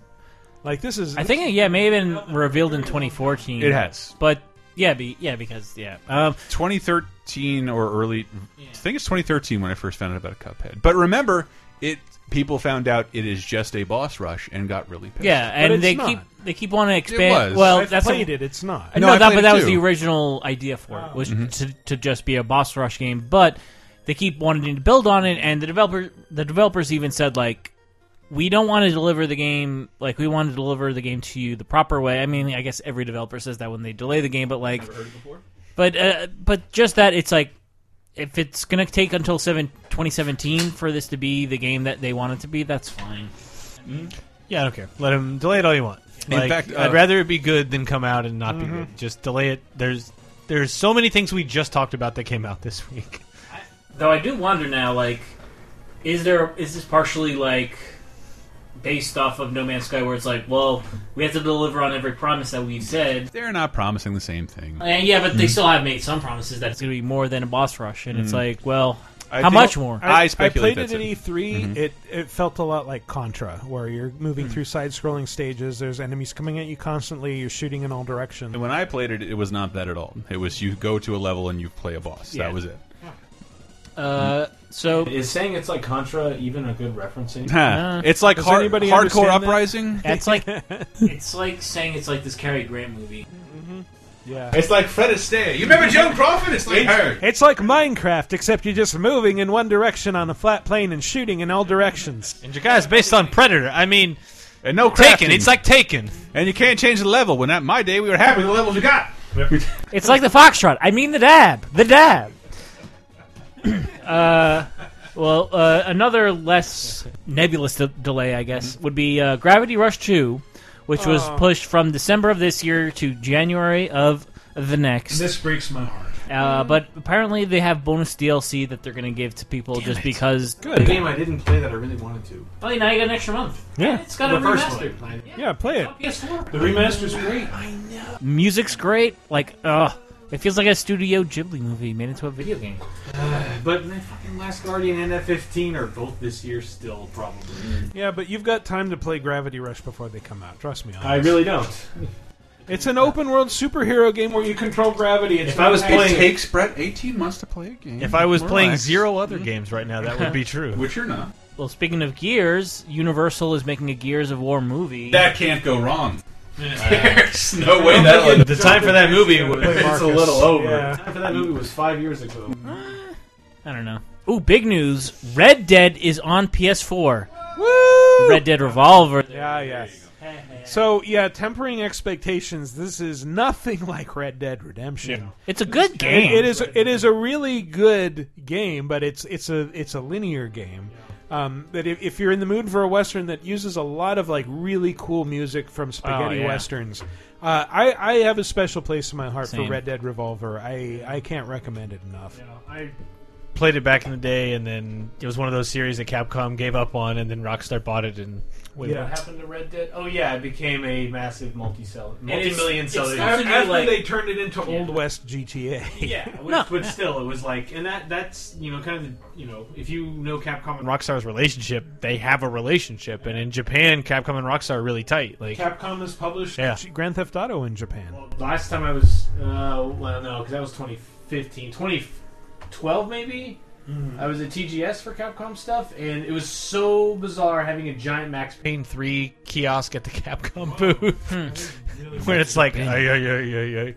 Speaker 2: Like this is
Speaker 4: I think it, yeah, may have been revealed in 2014.
Speaker 1: It has.
Speaker 4: but yeah, be, yeah, because yeah, um,
Speaker 1: 2013 or early. I think it's 2013 when I first found out about Cuphead. But remember, it people found out it is just a boss rush and got really pissed.
Speaker 4: yeah,
Speaker 2: But
Speaker 4: and
Speaker 2: it's
Speaker 4: they
Speaker 2: not.
Speaker 4: keep they keep wanting to
Speaker 2: It
Speaker 4: expand.
Speaker 2: was.
Speaker 4: Well,
Speaker 2: I've
Speaker 4: that's
Speaker 2: played
Speaker 4: a,
Speaker 2: it, it's not. Oh.
Speaker 4: No,
Speaker 1: No, I
Speaker 4: that,
Speaker 1: played
Speaker 4: but
Speaker 1: it
Speaker 4: that was
Speaker 1: too. Mm-hmm.
Speaker 4: the original idea for it was to, to just be a boss rush game. But they keep wanting to build on it, and the developer the developers even said like, we don't want to deliver the game like we want to deliver the game to you the proper way. I mean, I guess every developer says that when they delay the game, but like, but uh, but just that it's like. If it's gonna take until seven, 2017 for this to be the game that they want it to be, that's fine.
Speaker 2: Mm-hmm.
Speaker 3: Yeah, I don't care. Let him delay it all you want.
Speaker 1: In
Speaker 3: Like,
Speaker 1: fact, uh,
Speaker 3: I'd rather it be good than come out and not be
Speaker 1: Mhm.
Speaker 3: good. Just delay it. There's there's so many things we just talked about that came out this week.
Speaker 15: Though I do wonder now, like, is there is this partially like based off of No Man's Sky, where it's like, well, we have to deliver on every promise that we've said.
Speaker 1: They're not promising the same thing.
Speaker 4: Uh,
Speaker 15: And yeah, but they
Speaker 1: Mhm.
Speaker 12: Hmm.
Speaker 15: still have made some promises that
Speaker 4: It's gonna be more than a boss rush, and it's
Speaker 1: Mm.
Speaker 4: like, well,
Speaker 1: I
Speaker 4: how
Speaker 1: think-
Speaker 4: much more?
Speaker 1: I
Speaker 2: played
Speaker 1: speculate
Speaker 2: it
Speaker 1: that's
Speaker 2: at
Speaker 12: E
Speaker 1: it.
Speaker 2: E3.
Speaker 4: Mm-hmm.
Speaker 1: Mhm.
Speaker 2: It it felt a lot like Contra, where you're moving
Speaker 4: Mm.
Speaker 2: through side-scrolling stages. There's enemies coming at you constantly. You're shooting in all directions.
Speaker 1: When I played it, it was not that at all. It was you go to a level and you play a boss.
Speaker 2: Yeah.
Speaker 1: That was it.
Speaker 4: Uh, so
Speaker 13: is saying it's like Contra even a good referencing?
Speaker 1: Huh. It's like Does hard- anybody hardcore understand that? uprising?
Speaker 15: It's like it's like saying it's like this Cary Grant movie.
Speaker 2: Yeah,
Speaker 12: Mm-hmm. It's like Fred Astaire. You remember Joan Crawford? It's like her.
Speaker 2: It's like Minecraft, except you're just moving in one direction on a flat plane and shooting in all directions.
Speaker 3: And your guy's based on Predator. I mean,
Speaker 1: and no
Speaker 3: Taken.
Speaker 1: crafting.
Speaker 3: It's like Taken.
Speaker 1: And you can't change the level. When that my day, we were happy with the levels you got.
Speaker 4: it's like the foxtrot. I mean the dab, the dab. uh, well, uh, another less nebulous de- delay, I guess, would be uh, Gravity Rush Two, which was
Speaker 16: Oh.
Speaker 4: pushed from December of this year to January of the next.
Speaker 16: This breaks my heart.
Speaker 4: uh, but apparently they have bonus DLC that they're going to give to people just because.
Speaker 13: Good. A game I didn't play that I really wanted to.
Speaker 15: Well, now you got an extra month.
Speaker 4: Yeah.
Speaker 15: it's got a
Speaker 13: The first
Speaker 15: remaster.
Speaker 13: one.
Speaker 2: Yeah, play it.
Speaker 15: PS4.
Speaker 13: The remaster's great.
Speaker 4: Music's great. Like, uh, It feels like a Studio Ghibli movie made into a video game.
Speaker 13: but the fucking Last Guardian and F15 are both this year still probably.
Speaker 2: Yeah, but you've got time to play Gravity Rush before they come out. Trust me. on
Speaker 13: I
Speaker 2: this.
Speaker 13: really don't.
Speaker 2: It's an open world superhero game where you control gravity. It's
Speaker 3: If I was
Speaker 2: not-
Speaker 3: playing- It
Speaker 1: takes Brett 18 months to play a game.
Speaker 3: If I was playing
Speaker 1: Relax.
Speaker 3: zero other games right now, that would be true.
Speaker 1: Which you're not.
Speaker 4: Well, speaking of Gears, Universal is making a Gears of War movie.
Speaker 1: That can't go wrong.
Speaker 13: There's
Speaker 1: no way that-
Speaker 3: The time for that movie was-
Speaker 13: it's a little over.
Speaker 4: Yeah.
Speaker 13: The time for that movie was five years ago.
Speaker 4: I don't know. Ooh, big news! Red Dead is on PS4.
Speaker 2: Woo!
Speaker 4: Red Dead Revolver.
Speaker 2: Yeah, yeah. So yeah, tempering expectations. This is nothing like Red Dead Redemption.
Speaker 4: It's a good game.
Speaker 2: It is. It is a really good game, but it's it's a it's a linear game. Um, that if, if you're in the mood for a western that uses a lot of like really cool music
Speaker 3: Oh,
Speaker 2: from spaghetti
Speaker 4: yeah.
Speaker 2: westerns, uh, I I have a special place in my heart
Speaker 3: Same.
Speaker 2: for Red Dead Revolver. I I can't recommend it enough.
Speaker 13: I
Speaker 3: Played it back in the day, and then it was one of those series that Capcom gave up on, and then Rockstar bought it. And
Speaker 13: Wait, what happened to Red Dead? Oh yeah, it became a massive multi-seller,
Speaker 2: And it's-
Speaker 13: multi-million
Speaker 2: it's
Speaker 13: seller.
Speaker 2: not to do, After like- they
Speaker 13: turned it into
Speaker 2: Old West GTA.
Speaker 13: Yeah, which, but still, it was like, and that that's you know kind of the, you know if you know Capcom and
Speaker 3: Rockstar's relationship, they have a relationship, and in Japan, Capcom and Rockstar are really tight. Like
Speaker 13: Capcom has published
Speaker 3: Yeah.
Speaker 2: Grand Theft Auto in Japan.
Speaker 13: last time I was uh, well no because that was 2015, 2012 maybe.
Speaker 3: Hmm.
Speaker 13: I was at TGS for Capcom stuff, and it was so bizarre having a giant Max
Speaker 3: Payne three kiosk at the Capcom booth, where it's like, ay, ay, ay, ay, ay.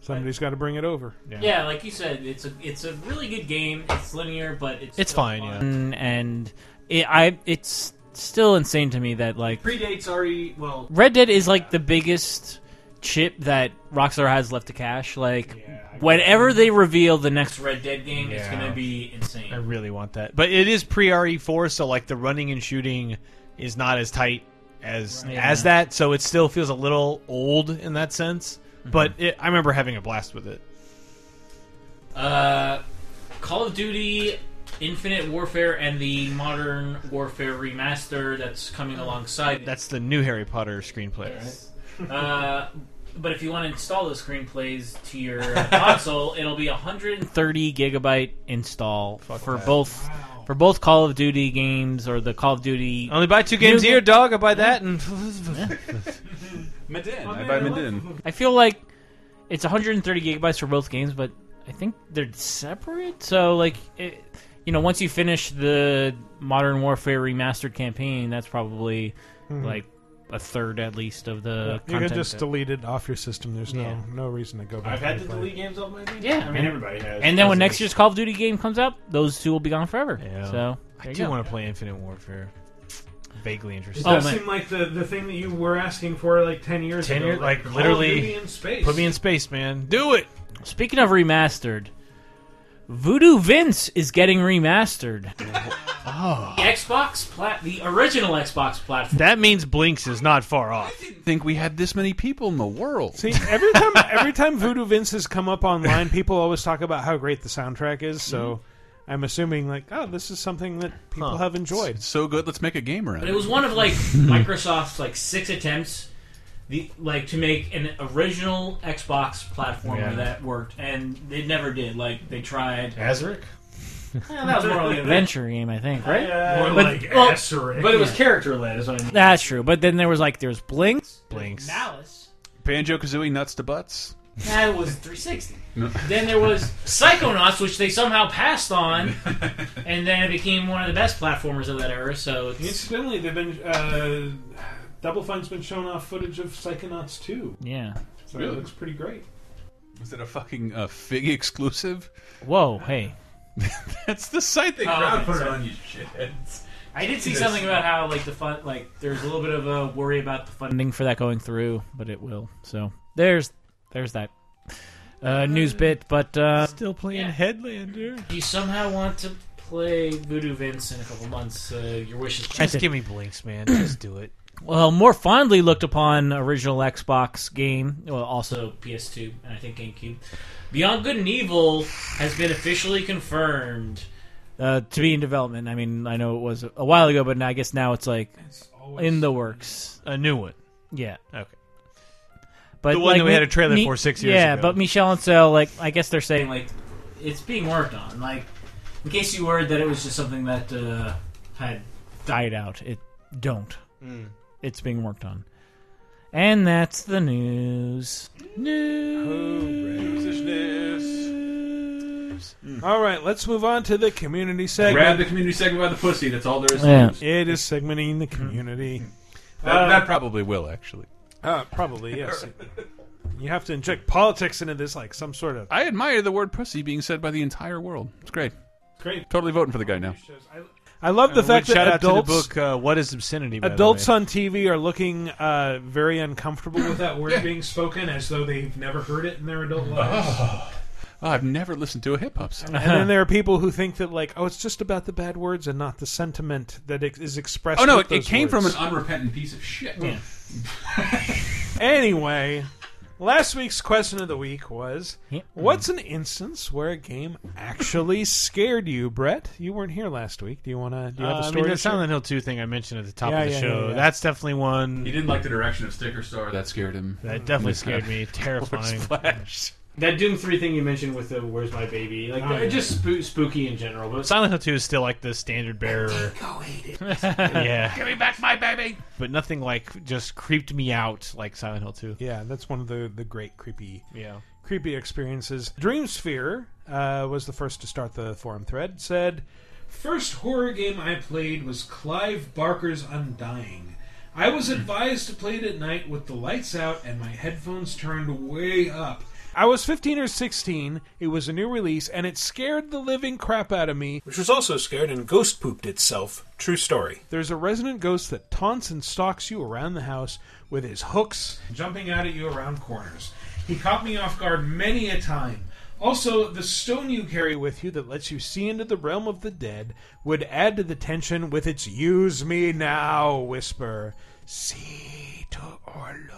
Speaker 2: Somebody's got to bring it over.
Speaker 15: Yeah, like you said, it's a it's a really good game. It's linear, but it's
Speaker 4: It's
Speaker 15: still
Speaker 4: fine, yeah. And, Mm, and it, I, it's still insane to me that like
Speaker 13: predates RE. Well,
Speaker 4: Red Dead is like the biggest chip that Rockstar has left to cash. Like whenever they reveal the next Red
Speaker 15: Red Dead game is
Speaker 3: Yeah.
Speaker 15: going to be insane.
Speaker 3: I really want that, but it is pre RE4, so like the running and shooting is not as tight as
Speaker 15: Right.
Speaker 3: as that, so it still feels a little old in that sense. But
Speaker 15: Mm-hmm.
Speaker 3: it, I remember having a blast with it.
Speaker 15: Uh, Call of Duty Infinite Warfare and the Modern Warfare remaster that's coming alongside.
Speaker 3: That's the new Harry Potter screenplay.
Speaker 15: it. Uh, but if you want to install those screenplays to your console, it'll be 100.
Speaker 4: thirty gigabyte install for
Speaker 15: that.
Speaker 4: both for both Call of Duty games or the Call of Duty.
Speaker 3: Only buy two games a
Speaker 4: New-
Speaker 3: year, dog. I buy that and
Speaker 1: Medin. I buy Medin.
Speaker 4: I feel like it's 130 gigabytes for both games, but I think they're separate. So like, it, you know, once you finish the Modern Warfare remastered campaign, that's probably
Speaker 2: Mhm.
Speaker 4: like a third at least of the.
Speaker 2: you
Speaker 4: content
Speaker 2: can just
Speaker 4: that-
Speaker 2: delete it off your system. There's no
Speaker 4: Yeah.
Speaker 2: no reason to go back.
Speaker 13: I've had
Speaker 2: and
Speaker 13: to
Speaker 2: play it.
Speaker 13: delete games off my DVD.
Speaker 4: Yeah,
Speaker 13: I mean everybody has.
Speaker 4: And then when
Speaker 13: That's
Speaker 4: next year's Call of Duty game comes out, those two will be gone forever. So
Speaker 3: I
Speaker 4: there you
Speaker 3: do
Speaker 4: go.
Speaker 3: want to play Infinite Warfare. Vaguely
Speaker 16: Does
Speaker 3: interested.
Speaker 4: Oh,
Speaker 16: that seem like the, the thing that you were asking for like ten years
Speaker 3: Ten
Speaker 16: ago?
Speaker 3: years, like
Speaker 16: Call of Duty
Speaker 3: literally,
Speaker 16: in space.
Speaker 3: put me in space, man. Do it.
Speaker 4: Speaking of remastered, Voodoo Vince is getting remastered.
Speaker 3: Oh,
Speaker 15: The Xbox plat, the original Xbox platform.
Speaker 3: that means Blinks is not far off.
Speaker 1: I didn't think we had this many people in the world.
Speaker 2: See, every time every time Voodoo Vince has come up online, people always talk about how great the soundtrack is.
Speaker 1: Mm-hmm.
Speaker 2: So I'm assuming like, oh, this is something that people have enjoyed.
Speaker 1: It's so good. Let's make a game around
Speaker 15: But it was one of like Microsoft's like six attempts, the like to make an original Xbox platformer
Speaker 3: Yeah.
Speaker 15: that worked, and they never did. Like they tried
Speaker 3: Azeric.
Speaker 15: Yeah, that was more like
Speaker 4: adventure game, I think, right?
Speaker 15: Uh,
Speaker 4: But-
Speaker 15: like
Speaker 4: well,
Speaker 15: Asterix.
Speaker 13: But it was
Speaker 15: Yeah.
Speaker 13: character led, is what I mean.
Speaker 4: that's true. But then there was like there was Blinks.
Speaker 3: Blinks.
Speaker 15: Malice.
Speaker 1: Banjo Kazooie nuts to butts.
Speaker 15: That was 360.
Speaker 1: No.
Speaker 15: Then there was Psychonauts, which they somehow passed on, and then it became one of the best platformers of that era. So it's,
Speaker 16: Incidentally, they've been uh, Double Fine's been showing off footage of Psychonauts 2.
Speaker 4: Yeah.
Speaker 16: so
Speaker 1: Really?
Speaker 16: it looks pretty great.
Speaker 1: Is it a fucking uh, Fig exclusive?
Speaker 4: Whoa, hey.
Speaker 1: That's the site they
Speaker 15: Oh,
Speaker 1: crowd
Speaker 15: okay,
Speaker 1: put it
Speaker 15: sorry.
Speaker 1: on, you shitheads.
Speaker 15: I did see
Speaker 1: Jesus.
Speaker 15: something about how like the fun, like there's a little bit of a worry about the fun.
Speaker 4: Funding for that going through, but it will. So there's there's that uh, news bit. But uh,
Speaker 3: Still playing Headlander.
Speaker 15: If you somehow want to play Voodoo Vince in a couple months, uh, your wish is
Speaker 3: Just give me Blinks, man. Just do it.
Speaker 4: well, more fondly looked upon original Xbox game. Well, also
Speaker 15: So PS2 and I think GameCube. Beyond Good and Evil has been officially confirmed.
Speaker 4: uh, to be in development. I mean, I know it was a while ago, but now, I guess now it's like in the works.
Speaker 3: A new one.
Speaker 4: Yeah.
Speaker 3: Okay.
Speaker 18: But
Speaker 3: The one
Speaker 18: like,
Speaker 3: that we
Speaker 18: Mi-
Speaker 3: had a trailer
Speaker 18: Mi-
Speaker 3: for six years
Speaker 18: Yeah,
Speaker 3: ago.
Speaker 18: but Michelle and Sel, like I guess they're saying
Speaker 4: like it's being worked on. Like, in case you worried that it was just something that uh, had
Speaker 18: died out. It don't.
Speaker 4: Mm.
Speaker 18: It's being worked on. And that's the news.
Speaker 2: All right, let's move on to the community segment.
Speaker 1: Grab the community segment by the pussy. That's all there
Speaker 3: Uh,
Speaker 1: is. to
Speaker 2: Yeah.
Speaker 1: lose.
Speaker 2: It is segmenting the community.
Speaker 1: That,
Speaker 2: Uh,
Speaker 1: that probably will actually.
Speaker 2: Uh, probably yes. you have to inject politics into this, like some sort of.
Speaker 1: I admire the word pussy being said by the entire world. It's great.
Speaker 2: Great.
Speaker 1: Totally voting for the guy now.
Speaker 2: I love the
Speaker 3: Uh,
Speaker 2: fact
Speaker 3: we-
Speaker 2: that
Speaker 3: shout
Speaker 2: adults,
Speaker 3: out to the book uh, "What Is Obscenity." by the
Speaker 2: adults
Speaker 3: way.
Speaker 2: on TV are looking uh, very uncomfortable with
Speaker 19: With
Speaker 2: that.
Speaker 19: that word being spoken as though they've never heard it in their adult lives.
Speaker 1: Oh, I've never listened to a hip hop song.
Speaker 2: And
Speaker 3: Uh-huh.
Speaker 2: then there are people who think that, like, oh, it's just about the bad words and not the sentiment that ex- is expressed.
Speaker 1: Oh no!
Speaker 2: with
Speaker 1: It, it
Speaker 2: those
Speaker 1: came from an
Speaker 2: words.
Speaker 1: unrepentant piece of shit.
Speaker 2: Yeah. Anyway, last week's question of the week was What's an instance where a game actually scared you, Brett? You weren't here last week. Do you want to? Do you have
Speaker 3: Uh,
Speaker 2: a
Speaker 3: I
Speaker 2: story?
Speaker 3: mean,
Speaker 2: to
Speaker 3: the
Speaker 2: share?
Speaker 3: Silent Hill Two thing I mentioned at the top
Speaker 2: Yeah,
Speaker 3: of the
Speaker 2: yeah,
Speaker 3: show.
Speaker 2: yeah, yeah.
Speaker 3: That's definitely one.
Speaker 1: He didn't like the direction of Sticker Star. That scared him.
Speaker 3: That definitely scared me. Terrifying.
Speaker 20: That Doom Three thing you mentioned with the "Where's My Baby," like
Speaker 3: Oh, yeah.
Speaker 20: just spoo- spooky in general. But
Speaker 3: Silent Hill Two is still like the standard bearer. yeah.
Speaker 1: Give me back my baby.
Speaker 3: but nothing like just creeped me out like Silent Hill 2.
Speaker 2: Yeah, that's one of the the great creepy
Speaker 3: yeah
Speaker 2: creepy experiences. Dreamsphere uh, was the first to start the forum thread. Said
Speaker 19: First horror game I played was Clive Barker's Undying. I
Speaker 2: Hmm.
Speaker 19: was advised to play it at night with the lights out and my headphones turned way up.
Speaker 2: I was 15 or 16. It was a new release, and it scared the living crap out of me.
Speaker 21: Which was also scared and ghost pooped itself. True story.
Speaker 2: There's a resident ghost that taunts and stalks you around the house with his hooks.
Speaker 19: Jumping out at you around corners. He caught me off guard many a time.
Speaker 2: Also, the stone you carry with you that lets you see into the realm of the dead would add to the tension with its use me now whisper. See to or look.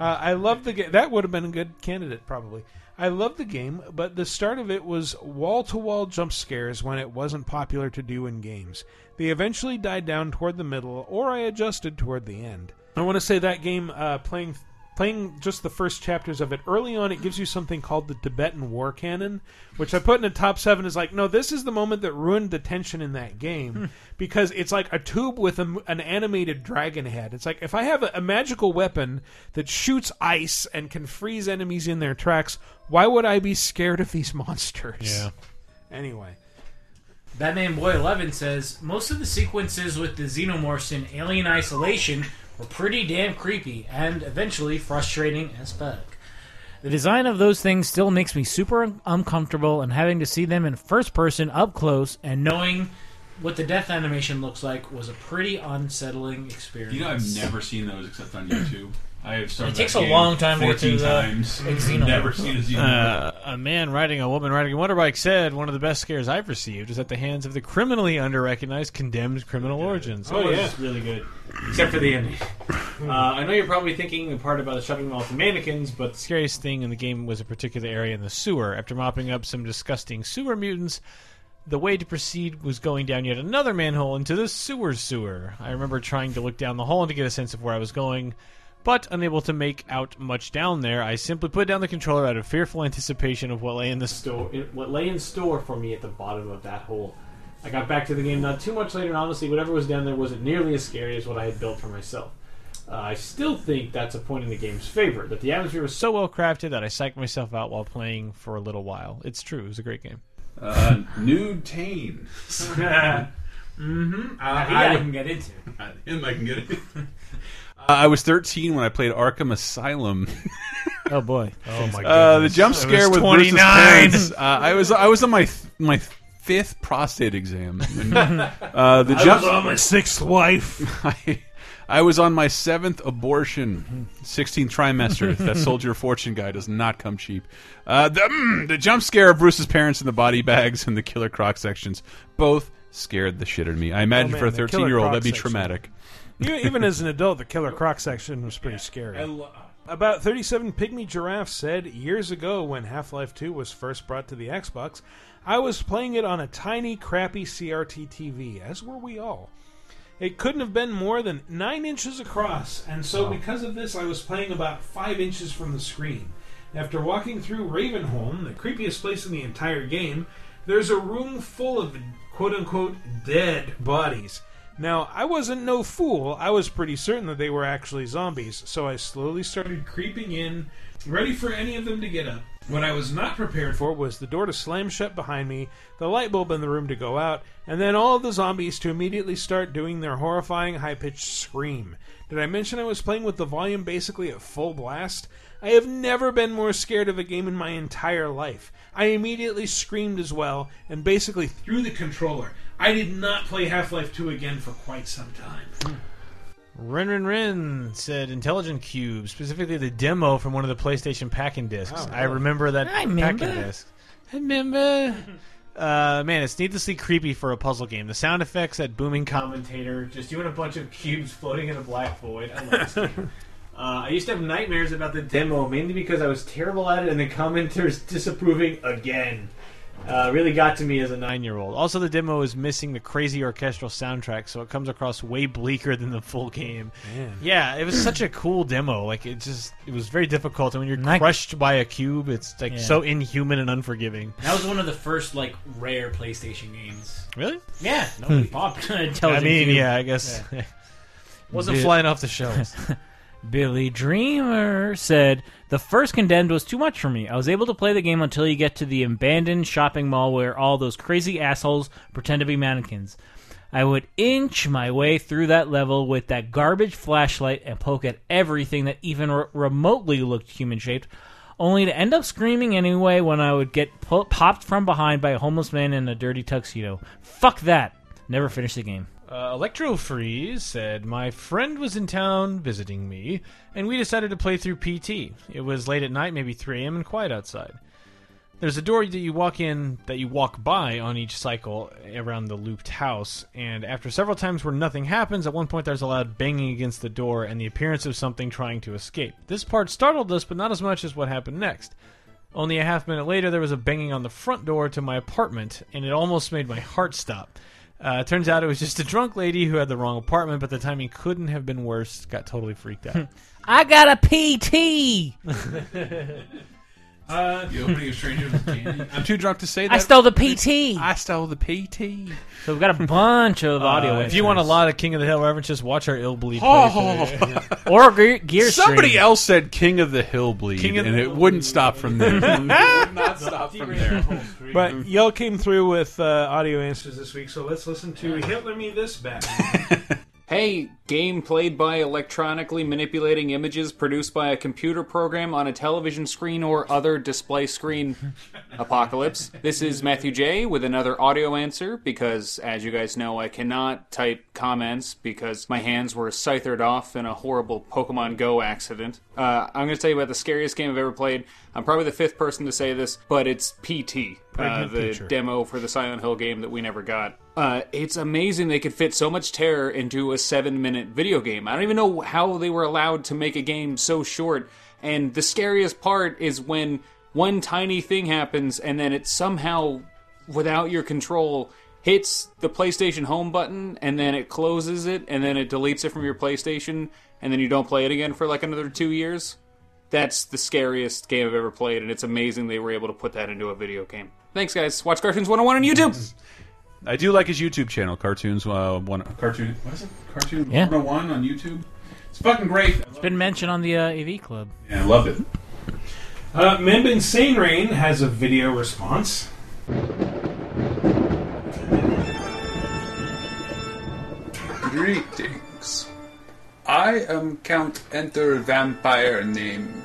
Speaker 2: Uh, I love the game. That would have been a good candidate, probably. I love the game, but the start of it was wall to wall jump scares when it wasn't popular to do in games. They eventually died down toward the middle, or I adjusted toward the end. I want to say that game, uh, playing playing just the first chapters of it early on, it gives you something called the Tibetan War Canon, which I put in a top seven. Is like, no, this is the moment that ruined the tension in that
Speaker 1: Hmm.
Speaker 2: game because it's like a tube with a m an animated dragon head. It's like if I have a, a magical weapon that shoots ice and can freeze enemies in their tracks, why would I be scared of these monsters?
Speaker 3: Yeah.
Speaker 2: Anyway.
Speaker 4: Batman Boy Eleven says most of the sequences with the xenomorphs in Alien Isolation were pretty damn creepy and eventually frustrating as fuck.
Speaker 18: The design of those things still makes me super un- uncomfortable, and having to see them in first person up close and knowing.
Speaker 4: Knowing what the death animation looks like was a pretty unsettling experience.
Speaker 1: You know, I've never seen those except on YouTube. I have started.
Speaker 4: It takes
Speaker 1: that
Speaker 4: a
Speaker 1: game
Speaker 4: long time to get
Speaker 1: 14
Speaker 4: through the-
Speaker 1: times.
Speaker 4: a Xenomorph.
Speaker 1: Never seen a Xenomorph.
Speaker 3: Uh, a man riding a woman riding a motorbike said one of the best scares I've received is at the hands of the criminally underrecognized condemned criminal origins.
Speaker 20: Oh, yeah. It's really good. Except for the ending. Uh, I know you're probably thinking the part about the shopping mall with the mannequins, but
Speaker 3: The scariest thing in the game was a particular area in the sewer. After mopping up some disgusting sewer mutants, the way to proceed was going down yet another manhole into the sewer sewer. I remember trying to look down the hole and to get a sense of where I was going, but unable to make out much down there. I simply put down the controller out of fearful anticipation of what lay in the
Speaker 20: store. it- what lay in store for me at the bottom of that hole. I got back to the game not too much later, and honestly, whatever was down there wasn't nearly as scary as what I had built for myself. Uh, I still think that's a point in the game's favor that the atmosphere was
Speaker 3: so well crafted that I psyched myself out while playing for a little while. It's true, it was a great game.
Speaker 1: Uh, nude Tane. Uh,
Speaker 20: mm-hmm.
Speaker 1: I would-
Speaker 20: can get into.
Speaker 1: Him I can get into. Uh, I was 13 when I played Arkham Asylum.
Speaker 18: oh boy!
Speaker 3: Oh my
Speaker 1: Uh, the
Speaker 3: goodness.
Speaker 1: jump
Speaker 3: I
Speaker 1: scare
Speaker 3: was
Speaker 1: with Bruce's
Speaker 3: 29.
Speaker 1: parents. Uh, I was I was on my th- my fifth prostate exam. And, uh, the
Speaker 2: I
Speaker 1: jump
Speaker 2: was on my sixth wife.
Speaker 1: I, I was on my seventh abortion, 16th trimester. that soldier fortune guy does not come cheap. Uh, the mm, the jump scare of Bruce's parents in the body bags and the killer croc sections both scared the shit out of me. I imagine
Speaker 2: Oh, man,
Speaker 1: for a
Speaker 2: the Killer
Speaker 1: 13 year old
Speaker 2: Croc
Speaker 1: that'd be
Speaker 2: section.
Speaker 1: traumatic.
Speaker 2: You- Even as an adult, the Killer Croc section was pretty scary. About 37 Pygmy Giraffe said years ago when Half Life 2 was first brought to the Xbox, I was playing it on a tiny, crappy CRT TV, as were we all. It couldn't have been more than nine inches across, and so because of this, I was playing about five inches from the screen. After walking through Ravenholm, the creepiest place in the entire game, there's a room full of quote unquote dead bodies. Now, I wasn't no fool. I was pretty certain that they were actually zombies, so I slowly started creeping in, ready for any of them to get up. What I was not prepared for was the door to slam shut behind me, the light bulb in the room to go out, and then all of the zombies to immediately start doing their horrifying high pitched scream. Did I mention I was playing with the volume basically at full blast? I have never been more scared of a game in my entire life. I immediately screamed as well and basically threw the controller. I did not play Half Life 2 again for quite some time.
Speaker 3: Ren Ren Ren said Intelligent Cube, specifically the demo from one of the PlayStation packing discs. I remember that
Speaker 10: I remember.
Speaker 3: packing disc. I remember. Uh, man, it's needlessly creepy for a puzzle game. The sound effects, that booming comment.
Speaker 13: commentator just doing a bunch of cubes floating in a black void. I love this game. Uh, I used to have nightmares about the demo mainly because I was terrible at it and the commenters disapproving again. Uh, really got to me as a nine year old.
Speaker 3: Also, the demo is missing the crazy orchestral soundtrack, so it comes across way bleaker than the full game.
Speaker 2: Man.
Speaker 3: Yeah, it was such a cool demo. Like it just, it was very difficult. And when you're crushed by a cube, it's like
Speaker 15: Yeah.
Speaker 3: so inhuman and unforgiving.
Speaker 15: That was one of the first like rare PlayStation games.
Speaker 3: Really?
Speaker 15: Yeah.
Speaker 3: Hmm.
Speaker 15: Nobody popped.
Speaker 3: I mean, yeah, I guess. Wasn't
Speaker 4: Bi-
Speaker 3: flying off the shelves.
Speaker 4: Billy Dreamer said, The first Condemned was too much for me. I was able to play the game until you get to the abandoned shopping mall where all those crazy assholes pretend to be mannequins. I would inch my way through that level with that garbage flashlight and poke at everything that even re- remotely looked human shaped, only to end up screaming anyway when I would get po- popped from behind by a homeless man in a dirty tuxedo. Fuck that. Never finished the game.
Speaker 3: Uh, Electrofreeze said, My friend was in town visiting me, and we decided to play through PT. It was late at night, maybe 3 a.m., and quiet outside. There's a door that you walk in, that you walk by on each cycle around the looped house, and after several times where nothing happens, at one point there's a loud banging against the door and the appearance of something trying to escape. This part startled us, but not as much as what happened next. Only a half minute later, there was a banging on the front door to my apartment, and it almost made my heart stop. Uh, turns out it was just a drunk lady who had the wrong apartment, but the timing couldn't have been worse. Got totally freaked out.
Speaker 4: I got a PT.
Speaker 2: Uh,
Speaker 12: The opening of Stranger with Candy.
Speaker 1: I'm too drunk to say that.
Speaker 4: I stole the PT.
Speaker 1: I stole Oh, the PT.
Speaker 4: So we've got a bunch of audio.
Speaker 3: Uh, if you want a lot of King of the Hill reference, just watch our ill bleed.
Speaker 1: Oh.
Speaker 4: or Gear, gear
Speaker 1: Somebody
Speaker 4: Stream.
Speaker 1: else said King of the Hill Bleed,
Speaker 3: King of
Speaker 1: and
Speaker 3: the
Speaker 1: it wouldn't stop from there. It would not stop from there.
Speaker 2: But y'all came through with uh, audio answers this week, so let's listen to Hitler Me This Back.
Speaker 6: Hey, game played by electronically manipulating images produced by a computer program on a television screen or other display screen. Apocalypse. This is Matthew J with another audio answer because, as you guys know, I cannot type comments because my hands were scythered off in a horrible Pokemon Go accident. Uh, I'm going to tell you about the scariest game I've ever played. I'm probably the fifth person to say this, but it's PT, uh,
Speaker 22: Pregnant
Speaker 6: the
Speaker 22: teacher.
Speaker 6: demo for the Silent Hill game that we never got. Uh, it's amazing they could fit so much terror into a seven minute video game. I don't even know how they were allowed to make a game so short. And the scariest part is when one tiny thing happens and then it somehow, without your control, hits the PlayStation home button and then it closes it and then it deletes it from your PlayStation and then you don't play it again for like another two years. That's the scariest game I've ever played, and it's amazing they were able to put that into a video game. Thanks, guys. Watch Cartoons 101 on YouTube.
Speaker 1: I do like his YouTube channel, Cartoons uh, One.
Speaker 12: Cartoon. What is it? Cartoon
Speaker 1: Yeah.
Speaker 12: 101 on YouTube. It's fucking great.
Speaker 4: It's been mentioned on the uh, AV Club.
Speaker 12: Yeah, I love it.
Speaker 2: Uh, Membin Sane Rain has a video response.
Speaker 20: Greetings. I am Count Enter Vampire Name.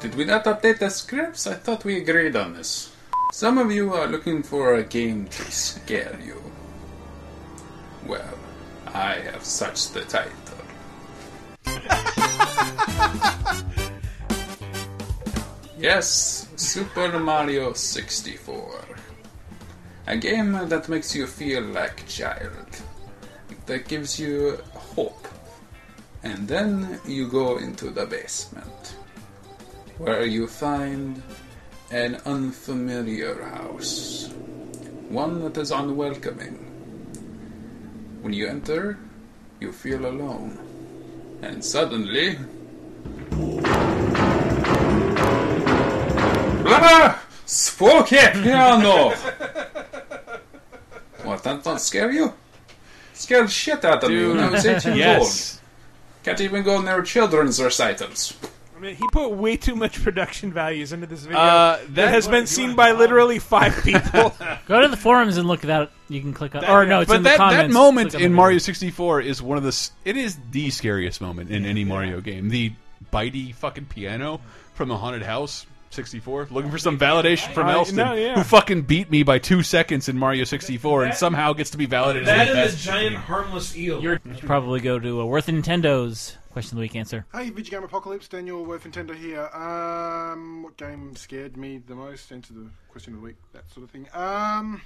Speaker 20: Did we not update the scripts? I thought we agreed on this. Some of you are looking for a game to scare you. Well, I have such the title. Yes, Super Mario 64. A game that makes you feel like a child. That gives you hope. And then you go into the basement, where you find an unfamiliar house. One that is unwelcoming. When you enter, you feel alone. And suddenly. Ah! Spooky piano! what, that don't scare you? Scared shit out of you.
Speaker 1: Dude.
Speaker 20: Now it's 18 years
Speaker 1: Yes.
Speaker 20: old. Can't even go near children's recitals.
Speaker 2: I mean, he put way too much production values into this video
Speaker 1: Uh,
Speaker 2: that,
Speaker 1: that-
Speaker 2: has been seen by literally five people.
Speaker 4: Go to the forums and look at that. You can click on. Or no, it's
Speaker 1: but
Speaker 4: in
Speaker 1: that,
Speaker 4: the comments.
Speaker 1: that moment
Speaker 4: Click on
Speaker 1: in
Speaker 4: the-
Speaker 1: Mario 64 is one of the. s- It is the scariest moment in any Mario game. The bitey fucking piano from the haunted house. 64 looking for some validation from
Speaker 2: I-
Speaker 1: Elston
Speaker 2: no, yeah.
Speaker 1: who fucking beat me by 2 seconds in Mario 64 and
Speaker 16: That-
Speaker 1: somehow gets to be validated
Speaker 16: That
Speaker 1: as the
Speaker 16: and the
Speaker 1: best.
Speaker 16: giant harmless eel.
Speaker 4: You should probably go to uh, Worth Nintendo's question of the week answer.
Speaker 23: Hey, Video Game Apocalypse, Daniel with Nintendo here. Um, what game scared me the most? Answer the question of the week, that sort of thing. Um,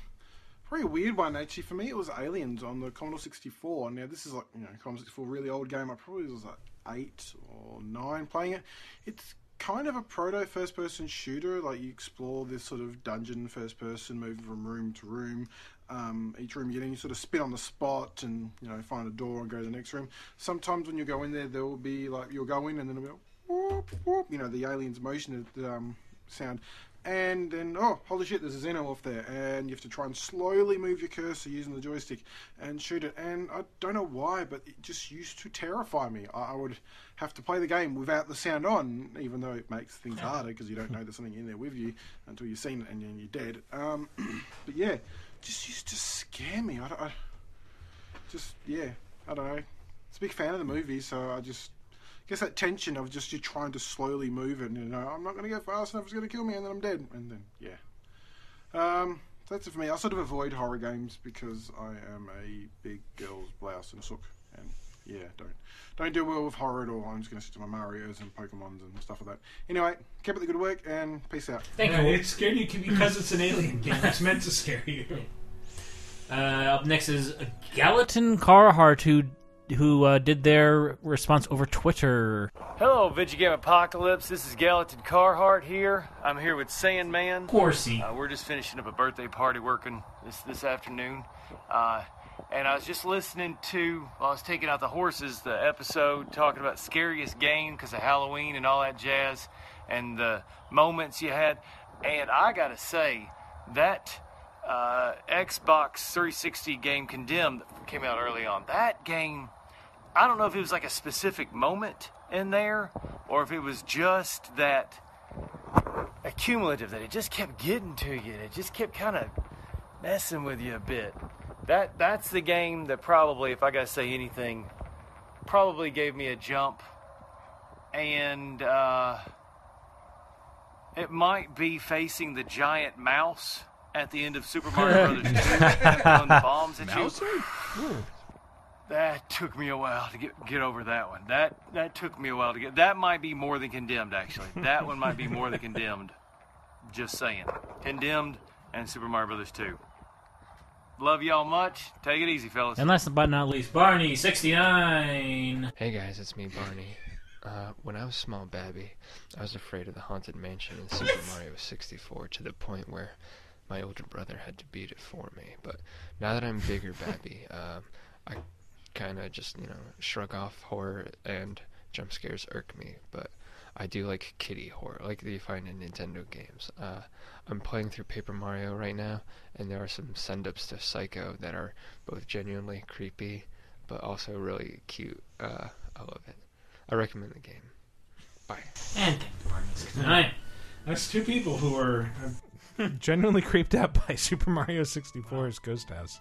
Speaker 23: pretty weird one actually. For me, it was Aliens on the Commodore 64. Now this is like you know Commodore 64, really old game. I probably was like eight or nine playing it. It's kind of a proto first person shooter. Like you explore this sort of dungeon first person, moving from room to room. Um, each room you get in, you sort of spin on the spot and you know find a door and go to the next room. Sometimes when you go in there, there will be like you'll go in and then it'll be whoop, whoop, you know the aliens motion the um, sound. And then, oh, holy shit, there's a Xeno off there. And you have to try and slowly move your cursor using the joystick and shoot it. And I don't know why, but it just used to terrify me. I, I would have to play the game without the sound on, even though it makes things harder because you don't know there's something in there with you until you've seen it and then you're dead. Um, but yeah, just used to scare me. I, don't- I- just, yeah, I don't know. It's a big fan of the movie, so I just I guess that tension of just you trying to slowly move it, and you know, I'm not going to go fast enough, it's going to kill me, and then I'm dead. And then, yeah. Um, so that's it for me. I sort of avoid horror games because I am a big girl's blouse and a sook. And yeah, don't don't do well with horror at all. I'm just going to stick to my Mario's and Pokemons and stuff like that. Anyway, keep up the good work and peace out.
Speaker 16: Yeah, It scared you because it's an alien game. It's meant to scare you.
Speaker 4: Uh, up next is a Gallatin Carhart, who who uh, did their response over Twitter.
Speaker 18: Hello, Video Game Apocalypse. This is Gallatin Carhart here. I'm here with Sandman. Of
Speaker 4: course he-
Speaker 18: Uh, we're just finishing up a birthday party working this this afternoon, uh, and I was just listening to while I was taking out the horses the episode talking about scariest game because of Halloween and all that jazz, and the moments you had. And I gotta say that uh, Xbox 360 game Condemned that came out early on. That game I don't know if it was like a specific moment in there or if it was just that accumulative that it just kept getting to you and it just kept kind of messing with you a bit. That that's the game that probably if I got to say anything probably gave me a jump and uh it might be facing the giant mouse at the end of Super Mario Brothers 2 throwing bombs at you. That took me a while to get get over that one. That that took me a while to get. That might be more than condemned, actually. That one might be more than condemned. Just saying, condemned and Super Mario Brothers two. Love y'all much. Take it easy, fellas.
Speaker 4: And last but not least, Barney sixty nine.
Speaker 24: Hey guys, it's me, Barney. Uh, when I was small, Babby, I was afraid of the Haunted Mansion in Super Mario 64 to the point where my older brother had to beat it for me. But now that I'm bigger, Babby, uh, I kind of just, you know, shrug off horror and jump scares irk me. But I do like kitty horror, like that you find in Nintendo games. Uh, I'm playing through Paper Mario right now, and there are some send ups to Psycho that are both genuinely creepy but also really cute. Uh, I love it. I recommend the game. Bye.
Speaker 15: And
Speaker 16: Alright. That's two people who are.
Speaker 2: Genuinely creeped out by Super Mario 64's Ghost House.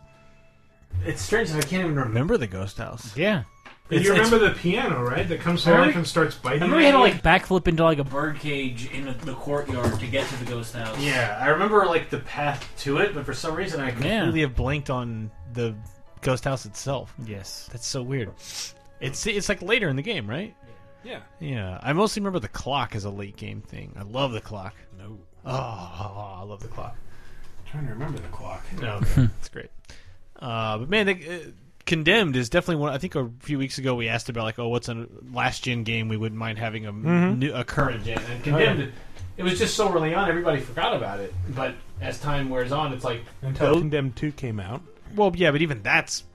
Speaker 13: It's strange that I can't even remember the ghost house.
Speaker 4: Yeah.
Speaker 16: And you remember the piano, right? That comes to life and starts
Speaker 15: I
Speaker 16: biting.
Speaker 15: remember we had to
Speaker 16: you?
Speaker 15: like
Speaker 4: backflip into like a bird
Speaker 15: cage in the, the courtyard to get to the ghost house.
Speaker 13: Yeah, I remember like the path to it, but for some reason I
Speaker 3: completely
Speaker 13: completely
Speaker 3: have blanked on the ghost house itself.
Speaker 4: Yes,
Speaker 3: that's so weird. It's it's like later in the game, right?
Speaker 16: Yeah.
Speaker 3: Yeah, I mostly remember the clock as a late game thing. I love the clock.
Speaker 16: No.
Speaker 3: Oh, I love the clock.
Speaker 16: trying to remember the clock.
Speaker 3: No, okay. it's great. Uh, but man, the, uh, Condemned is definitely one. I think a few weeks ago we asked about like, oh, what's a last gen game we wouldn't mind having a,
Speaker 13: Mhm.
Speaker 3: new, a current
Speaker 13: gen and condemned. it. It was just so early on, everybody forgot about it. But as time wears on, it's like
Speaker 3: oh,
Speaker 2: Until Condemned 2 came out.
Speaker 3: Well, yeah, but even that's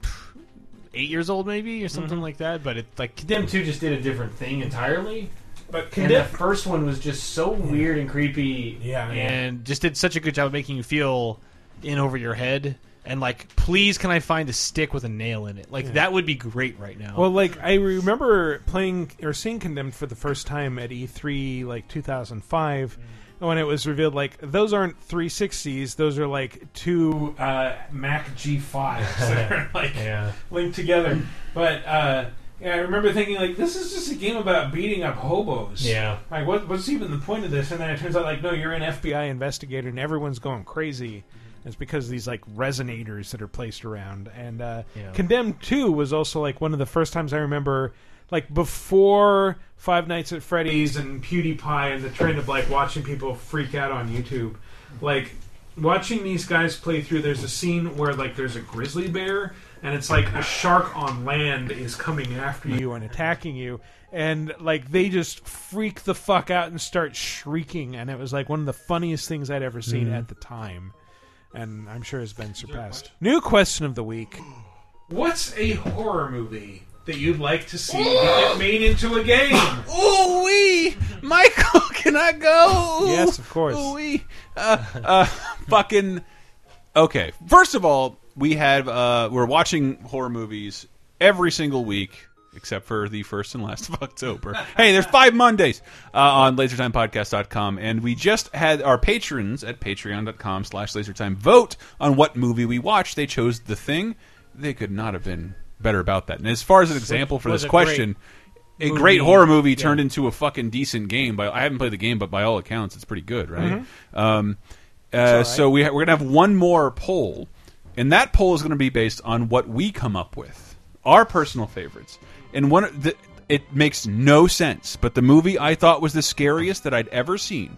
Speaker 3: eight years old maybe or something like that. But it's like
Speaker 13: Condemned Two just did a different thing entirely.
Speaker 16: But
Speaker 13: and the first one was just so weird and creepy.
Speaker 16: Yeah,
Speaker 3: and just did such a good job of making you feel in over your head. And like, please, can I find a stick with a nail in it? Like
Speaker 2: Yeah.
Speaker 3: that would be great right now.
Speaker 2: Well, like I remember playing or seeing Condemned for the first time at E3, like 2005,
Speaker 16: Mm.
Speaker 2: when it was revealed. Like those aren't 360s; those are like two uh, Mac G5s that are like linked together.
Speaker 16: But uh, yeah, I remember thinking like, this is just a game about beating up hobos.
Speaker 2: Yeah.
Speaker 16: Like, what, what's even the point of this? And then it turns out like, no, you're in F.
Speaker 2: FBI investigator, and everyone's going crazy. It's because of these like resonators that are placed around. And uh,
Speaker 16: Yeah.
Speaker 2: Condemned Two was also like one of the first times I remember, like before Five Nights at Freddy's
Speaker 16: Freddy's
Speaker 2: and
Speaker 16: and PewDiePie and the trend of like watching people freak out on YouTube. Like watching these guys play through. There's a scene where like there's a grizzly bear and it's like a shark on land is coming after you.
Speaker 2: you and attacking you, and like they just freak the fuck out and start shrieking. And it was like one of the funniest things I'd ever seen
Speaker 16: Mhm.
Speaker 2: at the time. And I'm sure has been surpassed. New question of the week.
Speaker 16: What's a horror movie that you'd like to see get made into a game?
Speaker 1: Ooh wee, Michael, can I go?
Speaker 2: Yes, of course.
Speaker 1: Ooh wee, uh, uh, fucking. Okay, first of all, we have uh, we're watching horror movies every single week except for the first and last of October. hey, there's five Mondays uh, on lasertimepodcast.com and we just had our patrons at patreon.com slash lasertime vote on what movie we watched. They chose The Thing. They could not have been better about that. And as far as an example for
Speaker 12: Was
Speaker 1: this
Speaker 12: a great
Speaker 1: question, a
Speaker 12: movie.
Speaker 1: great horror movie
Speaker 12: Yeah.
Speaker 1: turned into a fucking decent game. By I haven't played the game, but by all accounts, it's pretty good, right? Um, uh,
Speaker 12: Mm-hmm. all right.
Speaker 1: So we ha we're gonna have one more poll, and that poll is gonna be based on what we come up with, our personal favorites, and one. of The, it makes no sense, but the movie I thought was the scariest that I'd ever seen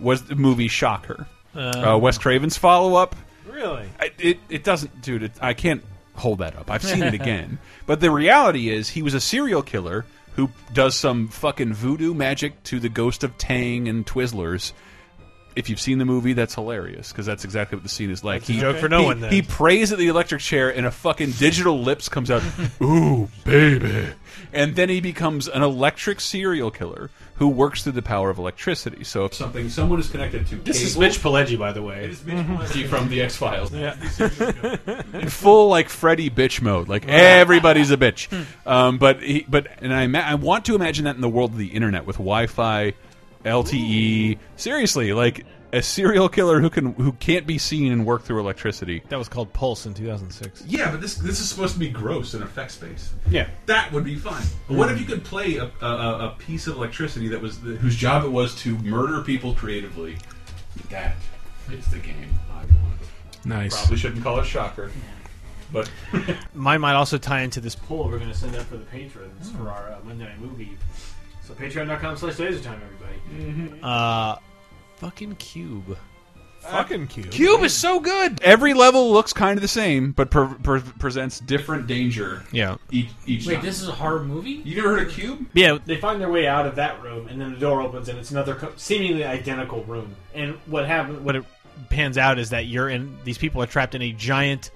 Speaker 1: was the movie Shocker,
Speaker 2: Uh.
Speaker 1: uh,
Speaker 12: Oh.
Speaker 1: Wes Craven's follow up.
Speaker 2: Really?
Speaker 1: I, it it doesn't, dude. It, I can't hold that up. I've seen it again. But the reality is, he was a serial killer who does some fucking voodoo magic to the ghost of Tang and Twizzlers. If you've seen the movie, that's hilarious because that's exactly what the scene is like.
Speaker 3: That's a joke for no
Speaker 1: he-
Speaker 3: one, then.
Speaker 1: He prays at the electric chair, and a fucking digital lips comes out. Ooh, baby! And then he becomes an electric serial killer who works through the power of electricity. So if something someone is connected to
Speaker 3: This is
Speaker 1: cable-
Speaker 3: Mitch Pileggi, by the way. It is
Speaker 1: Mitch
Speaker 2: Mhm.
Speaker 1: Pileggi from the X Files.
Speaker 2: Yeah.
Speaker 1: in full like Freddy bitch mode. Like everybody's a bitch.
Speaker 12: Hmm.
Speaker 1: Um, but he, but and I ma- I want to imagine that in the world of the internet with Wi-Fi, LTE. Seriously, like a serial killer who can who can't be seen and work through electricity.
Speaker 3: That was called Pulse in 2006.
Speaker 12: Yeah, but this this is supposed to be gross and effects based.
Speaker 3: Yeah.
Speaker 12: that would be fun. But What if
Speaker 1: Hmm.
Speaker 12: you could play a, a- a, a piece of electricity that was the, whose job it was to murder people creatively? That is the game I want.
Speaker 2: Nice.
Speaker 12: Probably shouldn't call it shocker, but
Speaker 3: Mine might also tie into this
Speaker 13: poll we're going to send out for the patrons for our uh, Monday Night Movie. So patreon.com slash lasertime, everybody.
Speaker 3: uh, fucking cube.
Speaker 2: Fucking cube.
Speaker 1: Cube is so good. Every level looks kind of the same, but pre pre presents different danger.
Speaker 3: Yeah.
Speaker 1: Each, each
Speaker 15: Wait,
Speaker 1: time.
Speaker 15: this is a horror movie?
Speaker 12: You never heard of Cube?
Speaker 3: Yeah.
Speaker 13: They find their way out of that room, and then the door opens, and it's another co- seemingly identical room. And what happened?
Speaker 3: What it pans out is that you're in. These people are trapped in a giant,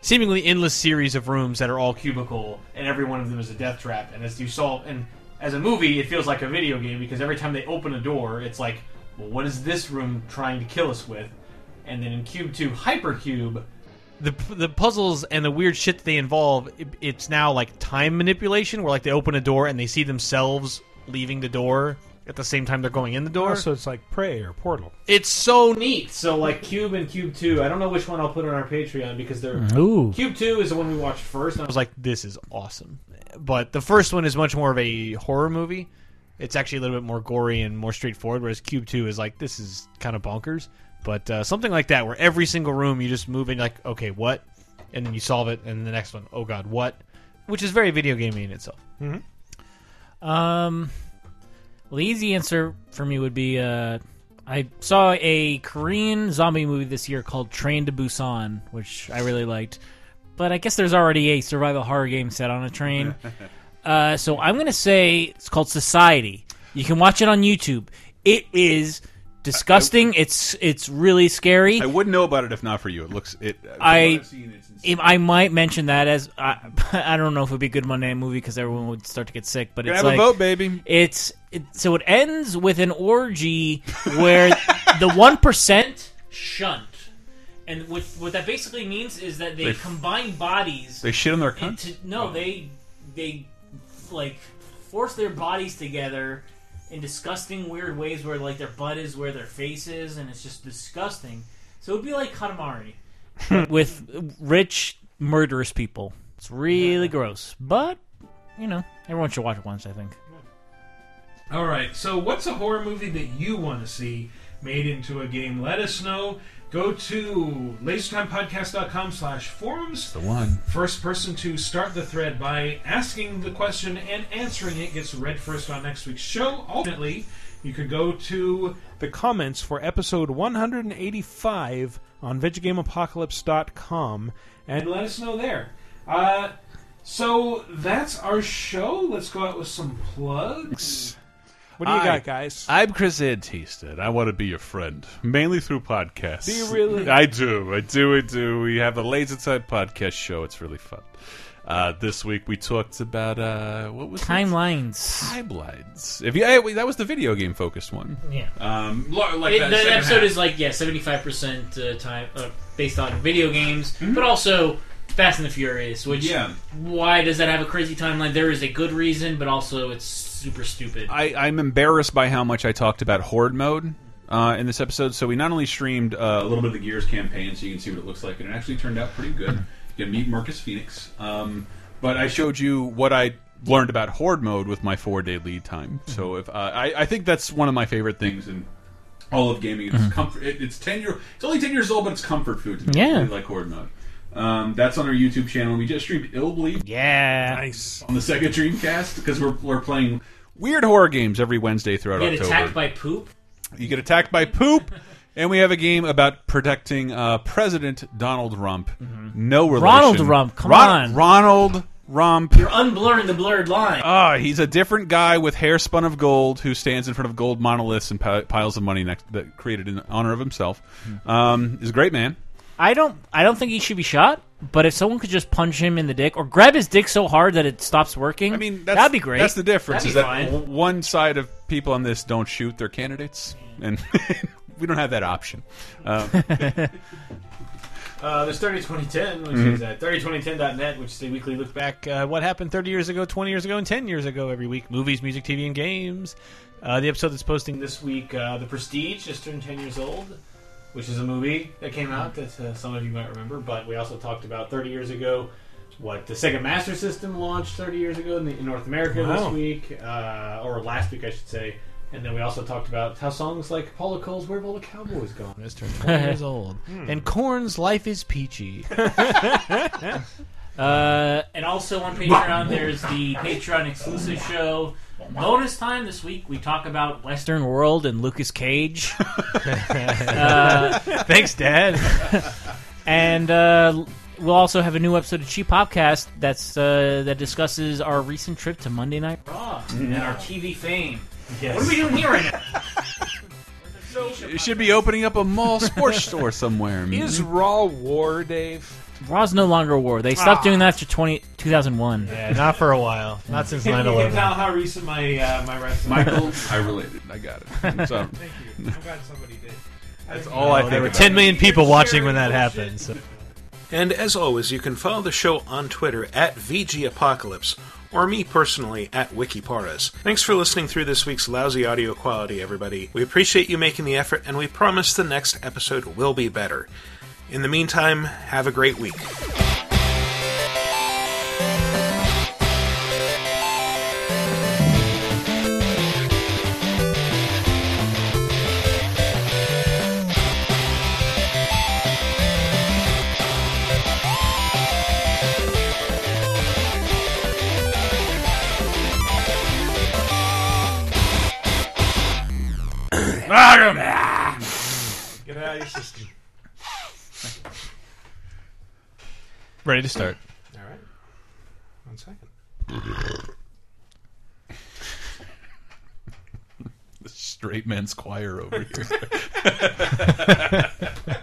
Speaker 3: seemingly endless series of rooms that are all
Speaker 13: cubicle, and every one of them is a death trap. And as you saw, and as a movie, it feels like a video game because every time they open a door, it's like, well, what is this room trying to kill us with? And then in Cube Two, Hypercube,
Speaker 3: the the puzzles and the weird shit that they involve. It, it's now like time manipulation, where like they open a door and they see themselves leaving the door at the same time they're going in the door.
Speaker 2: Oh, So it's like Prey or Portal.
Speaker 3: It's so neat.
Speaker 13: So like Cube and Cube Two, I don't know which one I'll put on our Patreon because they're
Speaker 3: Ooh.
Speaker 13: Cube Two is the one we watched first. And
Speaker 3: I was like, this is awesome. But the first one is much more of a horror movie. It's actually a little bit more gory and more straightforward, whereas Cube 2 is like, this is kind of bonkers. But uh, something like that, where every single room you just move in, like, okay, what? And then you solve it, and the next one, oh god, what? Which is very video gamey in itself.
Speaker 1: Mm-hmm.
Speaker 4: Um, well, the easy answer for me would be uh, I saw a Korean zombie movie this year called Train to Busan, which I really liked. But I guess there's already a survival horror game set on a train. uh, so I'm going to say it's called Society. You can watch it on YouTube. It is
Speaker 7: disgusting. it's it's really scary.
Speaker 1: I wouldn't know about it if not for you. It looks it. uh, from what
Speaker 7: I
Speaker 1: I've seen, it's
Speaker 7: if- I might mention that as I, I don't know if it would be a good Monday night movie because everyone would start to get sick. But
Speaker 1: Gonna
Speaker 7: it's
Speaker 1: have a
Speaker 7: like
Speaker 1: vote, baby.
Speaker 7: It's it, so it ends with an orgy where the one percent
Speaker 4: Shunt. And what what that basically means is that they,
Speaker 1: They f-
Speaker 4: combine bodies.
Speaker 1: they shit on their cunt?
Speaker 4: into-
Speaker 7: Oh.
Speaker 4: no, they they like force their bodies together in disgusting, weird ways where like their butt is where their face is, and it's just disgusting. So it'd be like Katamari.
Speaker 7: with rich murderous people. It's really gross, but you know everyone should watch it once. I think.
Speaker 2: All right. So, what's a horror movie that you want to see made into a game? Let us know. Go to lasertimepodcast.com slash forums.
Speaker 1: The one.
Speaker 2: First person to start the thread by asking the question and answering it gets read first on next week's show. Ultimately, you could go to
Speaker 25: the comments for episode 185 on VeggieGameApocalypse.com
Speaker 2: and let us know there. Uh, so that's our show. Let's go out with some plugs.
Speaker 25: What do you
Speaker 1: Hi,
Speaker 25: got, guys?
Speaker 1: I'm Chris Antista, and I want to be your friend, mainly through podcasts.
Speaker 25: Do you really?
Speaker 1: I do. I do. I do. We have a Laser Time podcast show. It's really fun. Uh, this week we talked about uh, what was it?
Speaker 7: Timelines.
Speaker 1: Timelines. If you, hey, wait, that was the video game focused one.
Speaker 4: Yeah.
Speaker 1: Um, lo- like
Speaker 4: It-
Speaker 1: that,
Speaker 4: the
Speaker 1: second
Speaker 4: episode
Speaker 1: half.
Speaker 4: is like yeah, seventy five percent time uh, based on video games, but also Fast and the Furious. Which
Speaker 1: Mm-hmm. Yeah.
Speaker 4: why does that have a crazy timeline? There is a good reason, but also it's super stupid.
Speaker 1: I, I'm embarrassed by how much I talked about Horde mode uh, in this episode. So we not only streamed uh, a little bit of the Gears campaign, so you can see what it looks like, and it actually turned out pretty good. You can meet Marcus Phoenix, um, but I showed you what I learned about Horde mode with my four day lead time. So if uh, I, I think that's one of my favorite things in all of gaming. It's
Speaker 26: Mhm.
Speaker 1: comfort. It, it's ten year. It's only ten years old, but it's comfort food to me.
Speaker 26: Yeah.
Speaker 1: I really like Horde mode. Um, that's on our YouTube channel. We just streamed Ill Bleed.
Speaker 7: Yeah,
Speaker 25: nice
Speaker 1: on the Sega Dreamcast because we're we're playing weird horror games every Wednesday throughout
Speaker 4: Get
Speaker 1: October.
Speaker 4: attacked by poop.
Speaker 1: You get attacked by poop, and we have a game about protecting uh, President Donald Rump. No relation.
Speaker 7: Mm-hmm. Ronald Rump, come
Speaker 1: Ron-
Speaker 7: on.
Speaker 1: Ronald Rump. You're
Speaker 4: unblurring the blurred line.
Speaker 1: Ah, he's a different guy with hair spun of gold who stands in front of gold monoliths and pi- piles of money next that created in honor of himself. Um, he's a great man.
Speaker 7: Hmm. I don't. I don't think he should be shot. But if someone could just punch him in the dick or grab his dick so hard that it stops working, I mean, that'd be great.
Speaker 1: That's the difference.
Speaker 7: That'd
Speaker 1: Is
Speaker 7: be
Speaker 1: that
Speaker 7: fine.
Speaker 1: w- one side of people on this don't shoot their candidates, and we don't have that option. Um,
Speaker 3: Uh, there's 30 2010, which
Speaker 1: Mhm.
Speaker 3: is uh, at 302010.net, which is a weekly look back uh, what happened 30 years ago, 20 years ago, and 10 years ago every week. Movies, music, TV, and games. Uh, the episode that's posting this week, uh, The Prestige, just turned 10 years old, which is a movie that came out that uh, some of you might remember. But we also talked about 30 years ago what the Sega Master System launched 30 years ago in, the, in North America
Speaker 27: Wow.
Speaker 3: this week, uh, or last week, I should say. And then we also talked about how songs like Paula Cole's Where Have All the Cowboys Gone has turned
Speaker 28: 20 years old.
Speaker 3: Hmm.
Speaker 28: And Corn's life is peachy.
Speaker 7: Uh,
Speaker 4: and also on Patreon, there's the Patreon exclusive show. Bonus time this week, we talk about West.
Speaker 7: Western World and Lucas Cage. Uh,
Speaker 28: Thanks, Dad.
Speaker 7: and uh, we'll also have a new episode of Cheap Popcast that's uh, that discusses our recent trip to Monday Night
Speaker 2: Ah.
Speaker 7: Raw.
Speaker 28: Mm-hmm.
Speaker 4: and our TV fame.
Speaker 3: Yes.
Speaker 4: What are we doing here right now?
Speaker 1: it should be opening up a mall sports store somewhere.
Speaker 25: Is Raw War, Dave?
Speaker 7: Raw's no longer a war. They stopped
Speaker 25: Ah.
Speaker 7: doing that after 20, 2001.
Speaker 28: Yeah, not for a while. Not since
Speaker 2: You can tell how recent my uh, my wrestling.
Speaker 1: Michael, I related. I got it. I'm sorry.
Speaker 2: Thank you. I'm glad somebody did.
Speaker 1: That's
Speaker 2: think-
Speaker 1: all I
Speaker 28: There
Speaker 1: think
Speaker 28: were
Speaker 1: about
Speaker 28: 10 million people watching when that happened. so-
Speaker 29: And as always, you can follow the show on Twitter at VGApocalypse or me personally at Wikiparas. Thanks for listening through this week's lousy audio quality, everybody. We appreciate you making the effort, and we promise the next episode will be better. In the meantime, have a great week.
Speaker 2: Get it out of your system.
Speaker 28: Ready to start.
Speaker 2: All right. One second.
Speaker 1: the straight men's choir over here.